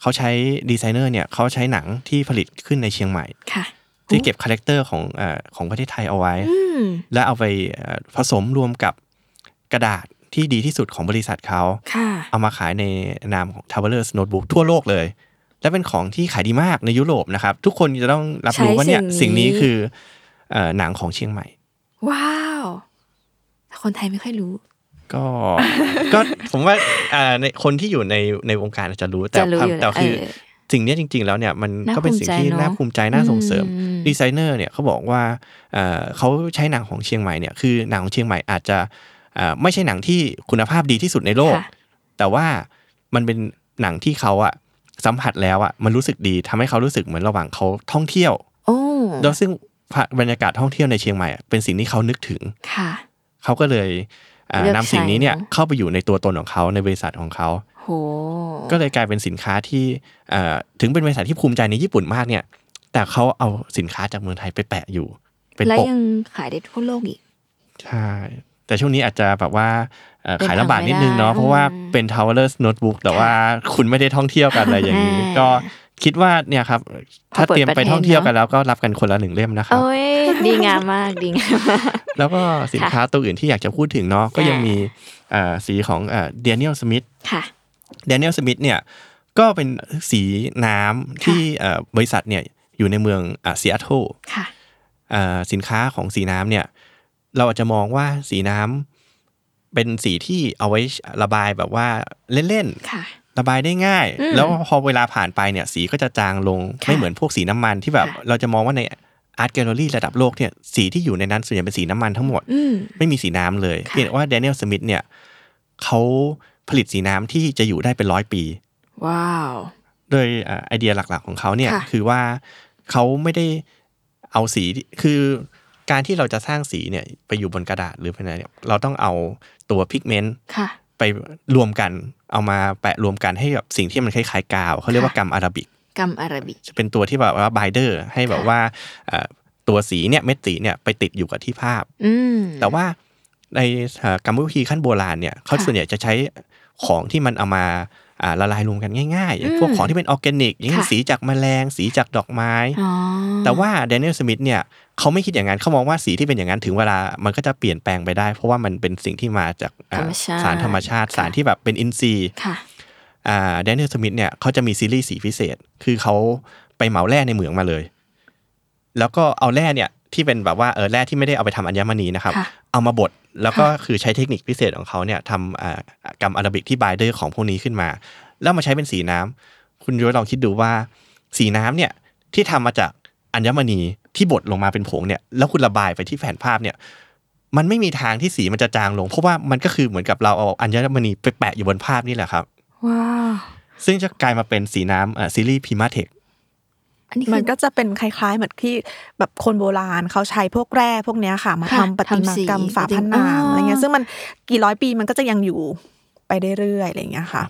เขาใช้ดีไซเนอร์เนี่ยเขาใช้หนังที่ผลิตขึ้นในเชียงใหม่ ๆค่ะ ที่เก็บคาแรคเตอร์ของเออของประเทศไทยเอาไว้ อืม แล้วเอาไปเอ่อผสมรวมกับกระดาษที่ดีที่สุดของบริษัทเขา ค่ะ เอามาขายในนามของ Travelers Notebook ทั่วโลกเลย และเป็นของที่ขายดีมากในยุโรปนะครับ ทุกคนจะต้องรับรู้ว่าเนี่ย ใช้สิ่ สิ่ ง ง นี้ นี้คือเอ่อหนังของเชียงใหม่ ว้าวแต่คนไทยไม่ค่อยรู้ ก็ ก็ผมว่าเอ่อในคนที่อยู่ในในวงการอาจจะรู้แต่ จะรู้อยู่ แต่คือ เออ สิ่งเนี้ยจริง ๆ แล้วเนี่ยมัน น่า ก็เป็นสิ่งที่ ภูมิใจเนอะ น่าภูมิใจน่าส่งเสริม อืม ดีไซเนอร์เนี่ยเขาบอกว่าเอ่อเขาใช้หนังของเชียงใหม่เนี่ยคือหนังของเชียงใหม่อาจจะเอ่อไม่ใช่หนังที่คุณภาพดีที่สุดในโลก ค่ะ แต่ว่ามันเป็นหนังที่เขาอะสัมผัสแล้วอะมันรู้สึกดีทำให้เขารู้สึกเหมือนระหว่างเขาท่องเที่ยว โอ้ แล้วซึ่งบรรยากาศท่องเที่ยวในเชียงใหม่อะเป็นสิ่งที่เขานึกถึง ค่ะ เขาก็เลยอ่า เลือก นำสิ่งนี้เนี่ย ใช้เนอะ เข้าไปอยู่ในตัวตนของเขาในบริษัทของเขา โห ก็เลยกลายเป็นสินค้าที่เอ่อถึงเป็นบริษัทที่ภูมิใจในญี่ปุ่นมากเนี่ย แต่เขาเอาสินค้าจากเมืองไทยไปแปะอยู่ เป็น แล้ว ปก ยังขายได้ทั่วโลกอีก ใช่แต่ช่วงนี้อาจจะแบบว่าเอ่อ เดิน ขายลำบากนิดนึง ทางไม่ได้ เนาะเพราะว่า อืม เป็น Towerless Notebook แต่ว่าคุณไม่ได้ท่องเที่ยวกันอะไรอย่าง นี้ แหม ก็คิดว่าเนี่ยครับ พอ ถ้าเตรียมไปท่องเที่ยว เปิดประเทศ กันแล้วก็รับกันคนละหนึ่งเล่มนะครับ เอ้ย ดีงามมาก ดีงามมาก แล้วก็สินค้าตัวอื่นที่อยากจะพูดถึงเนาะก็ยัง อ่ามี มีเอ่อสีของเดียเนียลสมิธ ค่ะ ดเนียลสมิธเนี่ยก็เป็นสีน้ำที่เอ่อบริษัทเนี่ยอยู่ในเมืองซีแอตเทิล ค่ะ สินค้าของสีน้ำเนี่ยเราอาจจะมองว่าสีน้ำเป็นสีที่เอาไว้ระบายแบบว่าเล่น ค่ะ ๆ ระบายได้ง่าย อืม แล้วพอเวลาผ่านไปเนี่ยสีก็จะจางลง ค่ะ ไม่เหมือนพวกสีน้ำมันที่แบบ ค่ะ เราจะมองว่าในอาร์ตแกลเลอรี่ระดับโลกเนี่ยสีที่อยู่ในนั้นส่วนใหญ่เป็นสีน้ำมันทั้งหมด อืม ไม่มีสีน้ำเลย ค่ะ เพียงแต่ว่าแดเนียลสมิธเนี่ยเขาผลิตสีน้ำที่จะอยู่ได้เป็นร้อยปี ว้าว โดยเอ่อไอเดียหลักๆของเขาเนี่ย ค่ะ คือว่าเขาไม่ได้เอาสีที่คือการที่เราจะสร้างสีเนี่ยไปอยู่บนกระดาษหรือไปไหนเนี่ยเราต้องเอาตัวพิกเมนต์ ค่ะ ไปรวมกันเอามาแปะรวมกันให้กับสิ่งที่มันคล้ายๆกาวเขาเรียกว่า ค่ะ กรรมอาราบิก กำอาราบิ จะเป็นตัวที่แบบว่าไบเดอร์ให้แบบว่าเอ่อตัวสีเนี่ยเม็ดสีเนี่ยไปติดอยู่กับที่ภาพ อืม แต่ว่าในเอ่อกรรมวิธีขั้นโบราณเนี่ยเขา ค่ะ ส่วนใหญ่จะใช้ของที่มันเอามาอ่าละลายรวมกันง่ายๆอย่างพวก อืม ของที่เป็นออร์แกนิกอย่างเช่น ค่ะ สีจากแมลง สีจากดอกไม้ อ๋อ แต่ว่าแดเนียลสมิธเนี่ยเขาไม่คิดอย่างนั้นเขามองว่าสีที่เป็นอย่างนั้นถึงเวลามันก็จะเปลี่ยนแปลงไปได้ เพราะว่ามันเป็นสิ่งที่มาจากอ่า ธรรมชาติ สารธรรมชาติ สารที่แบบเป็นอินทรีย์ ค่ะ แดเนียลสมิธเนี่ยเขาจะมีซีรีส์สีพิเศษ คือเขาไปเหมาแร่ในเหมืองมาเลย แล้วก็เอาแร่เนี่ยที่เป็นแบบว่าเออแร่ที่ไม่ได้เอาไปทำอัญมณีนะครับ ค่ะ เอามาบดแล้วก็คือใช้เทคนิคพิเศษของเขาเนี่ยทำอ่ากรรมอาราบิกที่บายเดอร์ของพวกนี้ขึ้นมา แล้วมาใช้เป็นสีน้ำคุณย้อยลองคิดดูว่า สีน้ำเนี่ยที่ทำมาจากอัญมณีที่บดลงมาเป็นผงเนี่ยแล้วคุณระบายไปที่แผ่นภาพเนี่ยมันไม่มีทางที่สีมันจะจางลง เพราะว่ามันก็คือเหมือนกับเราเอาอัญมณีไปแปะอยู่บนภาพนี่แหละครับ ว้าว ซึ่งจะกลายมาเป็นสีน้ำอ่าซีรีส์พิมาเทค อันนี้ มั คื น อ ก็จะเป็นคล้ายๆเหมือนที่แบบคนโบราณเขาใช้พวกแร่พวกเนี้ยค่ะ มา ค่ะ ทำประติ ทำ มา สี กรรมฝาผ อ๋ นัง ออ อะไรเงี้ยซึ่งมันกี่ร้อยปีมันก็จะยังอยู่ไปเรื่อยๆอะไรเงี้ยค่ะ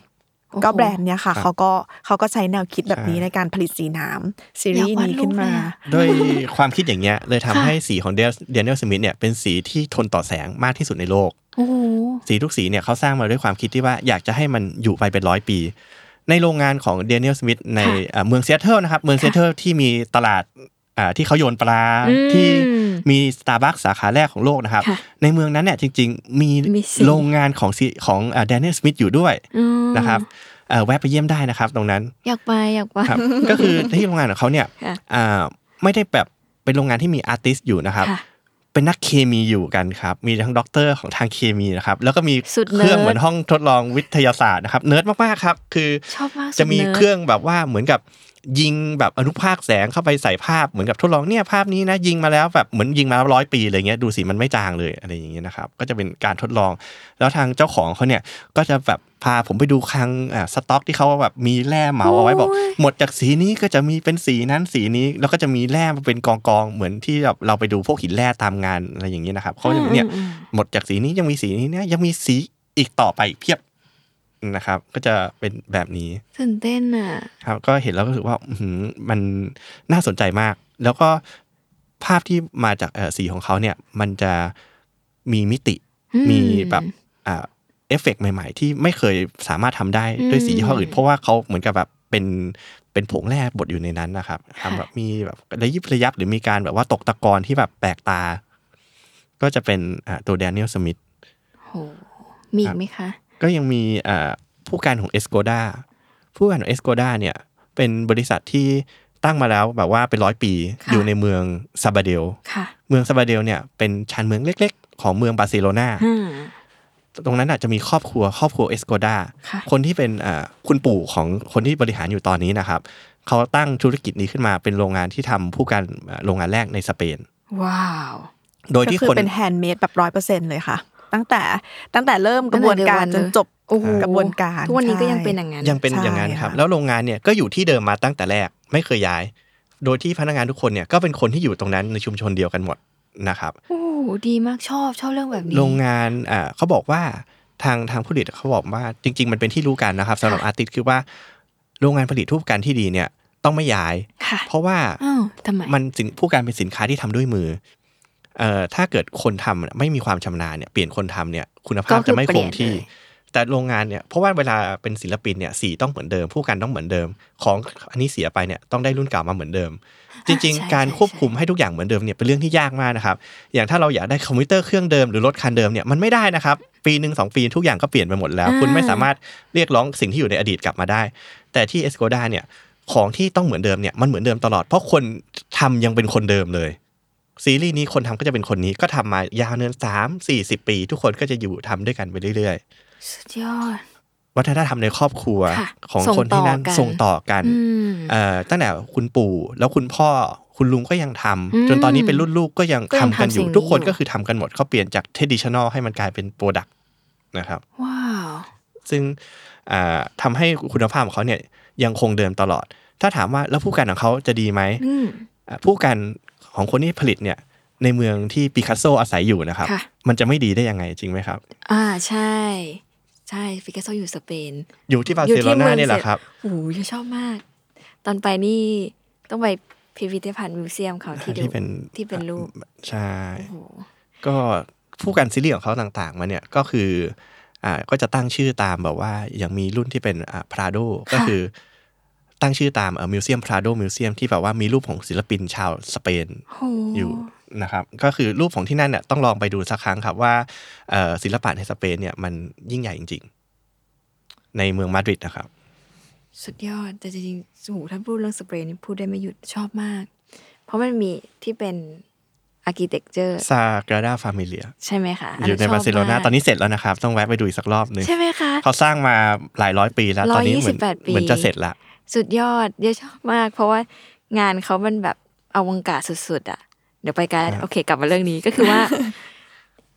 โอ้โห ก็แบรนด์เนี้ยค่ะ ครับ เขาก็เขาก็ใช้แนวคิดแบบนี้ ใช่ ในการผลิตสีน้ำซีรีส์นี้ขึ้นมา อยากวาดรูปเลยอะ ด้วยความคิดอย่างเงี้ยเลยทำ ค่ะ ให้สีของเดียนเนลสมิธเนี่ยเป็นสีที่ทนต่อแสงมากที่สุดในโลก โอ้โห สีทุกสีเนี่ยเขาสร้างมาด้วยความคิดที่ว่าอยากจะให้มันอยู่ไปเป็นร้อยปี ในโรงงานของเดน i e l ลสมิธใน ค่ะ เอ่อเมืองเซียเทิลนะครับ เมืองเซียเทิลที่มีตลาด อ่าที่เขาโยนปลา อืม ที่มีสตาร์บัคสาขาแรกของโลกนะครับ ค่ะ ในเมืองนั้นเนี่ยจริง ๆ มี มีสิ โรงงานของซีของแดเนียลสมิธอยู่ด้วย อ๋อ นะครับเอ่อแวะไปเยี่ยมได้นะครับ ตรงนั้น อยากไปอยากไป ครับ ก็คือที่โรงงานของเขาเนี่ย ค่ะ อ่าไม่ได้แบบเป็นโรงงานที่มีอาร์ติสต์อยู่นะครับ ค่ะ เป็นนักเคมีอยู่กันครับ มีทั้งด็อกเตอร์ของทางเคมีนะครับ แล้วก็มี สุดเนิร์ด เครื่องเหมือนห้องทดลองวิทยาศาสตร์นะครับ เนิร์ดมากๆครับ คือ ชอบมากสุด จะมี เนิร์ด เครื่องแบบว่าเหมือนกับยิงแบบอนุภาคแสงเข้าไปใส่ภาพ เหมือนกับทดลองเนี่ยภาพนี้นะยิงมาแล้วแบบเหมือนยิงมาแล้วร้อยปีอะไรเงี้ยดูสิมันไม่จางเลยอะไรอย่างเงี้ยนะครับ ก็จะเป็นการทดลอง แล้วทางเจ้าของเขาเนี่ยก็จะแบบพาผมไปดูคลังอ่าสต็อกที่เขาแบบมีแร่เหมาเอาไว้บอก โอ้ย หมดจากสีนี้ก็จะมีเป็นสีนั้นสีนี้แล้วก็จะมีแร่มาเป็นกองกองๆเหมือนที่แบบเราไปดูพวกหินแร่ตามงานอะไรอย่างนี้นะครับเขาจะเนี่ยหมดจากสีนี้ยังมีสีนี้เนี่ยยังมีสีอีกต่อไปอีกเพียบนะครับ ก็จะเป็นแบบนี้ ตื่นเต้นอ่ะ ครับ ก็เห็นแล้วก็รู้สึกว่าอื้อหือมันน่าสนใจมาก แล้วก็ภาพที่มาจากเอ่อสีของเขาเนี่ย มันจะมีมิติ อืม มีแบบอ่าเอฟเฟกต์ใหม่ ๆ ที่ไม่เคยสามารถทำได้ด้วยสียี่ห้ออื่น เพราะว่าเขาเหมือนกับแบบเป็นเป็นผงแร่บดอยู่ในนั้นนะครับทำแบบมีแบบระยิบระยับหรือมีการแบบว่าตกตะกอนที่แบบแปลกตา ก็จะเป็นอ่าตัวแดเนียลสมิธ โหมีอีกไหมคะ ก็ยังมีอ่าผู้การของเอสโกดาผู้การของเอสโกดาเนี่ย เป็นบริษัทที่ตั้งมาแล้วแบบว่าเป็นร้อยปี ค่ะ อยู่ในเมืองซาบาเดล ค่ะ เมืองซาบาเดลเนี่ยเป็นชานเมืองเล็ก ๆ ของเมืองบาร์เซโลนา อ่า ตรงนั้นอาจจะมีครอบครัวครอบครัวเอสโกดา ค่ะ คนที่เป็นอ่าคุณปู่ของคนที่บริหารอยู่ตอนนี้นะครับ เขาตั้งธุรกิจนี้ขึ้นมาเป็นโรงงานที่ทำผู้การอ่าโรงงานแรกในสเปน ว้าว โดย ก็ ที่ คือ คน เป็นแฮนด์เมดแบบร้อยเปอร์เซ็นเลยค่ะ ตั้งแต่ตั้งแต่เริ่มกระบวนการ ตั้งแต่เดิจน มเลย จบกระบวนการ ทุกวันนี้ก็ยัง ใช่ เป็นอย่างนั้น ยังเป็นอย่างนั้น ใช่ ครับ ค่ะ แล้วโรงงานเนี่ยก็อยู่ที่เดิมมาตั้งแต่แรกไม่เคยย้าย โดยที่พนักงานทุกคนเนี่ยก็เป็นคนที่อยู่ตรงนั้นในชุมชนเดียวกันหมดนะครับ โอ้โหดีมากชอบชอบเรื่องแบบนี้ โรงงานอ่าเขาบอกว่าทางทางผู้ผลิตเขาบอกว่าจริง ๆ มันเป็นที่รู้กันนะครับสำหรับอาร์ติสคือว่าโรงงานผลิตทูปการที่ดีเนี่ยต้องไม่ย้าย ค่ะ เพราะว่า อ้าวทำไม มันสินผู้การเป็นสินค้าที่ทำด้วยมือเอ่อถ้าเกิดคนทำน่ะไม่มีความชำนาญเนี่ยเปลี่ยนคนทำเนี่ยคุณภาพ ก็คือ จะไม่เปคงที่ลี่ยนเล แต่โรงงานเนี่ยเพราะว่าเวลาเป็นศิลปินเนี่ยสีต้องเหมือนเดิม ผู้การต้องเหมือนเดิม ของอันนี้เสียไปเนี่ยต้องได้รุ่นเก่ามาเหมือนเดิม จริง ใช่ ๆ การ ใช่ ควบ ใช่ คุมให้ทุกอย่างเหมือนเดิมเนี่ยเป็นเรื่องที่ยากมากนะครับ อย่างถ้าเราอยากได้คอมพิวเตอร์เครื่องเดิมหรือรถคันเดิมเนี่ยมันไม่ได้นะครับ ปีหนึ่งสองปีทุกอย่างก็เปลี่ยนไปหมดแล้ว อ่า คุณไม่สามารถเรียกร้องสิ่งที่อยู่ในอดีตกลับมาได้ แต่ที่เอสโ d ดาเนี่ยของที่ต้องเหมือนเดิมเนี่ยมันเหมือนเดิมตลอด เพราะคนทำยังเป็นคนเดิมเลย ซีรีส์นี้คนทำก็จะเป็นคนนี้ก็ทำมายาวเนินสามสี่สิบปี ทุกคนก็จะอยู่ทำด้วยกันไปเรื่อยๆ สุดยอด วัฒนธรรมในครอบครัว ค่ะ ของ ส่ง คนที่นั่น ต่อกัน ส่งต่อกัน อืม เอ่อตั้งแต่คุณปู่แล้วคุณพ่อคุณลุงก็ยังทำ อืม จนตอนนี้เป็นรุ่นลูกก็ยัง ก็ยั ทำ ง กันอ ทำสิ่ ยู่ งนี้ ทุกคน อยู่ ก็คือทำกันหมดเขาเปลี่ยนจากเทดิชแนลให้มันกลายเป็นโปรดักนะครับ ว้าว ซึ่งอ่าทำาให้คุณภาพของเขาเนี่ยยังคงเดิมตลอด ถ้าถามว่าแล้วผู้การของเขาจะดีไหม อืม อ่ะผู้การของคนที่ผลิตเนี่ยในเมืองที่ปิคัสโซอาศัยอยู่นะครับ ค่ะ มันจะไม่ดีได้ยังไงจริงไหมครับ อ่าใช่ ใช่ฟิกัสโซอยู่สเปน อยู่ที่บาร์ อยู่ เซโล ที่ นา เมือง เนี่ยแหละครับ โอ้โหชอบมาก ตอนไปนี่ต้องไปพิพิธภัณฑ์มิวเซียมเขาที่ดู ที่เป็น ที่เป็นรูป ใช่ ก็ผู้กันซีรีส์ของเขาต่างๆมาเนี่ยก็คืออ่าก็จะตั้งชื่อตามแบบว่าอย่างมีรุ่นที่เป็นพราโดก็คือตั้งชื่อตามมิวเซียมพราโดมิวเซียมที่แบบว่ามีรูปของศิลปินชาวสเปน โห อยู่นะครับ ก็คือรูปของที่นั่นเนี่ยต้องลองไปดูสักครั้งครับว่าเอ่อศิลปะในสเปนเนี่ยมันยิ่งใหญ่จริง ๆ ในเมืองมาดริดนะครับ สุดยอดแต่จริงๆโอ้โหถ้าพูดเรื่องสเปนนี่พูดได้ไม่หยุดชอบมาก เพราะมันมีที่เป็นอาร์เคเต็กเจอร์ ซากราดาฟามิเลีย ใช่ไหมคะ อยู่ใน ช บาร์เซโลนาม ก ตอนนี้เสร็จแล้วนะครับ ต้องแวะไปดูอีกสักรอบหนึ่ง ใช่ไหมคะ เขาสร้างมาหลายร้อยปีแล้ว ตอนนี้เหมือน 128ปี เหมือนจะเสร็จละ สุดยอดเดี๋ยวชอบมาก เพราะว่างานเขามันแบบเอาวงการสุดๆ อ่ะ เดี๋ยวไปไกันโอเค กลับมาเรื่องนี้ก็คือ ว่า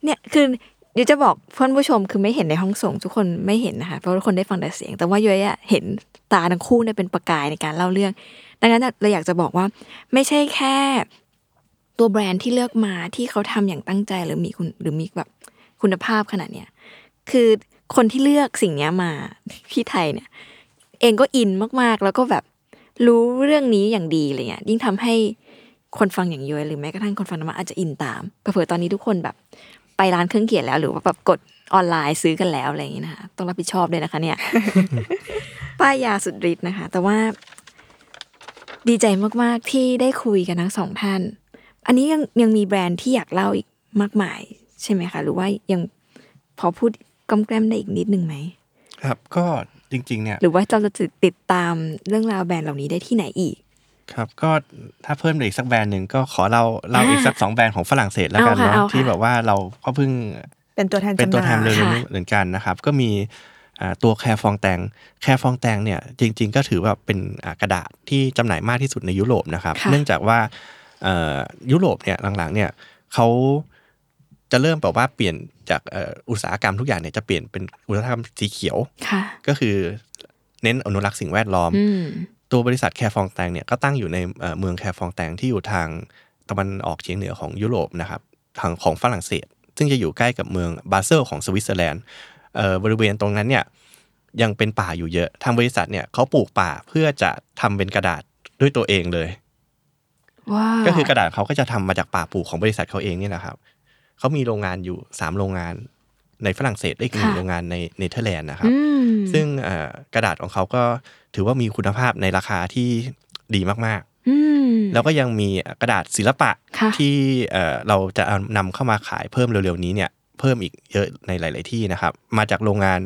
เนี่ยคือเดี๋ยวจะบอกเพื่อนผู้ชมคือไม่เห็นในห้องส่งทุกคนไม่เห็นนะคะ เพราะทุกคนได้ฟังแต่เสียง แต่ว่าย้อยอะเห็นตาทั้งคู่เนี่ยเป็นประกายในการเล่าเรื่อง ดังนั้นเราอยากจะบอกว่า ไม่ใช่แค่ ตัวแบรนด์ที่เลือกมาที่เขาทำอย่างตั้งใจหรือมีคุณหรือมีแบบคุณภาพขนาดเนี้ยคือคนที่เลือกสิ่งเนี้ยมา พี่ไทยเนี่ย เองก็อินมากๆ แล้วก็แบบรู้เรื่องนี้อย่างดีอะไรเงี้ยยิ่งทำให้คนฟังอย่างย้อยหรือแม้กระทั่งคนฟังธรรมะอาจจะอินตามเผื่อๆตอนนี้ทุกคนแบบ ไปร้านเครื่องเขียนแล้ว หรือว่าแบบกดออนไลน์ซื้อกันแล้วอะไรอย่างงี้นะคะต้องรับผิดชอบด้วยนะคะ เนี่ย ป้ายยาสุดฤทธิ์นะคะ แต่ว่า ดีใจมากๆที่ได้คุยกันทั้งสองท่าน อันนี้ยังยังมีแบรนด์ที่อยากเล่าอีกมากมาย ใช่ไหมคะ หรือว่ายังพอพูดกำแกล้มได้อีกนิดนึงไหม ครับก็จริงๆเนี่ย หรือว่าเราจะติดตามเรื่องราวแบรนด์เหล่านี้ได้ที่ไหนอีก ครับก็ถ้าเพิ่มไปอีกสักแบรนด์หนึ่งก็ขอเราเล่าอีกสักสองแบรนด์ของฝรั่งเศสแล้วกัน เอาค่ะ เนาะ เอาค่ะ ที่แบบว่าเราก็เพิ่ง เป็นตัวแทน เป็นตัวแทน จำห เร็ น่ายว ๆนี้เหมือนกันนะครับ ก็มีอ่าตัวแคร์ฟองแตงแคร์ฟองแตงเนี่ยจริง ๆ ก็ถือว่าเป็นอ่ากระดาษที่จำหน่ายมากที่สุดในยุโรปนะครับ ค่ะ เนื่องจากว่าเอ่อยุโรปเนี่ยหลังๆเนี่ยเขาจะเริ่มแบบว่าเปลี่ยนจากเอ่ออุตสาหกรรมทุกอย่างเนี่ยจะเปลี่ยนเป็นอุตสาหกรรมสีเขียว ค่ะ ก็คือเน้นอนุรักษ์สิ่งแวดล้อม อืม ตัวบริษัทแคร์ฟองแตงเนี่ยก็ตั้งอยู่ในเอ่อเมืองแคร์ฟองแตงที่อยู่ทางตะวันออกเฉียงเหนือของยุโรปนะครับทางของฝรั่งเศส ซึ่งจะอยู่ใกล้กับเมืองบาเซลของสวิตเซอร์แลนด์เอ่อบริเวณตรงนั้นเนี่ยยังเป็นป่าอยู่เยอะ ทางบริษัทเนี่ยเขาปลูกป่าเพื่อจะทำเป็นกระดาษด้วยตัวเองเลย ว้าว ก็คือกระดาษเขาก็จะทำมาจากป่าปลูกของบริษัทเขาเองเนี่ยแหละครับเขามีโรงงานอยู่สามโรงงานในฝรั่งเศสและอีกหนึ่งโรงงานในเนเธอร์แลนด์นะครับ อืม ซึ่งเอ่อกระดาษของเขาก็ถือว่ามีคุณภาพในราคาที่ดีมาก อืม ๆ แล้วก็ยังมีกระดาษศิลปะ ค่ะ ที่เอ่อเราจะเอานำเข้ามาขายเพิ่มเร็วๆนี้เนี่ยเพิ่มอีกเยอะในหลาย ๆที่นะครับ มาจากโรงงาน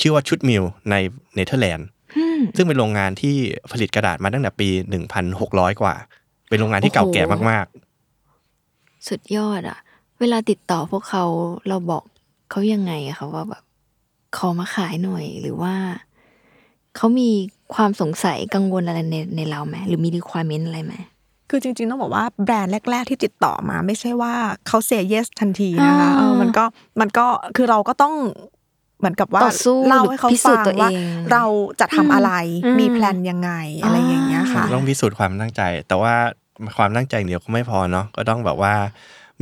ชื่อว่าชุดมิลในเนเธอร์แลนด์ อืม ซึ่งเป็นโรงงานที่ผลิตกระดาษมาตั้งแต่ปี 1,600 กว่า เป็นโรงงานที่เก่าแก่มาก สุดยอดอะเวลาติดต่อพวกเขาเราบอกเขายังไงอะคะว่าแบบขอมาขายหน่อยหรือว่า เขามีความสงสัยกังวลอะไรในในเราไหมหรือมี requirement อะไรไหม คือจริงๆต้องบอกว่าแบรนด์แรก ๆ ที่ติดต่อมาไม่ใช่ว่าเขาเซเยสทันทีนะคะ อ่า เออมันก็มันก็คือเราก็ต้องเหมือนกับว่า ต่อสู้ เล่าให้เขา หรือพิสู ฟั จน์ ง ตัวเอง ว่า เราจะทำอะไร อืม มีแพลนยังไงอะไรอย่างเงี้ยค่ะ า ๆ ต้องพิสูจน์ความตั้งใจ แต่ว่าความตั้งใจอย่างเดียวก็ไม่พอเนาะก็ต้องแบบว่า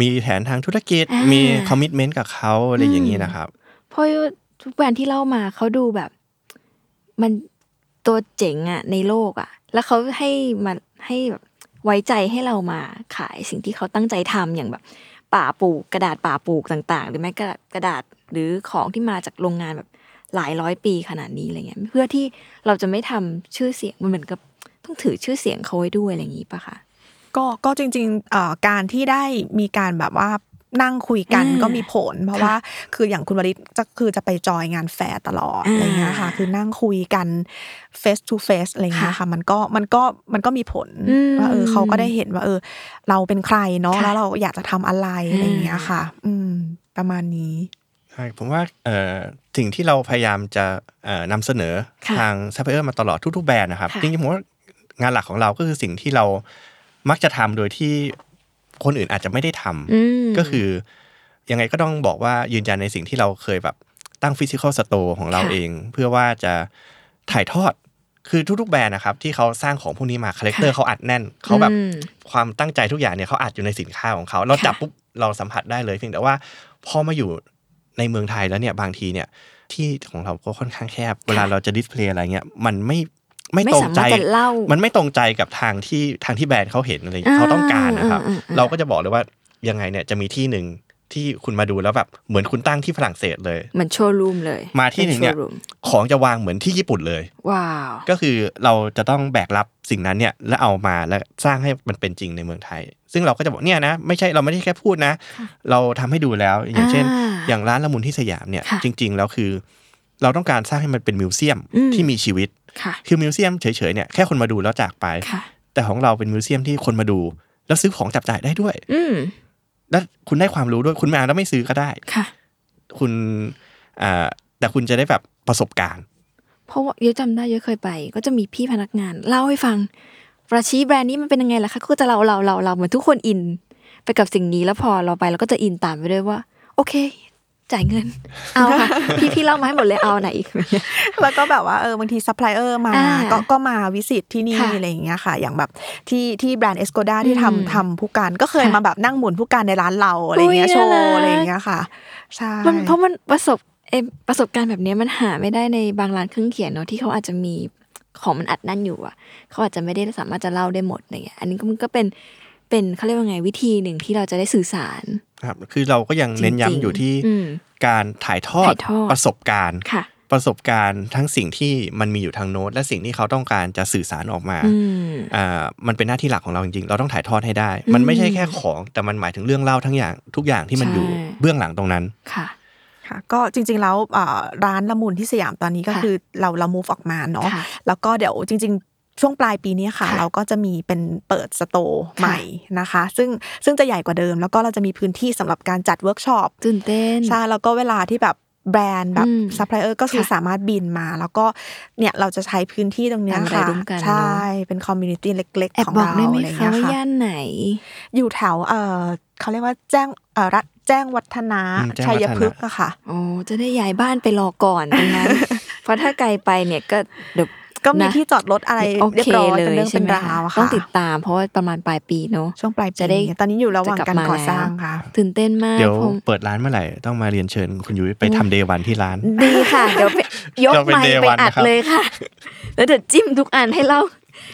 มีแผนทางธุรกิจ อ่ามี มีคอมมิชเมนต์กับเขาอะไรอย่างนี้นะครับ เพราะทุกแบรนด์ที่เล่ามาเขาดูแบบ มันตัวเจ๋งอะในโลกอะแล้วเขาให้มาให้แบบไว้ใจให้เรามาขายสิ่งที่เขาตั้งใจทำอย่างแบบ ป่าปลูกกระดาษป่าปลูกต่าง ๆ หรือแม้กระกระดาษหรือของที่มาจากโรงงานแบบหลายร้อยปีขนาดนี้อะไรเงี้ยเพื่อที่เราจะไม่ทำชื่อเสียงมันเหมือนกับต้องถือชื่อเสียงเขาไว้ด้วยอะไรอย่างนี้ปะคะ ก็ก็จริงๆเอ่อการที่ได้มีการแบบว่านั่งคุยกัน อ่า ก็มีผล เพราะ ค่ะ ว่าคืออย่างคุณวริศจะคือจะไปจอยงานแฟร์ตลอด อ่า อะไรเงี้ยค่ะ คือนั่งคุยกัน face to face อะไรเงี้ย ค่ะ ค่ะ มันก็มันก็มันก็มีผล อืม ว่าเออเขาก็ได้เห็นว่าเออ เราเป็นใครเนาะ ค่ะ แล้วเราอยากจะทำอะไรอะไรเงี้ย อืม ค่ะ อืม ประมาณนี้ ใช่ผมว่าเอ่อสิ่งที่เราพยายามจะเอ่อนำเสนอ ค่ะ ทางซัพพลายเออร์มาตลอดทุกๆแบรนด์นะครับ ค่ะ จริงๆผมว่างานหลักของเราก็คือสิ่งที่เรามักจะทำโดยที่คนอื่นอาจจะไม่ได้ทำ อืม ก็คือ ยังไงก็ต้องบอกว่ายืนยันในสิ่งที่เราเคยแบบตั้งฟิสิกอลสโตร์ของเราเอง เพื่อว่าจะถ่ายทอดคือทุกๆแบรนด์นะครับที่เขาสร้างของพวกนี้มาคาแรคเตอร์เขาอัดแน่นเขาแบบ อืม ความตั้งใจทุกอย่างเนี่ยเขาอัดอยู่ในสินค้าของเขา เราจับปุ๊บเราสัมผัสได้เลยเพียงแต่ว่าพอมาอยู่ในเมืองไทยแล้วเนี่ยบางทีเนี่ยที่ของเราก็ค่อนข้างแคบ เวลาเราจะดิสเพลย์อะไรเงี้ยมันไม่ไม่ ไม่ ตรง สามารถ ใจ จะเล่ามัน ไม่ตรงใจกับทางที่ทางที่แบรนด์เขาเห็นอะไรเงี้ยเขาต้องการนะครับ อ่าอ่าอ่า เราก็จะบอกเลยว่ายังไงเนี่ยจะมีที่หนึ่งที่คุณมาดูแล้วแบบเหมือนคุณตั้งที่ฝรั่งเศสเลย เหมือนโชว์รูมเลย มาที่หนึ่งเนี่ย ป็โชว์รูม ของจะวางเหมือนที่ญี่ปุ่นเลย ว้าว ก็คือเราจะต้องแบกรับสิ่งนั้นเนี่ยแล้วเอามาแล้วสร้างให้มันเป็นจริงในเมืองไทย ซึ่งเราก็จะบอกเนี่ยนะไม่ใช่เราไม่ได้แค่พูดนะ เราทำให้ดูแล้วอย่างเช่น อ่า อย่างร้านละมุนที่สยามเนี่ย ค่ะ จริงๆแล้วคือ เราต้องการสร้างให้มันเป็นมิวเซียม อืม ที่มีชีวิต ค่ะ คือมิวเซียมเฉยๆเนี่ยแค่คนมาดูแล้วจากไป ค่ะ แต่ของเราเป็นมิวเซียมที่คนมาดู แล้วซื้อของจับจ่ายได้ด้วย อืม และคุณได้ความรู้ด้วยคุณมาแล้วไม่ซื้อก็ได้ ค่ะ คุณอ่าแต่คุณจะได้แบบประสบการณ์ เพราะว่าเยอะจำได้เยอะเคยไป ก็จะมีพี่พนักงาน เล่าให้ฟังราชีแบรนด์นี้มันเป็นยังไงล่ะคะก็จะเราเราเราเราเหมือนทุกคนอิน ไปกับสิ่งนี้แล้วพอเราไปเราก็จะอินตามไปด้วยว่า โอเค จ่ายเงิน เอาค่ะ พี่พี่เล่ามาให้หมดเลยเอาไหนอีก แล้วก็แบบว่าเออบางทีซัพพลายเออร์มา อ่า ก็ก็มาวิสิตที่นี่ ค่ะ อะไรอย่างเงี้ยค่ะ อย่างแบบที่ที่แบรนด์เอสโกดาที่ อืม ทำทำผู้การก็เคย ค่ะ มาแบบนั่งหมุนผู้การในร้านเราอะไรอย่างเงี้ย อุ๊ย โช น่ารั ว์ ก อะไรอย่างเงี้ยค่ะใช่ มันเพราะมันประสบเออประสบการณ์แบบเนี้ยมันหาไม่ได้ในบางร้านเครื่องเขียนเนาะที่เขาอาจจะมีของมันอัดนั่นอยู่อ่ะเขาอาจจะไม่ได้สามารถจะเล่าได้หมดอะไรเงี้ยอันนี้ก็มันก็เป็นเป็นเขาเรียกว่าไงวิธีหนึ่งที่เราจะได้สื่อสาร ครับคือเราก็ยังเน้น จริง ย้ำ ๆ อยู่ที่ อืม การถ่ายทอด ถ่ายทอด ประสบการณ์ ค่ะ ประสบการณ์ทั้งสิ่งที่มันมีอยู่ทางโน้ต และสิ่งที่เขาต้องการจะสื่อสารออกมา อืม อ่ามันเป็นหน้าที่หลักของเราจริงๆ เราต้องถ่ายทอดให้ได้ มันไม่ใช่แค่ของ แต่มันหมายถึงเรื่องเล่าทั้งอย่างทุกอย่างที่มันอยู่ ใช่ เบื้องหลังตรงนั้น ค่ะ ค่ะก็จริง ๆ แล้วเอ่อร้านละมุนที่สยามตอนนี้ก็ ค่ะ คือเราเรา move ออกมาเนาะ ค่ะ แล้วก็เดี๋ยวจริง ๆ ช่วงปลายปีนี้ค่ะ ค่ะ เราก็จะมีเป็นเปิดสโตร์ใหม่นะคะ ซึ่งซึ่งจะใหญ่กว่าเดิม แล้วก็เราจะมีพื้นที่สำหรับการจัดเวิร์กช็อป ตื่นเต้น ใช่แล้วก็เวลาที่แบบแบรนด์แบบ อืม ซัพพลายเออร์ก็คือ ค่ะ สามารถบินมา แล้วก็เนี่ยเราจะใช้พื้นที่ตรงเนี้ย ทำอะไร ค่ะ ร่วมกันเนอะ ใช่เป็นคอมมูนิตี้เล็ก แอบ ๆ ของ บอก เรา ได้ไหม อะไรอย่าง คะ เงี้ย ว่า ค่ะ ย่านไหน อยู่แถวเออเขาเรียกว่าแจ้งเออรัฐแจ้งวัฒนะ อืมแจ้งวัฒนะ ชัยพฤกษ์อะค่ะ อ๋อ จะได้ย้ายบ้านไปรอก่อนตรง นั้น เพราะถ้าไกลไปเนี่ยก็เดี๋ยว ก็มี นะ ที่จอดรถอะไร โอ เรีย เค บร้อย เล เป็น ย เรื่อง ใช่ เป็น ไหม ราวอะ ต้อ ค่ะ งติดตามเพราะว่าประมาณปลายปีเนาะ ช่วงปลาย จะ ปี ได้ ตอนนี้อยู่ระหว่าง จะกลับ การ มา ก่อ แล้ว สร้างค่ะ ตื่นเต้นมาก เดี๋ยว ผม เปิดร้านเมื่อไหร่ต้องมาเรียนเชิญคุณยุ้ยไปทำเดวันที่ร้าน ดีค่ะ เดี๋ยวไปยก เราเป็น ไมค์ day ไป one อัด นะครับ เลย ค่ะ แล้วเดี๋ยวจิ้มทุกอันให้เล่า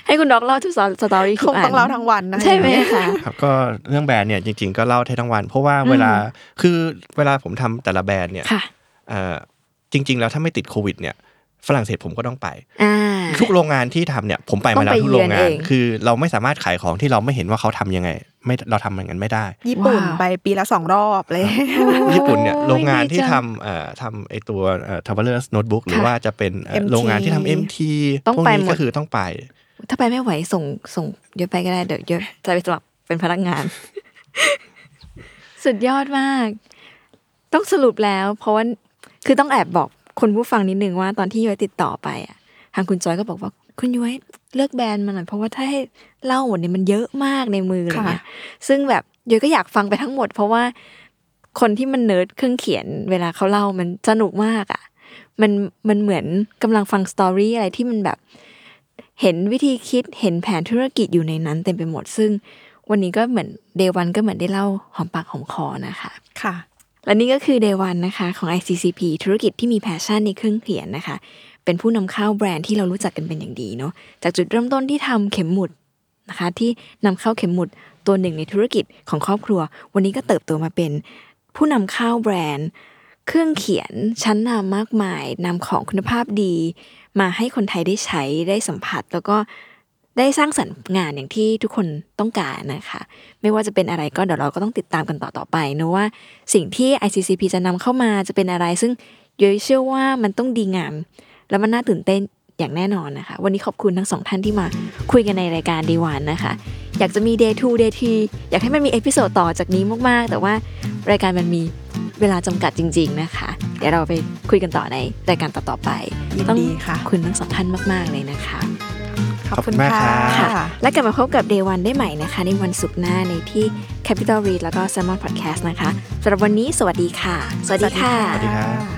ให้คุณด็อกเล่าทุกสตอรี่ ค ทุก ง อัน ต้องเล่าทั้งวันนะ ใช่ไหมคะ ครับก็เรื่องแบรนด์เนี่ยจริง ๆ ก็เล่าให้ทั้งวัน เพราะว่าเวลาคือเวลาผมทำแต่ละแบรนด์เนี่ย ค่ะ เอ่อจริง ๆ แล้วถ้าไม่ติดโควิดเนี่ยฝรั่งเศสผมก็ต้องไป อ่า ทุกโรงงานที่ทำเนี่ยผมไปมาแล้ว ต้องไป ทุกโรงงา เยือน นเอง คือเราไม่สามารถขายของที่เราไม่เห็นว่าเขาทำยังไง ไม่เราทำอย่างนั้นไม่ได้ ญี่ปุ่น ว้าว ไปปีละสองรอบเลย ญี่ปุ่นเนี่ย โอ้ย โรงงานที่ ดีจัง ทำเอ่อทำไอตัวทับเบิลเลอร์โน้ตบุ๊กหรือ ค่ะ ว่าจะเป็นเอ่อ MT โรงงานที่ทำเอ็มที ต้อง พวก ไป นี้ หมด ก็คือต้องไป ถ้าไปไม่ไหวส่งส่งเดี๋ยวไปก็ได้เดี๋ยวเดี๋ยวจะไปสมัครเป็นพนักงาน สุดยอดมาก ต้องสรุปแล้ว เพราะว่าคือต้องแอบบอกคนผู้ฟังนิดนึงว่าตอนที่ย้อยติดต่อไปอ่ะ ทางคุณจอยก็บอกว่าคุณย้อยเลือกแบรนด์มาหน่อยเพราะว่าถ้าให้เล่าหมดเนี่ยมันเยอะมากในมืออะไรเงี้ยซึ่งแบบย้อยก็อยากฟังไปทั้งหมด เพราะว่าคนที่มันเนิร์ดเครื่องเขียน เวลาเขาเล่ามันสนุกมากอ่ะ มันมันเหมือนกำลังฟังสตอรี่อะไรที่มันแบบ เห็นวิธีคิดเห็นแผนธุรกิจอยู่ในนั้นเต็มไปหมด ซึ่งวันนี้ก็เหมือนเดวันก็เหมือนได้เล่าหอมปากหอมคอนะคะ ค่ะ และนี่ก็คือ Day One นะคะของ ICCP ธุรกิจที่มีแพชชั่นในเครื่องเขียนนะคะ เป็นผู้นำเข้าแบรนด์ที่เรารู้จักกันเป็นอย่างดีเนาะจากจุดเริ่มต้นที่ทำเข็มหมุดนะคะ ที่นำเข้าเข็มหมุดตัวหนึ่งในธุรกิจของครอบครัว วันนี้ก็เติบโตมาเป็นผู้นำเข้าแบรนด์ เครื่องเขียนชั้นนำมากมายนำของคุณภาพดี มาให้คนไทยได้ใช้ได้สัมผัส แล้วก็ได้สร้างสรรค์งานอย่างที่ทุกคนต้องการนะคะ ไม่ว่าจะเป็นอะไรก็เดี๋ยวเราก็ต้องติดตามกันต่อต่อไปนะว่า สิ่งที่ ICCP จะนำเข้ามาจะเป็นอะไร ซึ่งเยอยเชื่อว่ามันต้องดีงาม แล้วมันน่าตื่นเต้นอย่างแน่นอนนะคะ วันนี้ขอบคุณทั้งสองท่านที่มาคุยกันในรายการดีวันนะคะ อยากจะมี Day 2 Day 3อยากให้มันมีเอพิโซดต่อจากนี้มาก ๆ แต่ว่ารายการมันมีเวลาจำกัดจริง ๆ นะคะ เดี๋ยวเราไปคุยกันต่อในรายการต่อๆไป ยิน ต้อง ดีค่ะ ขอบคุณทั้งสองท่านมาก ๆ เลยนะคะ ขอบคุณ ขอบคุณมาก ค่ะ ครับ ค่ะและกลับมาพบกับ Day One ได้ใหม่นะคะ ในวันศุกร์หน้าในที่ Capital Read แล้วก็ s a l m o n Podcast นะคะสำหรับวันนี้สวัสดีค่ะ สวัสดีค่ะ สวัสดีครับ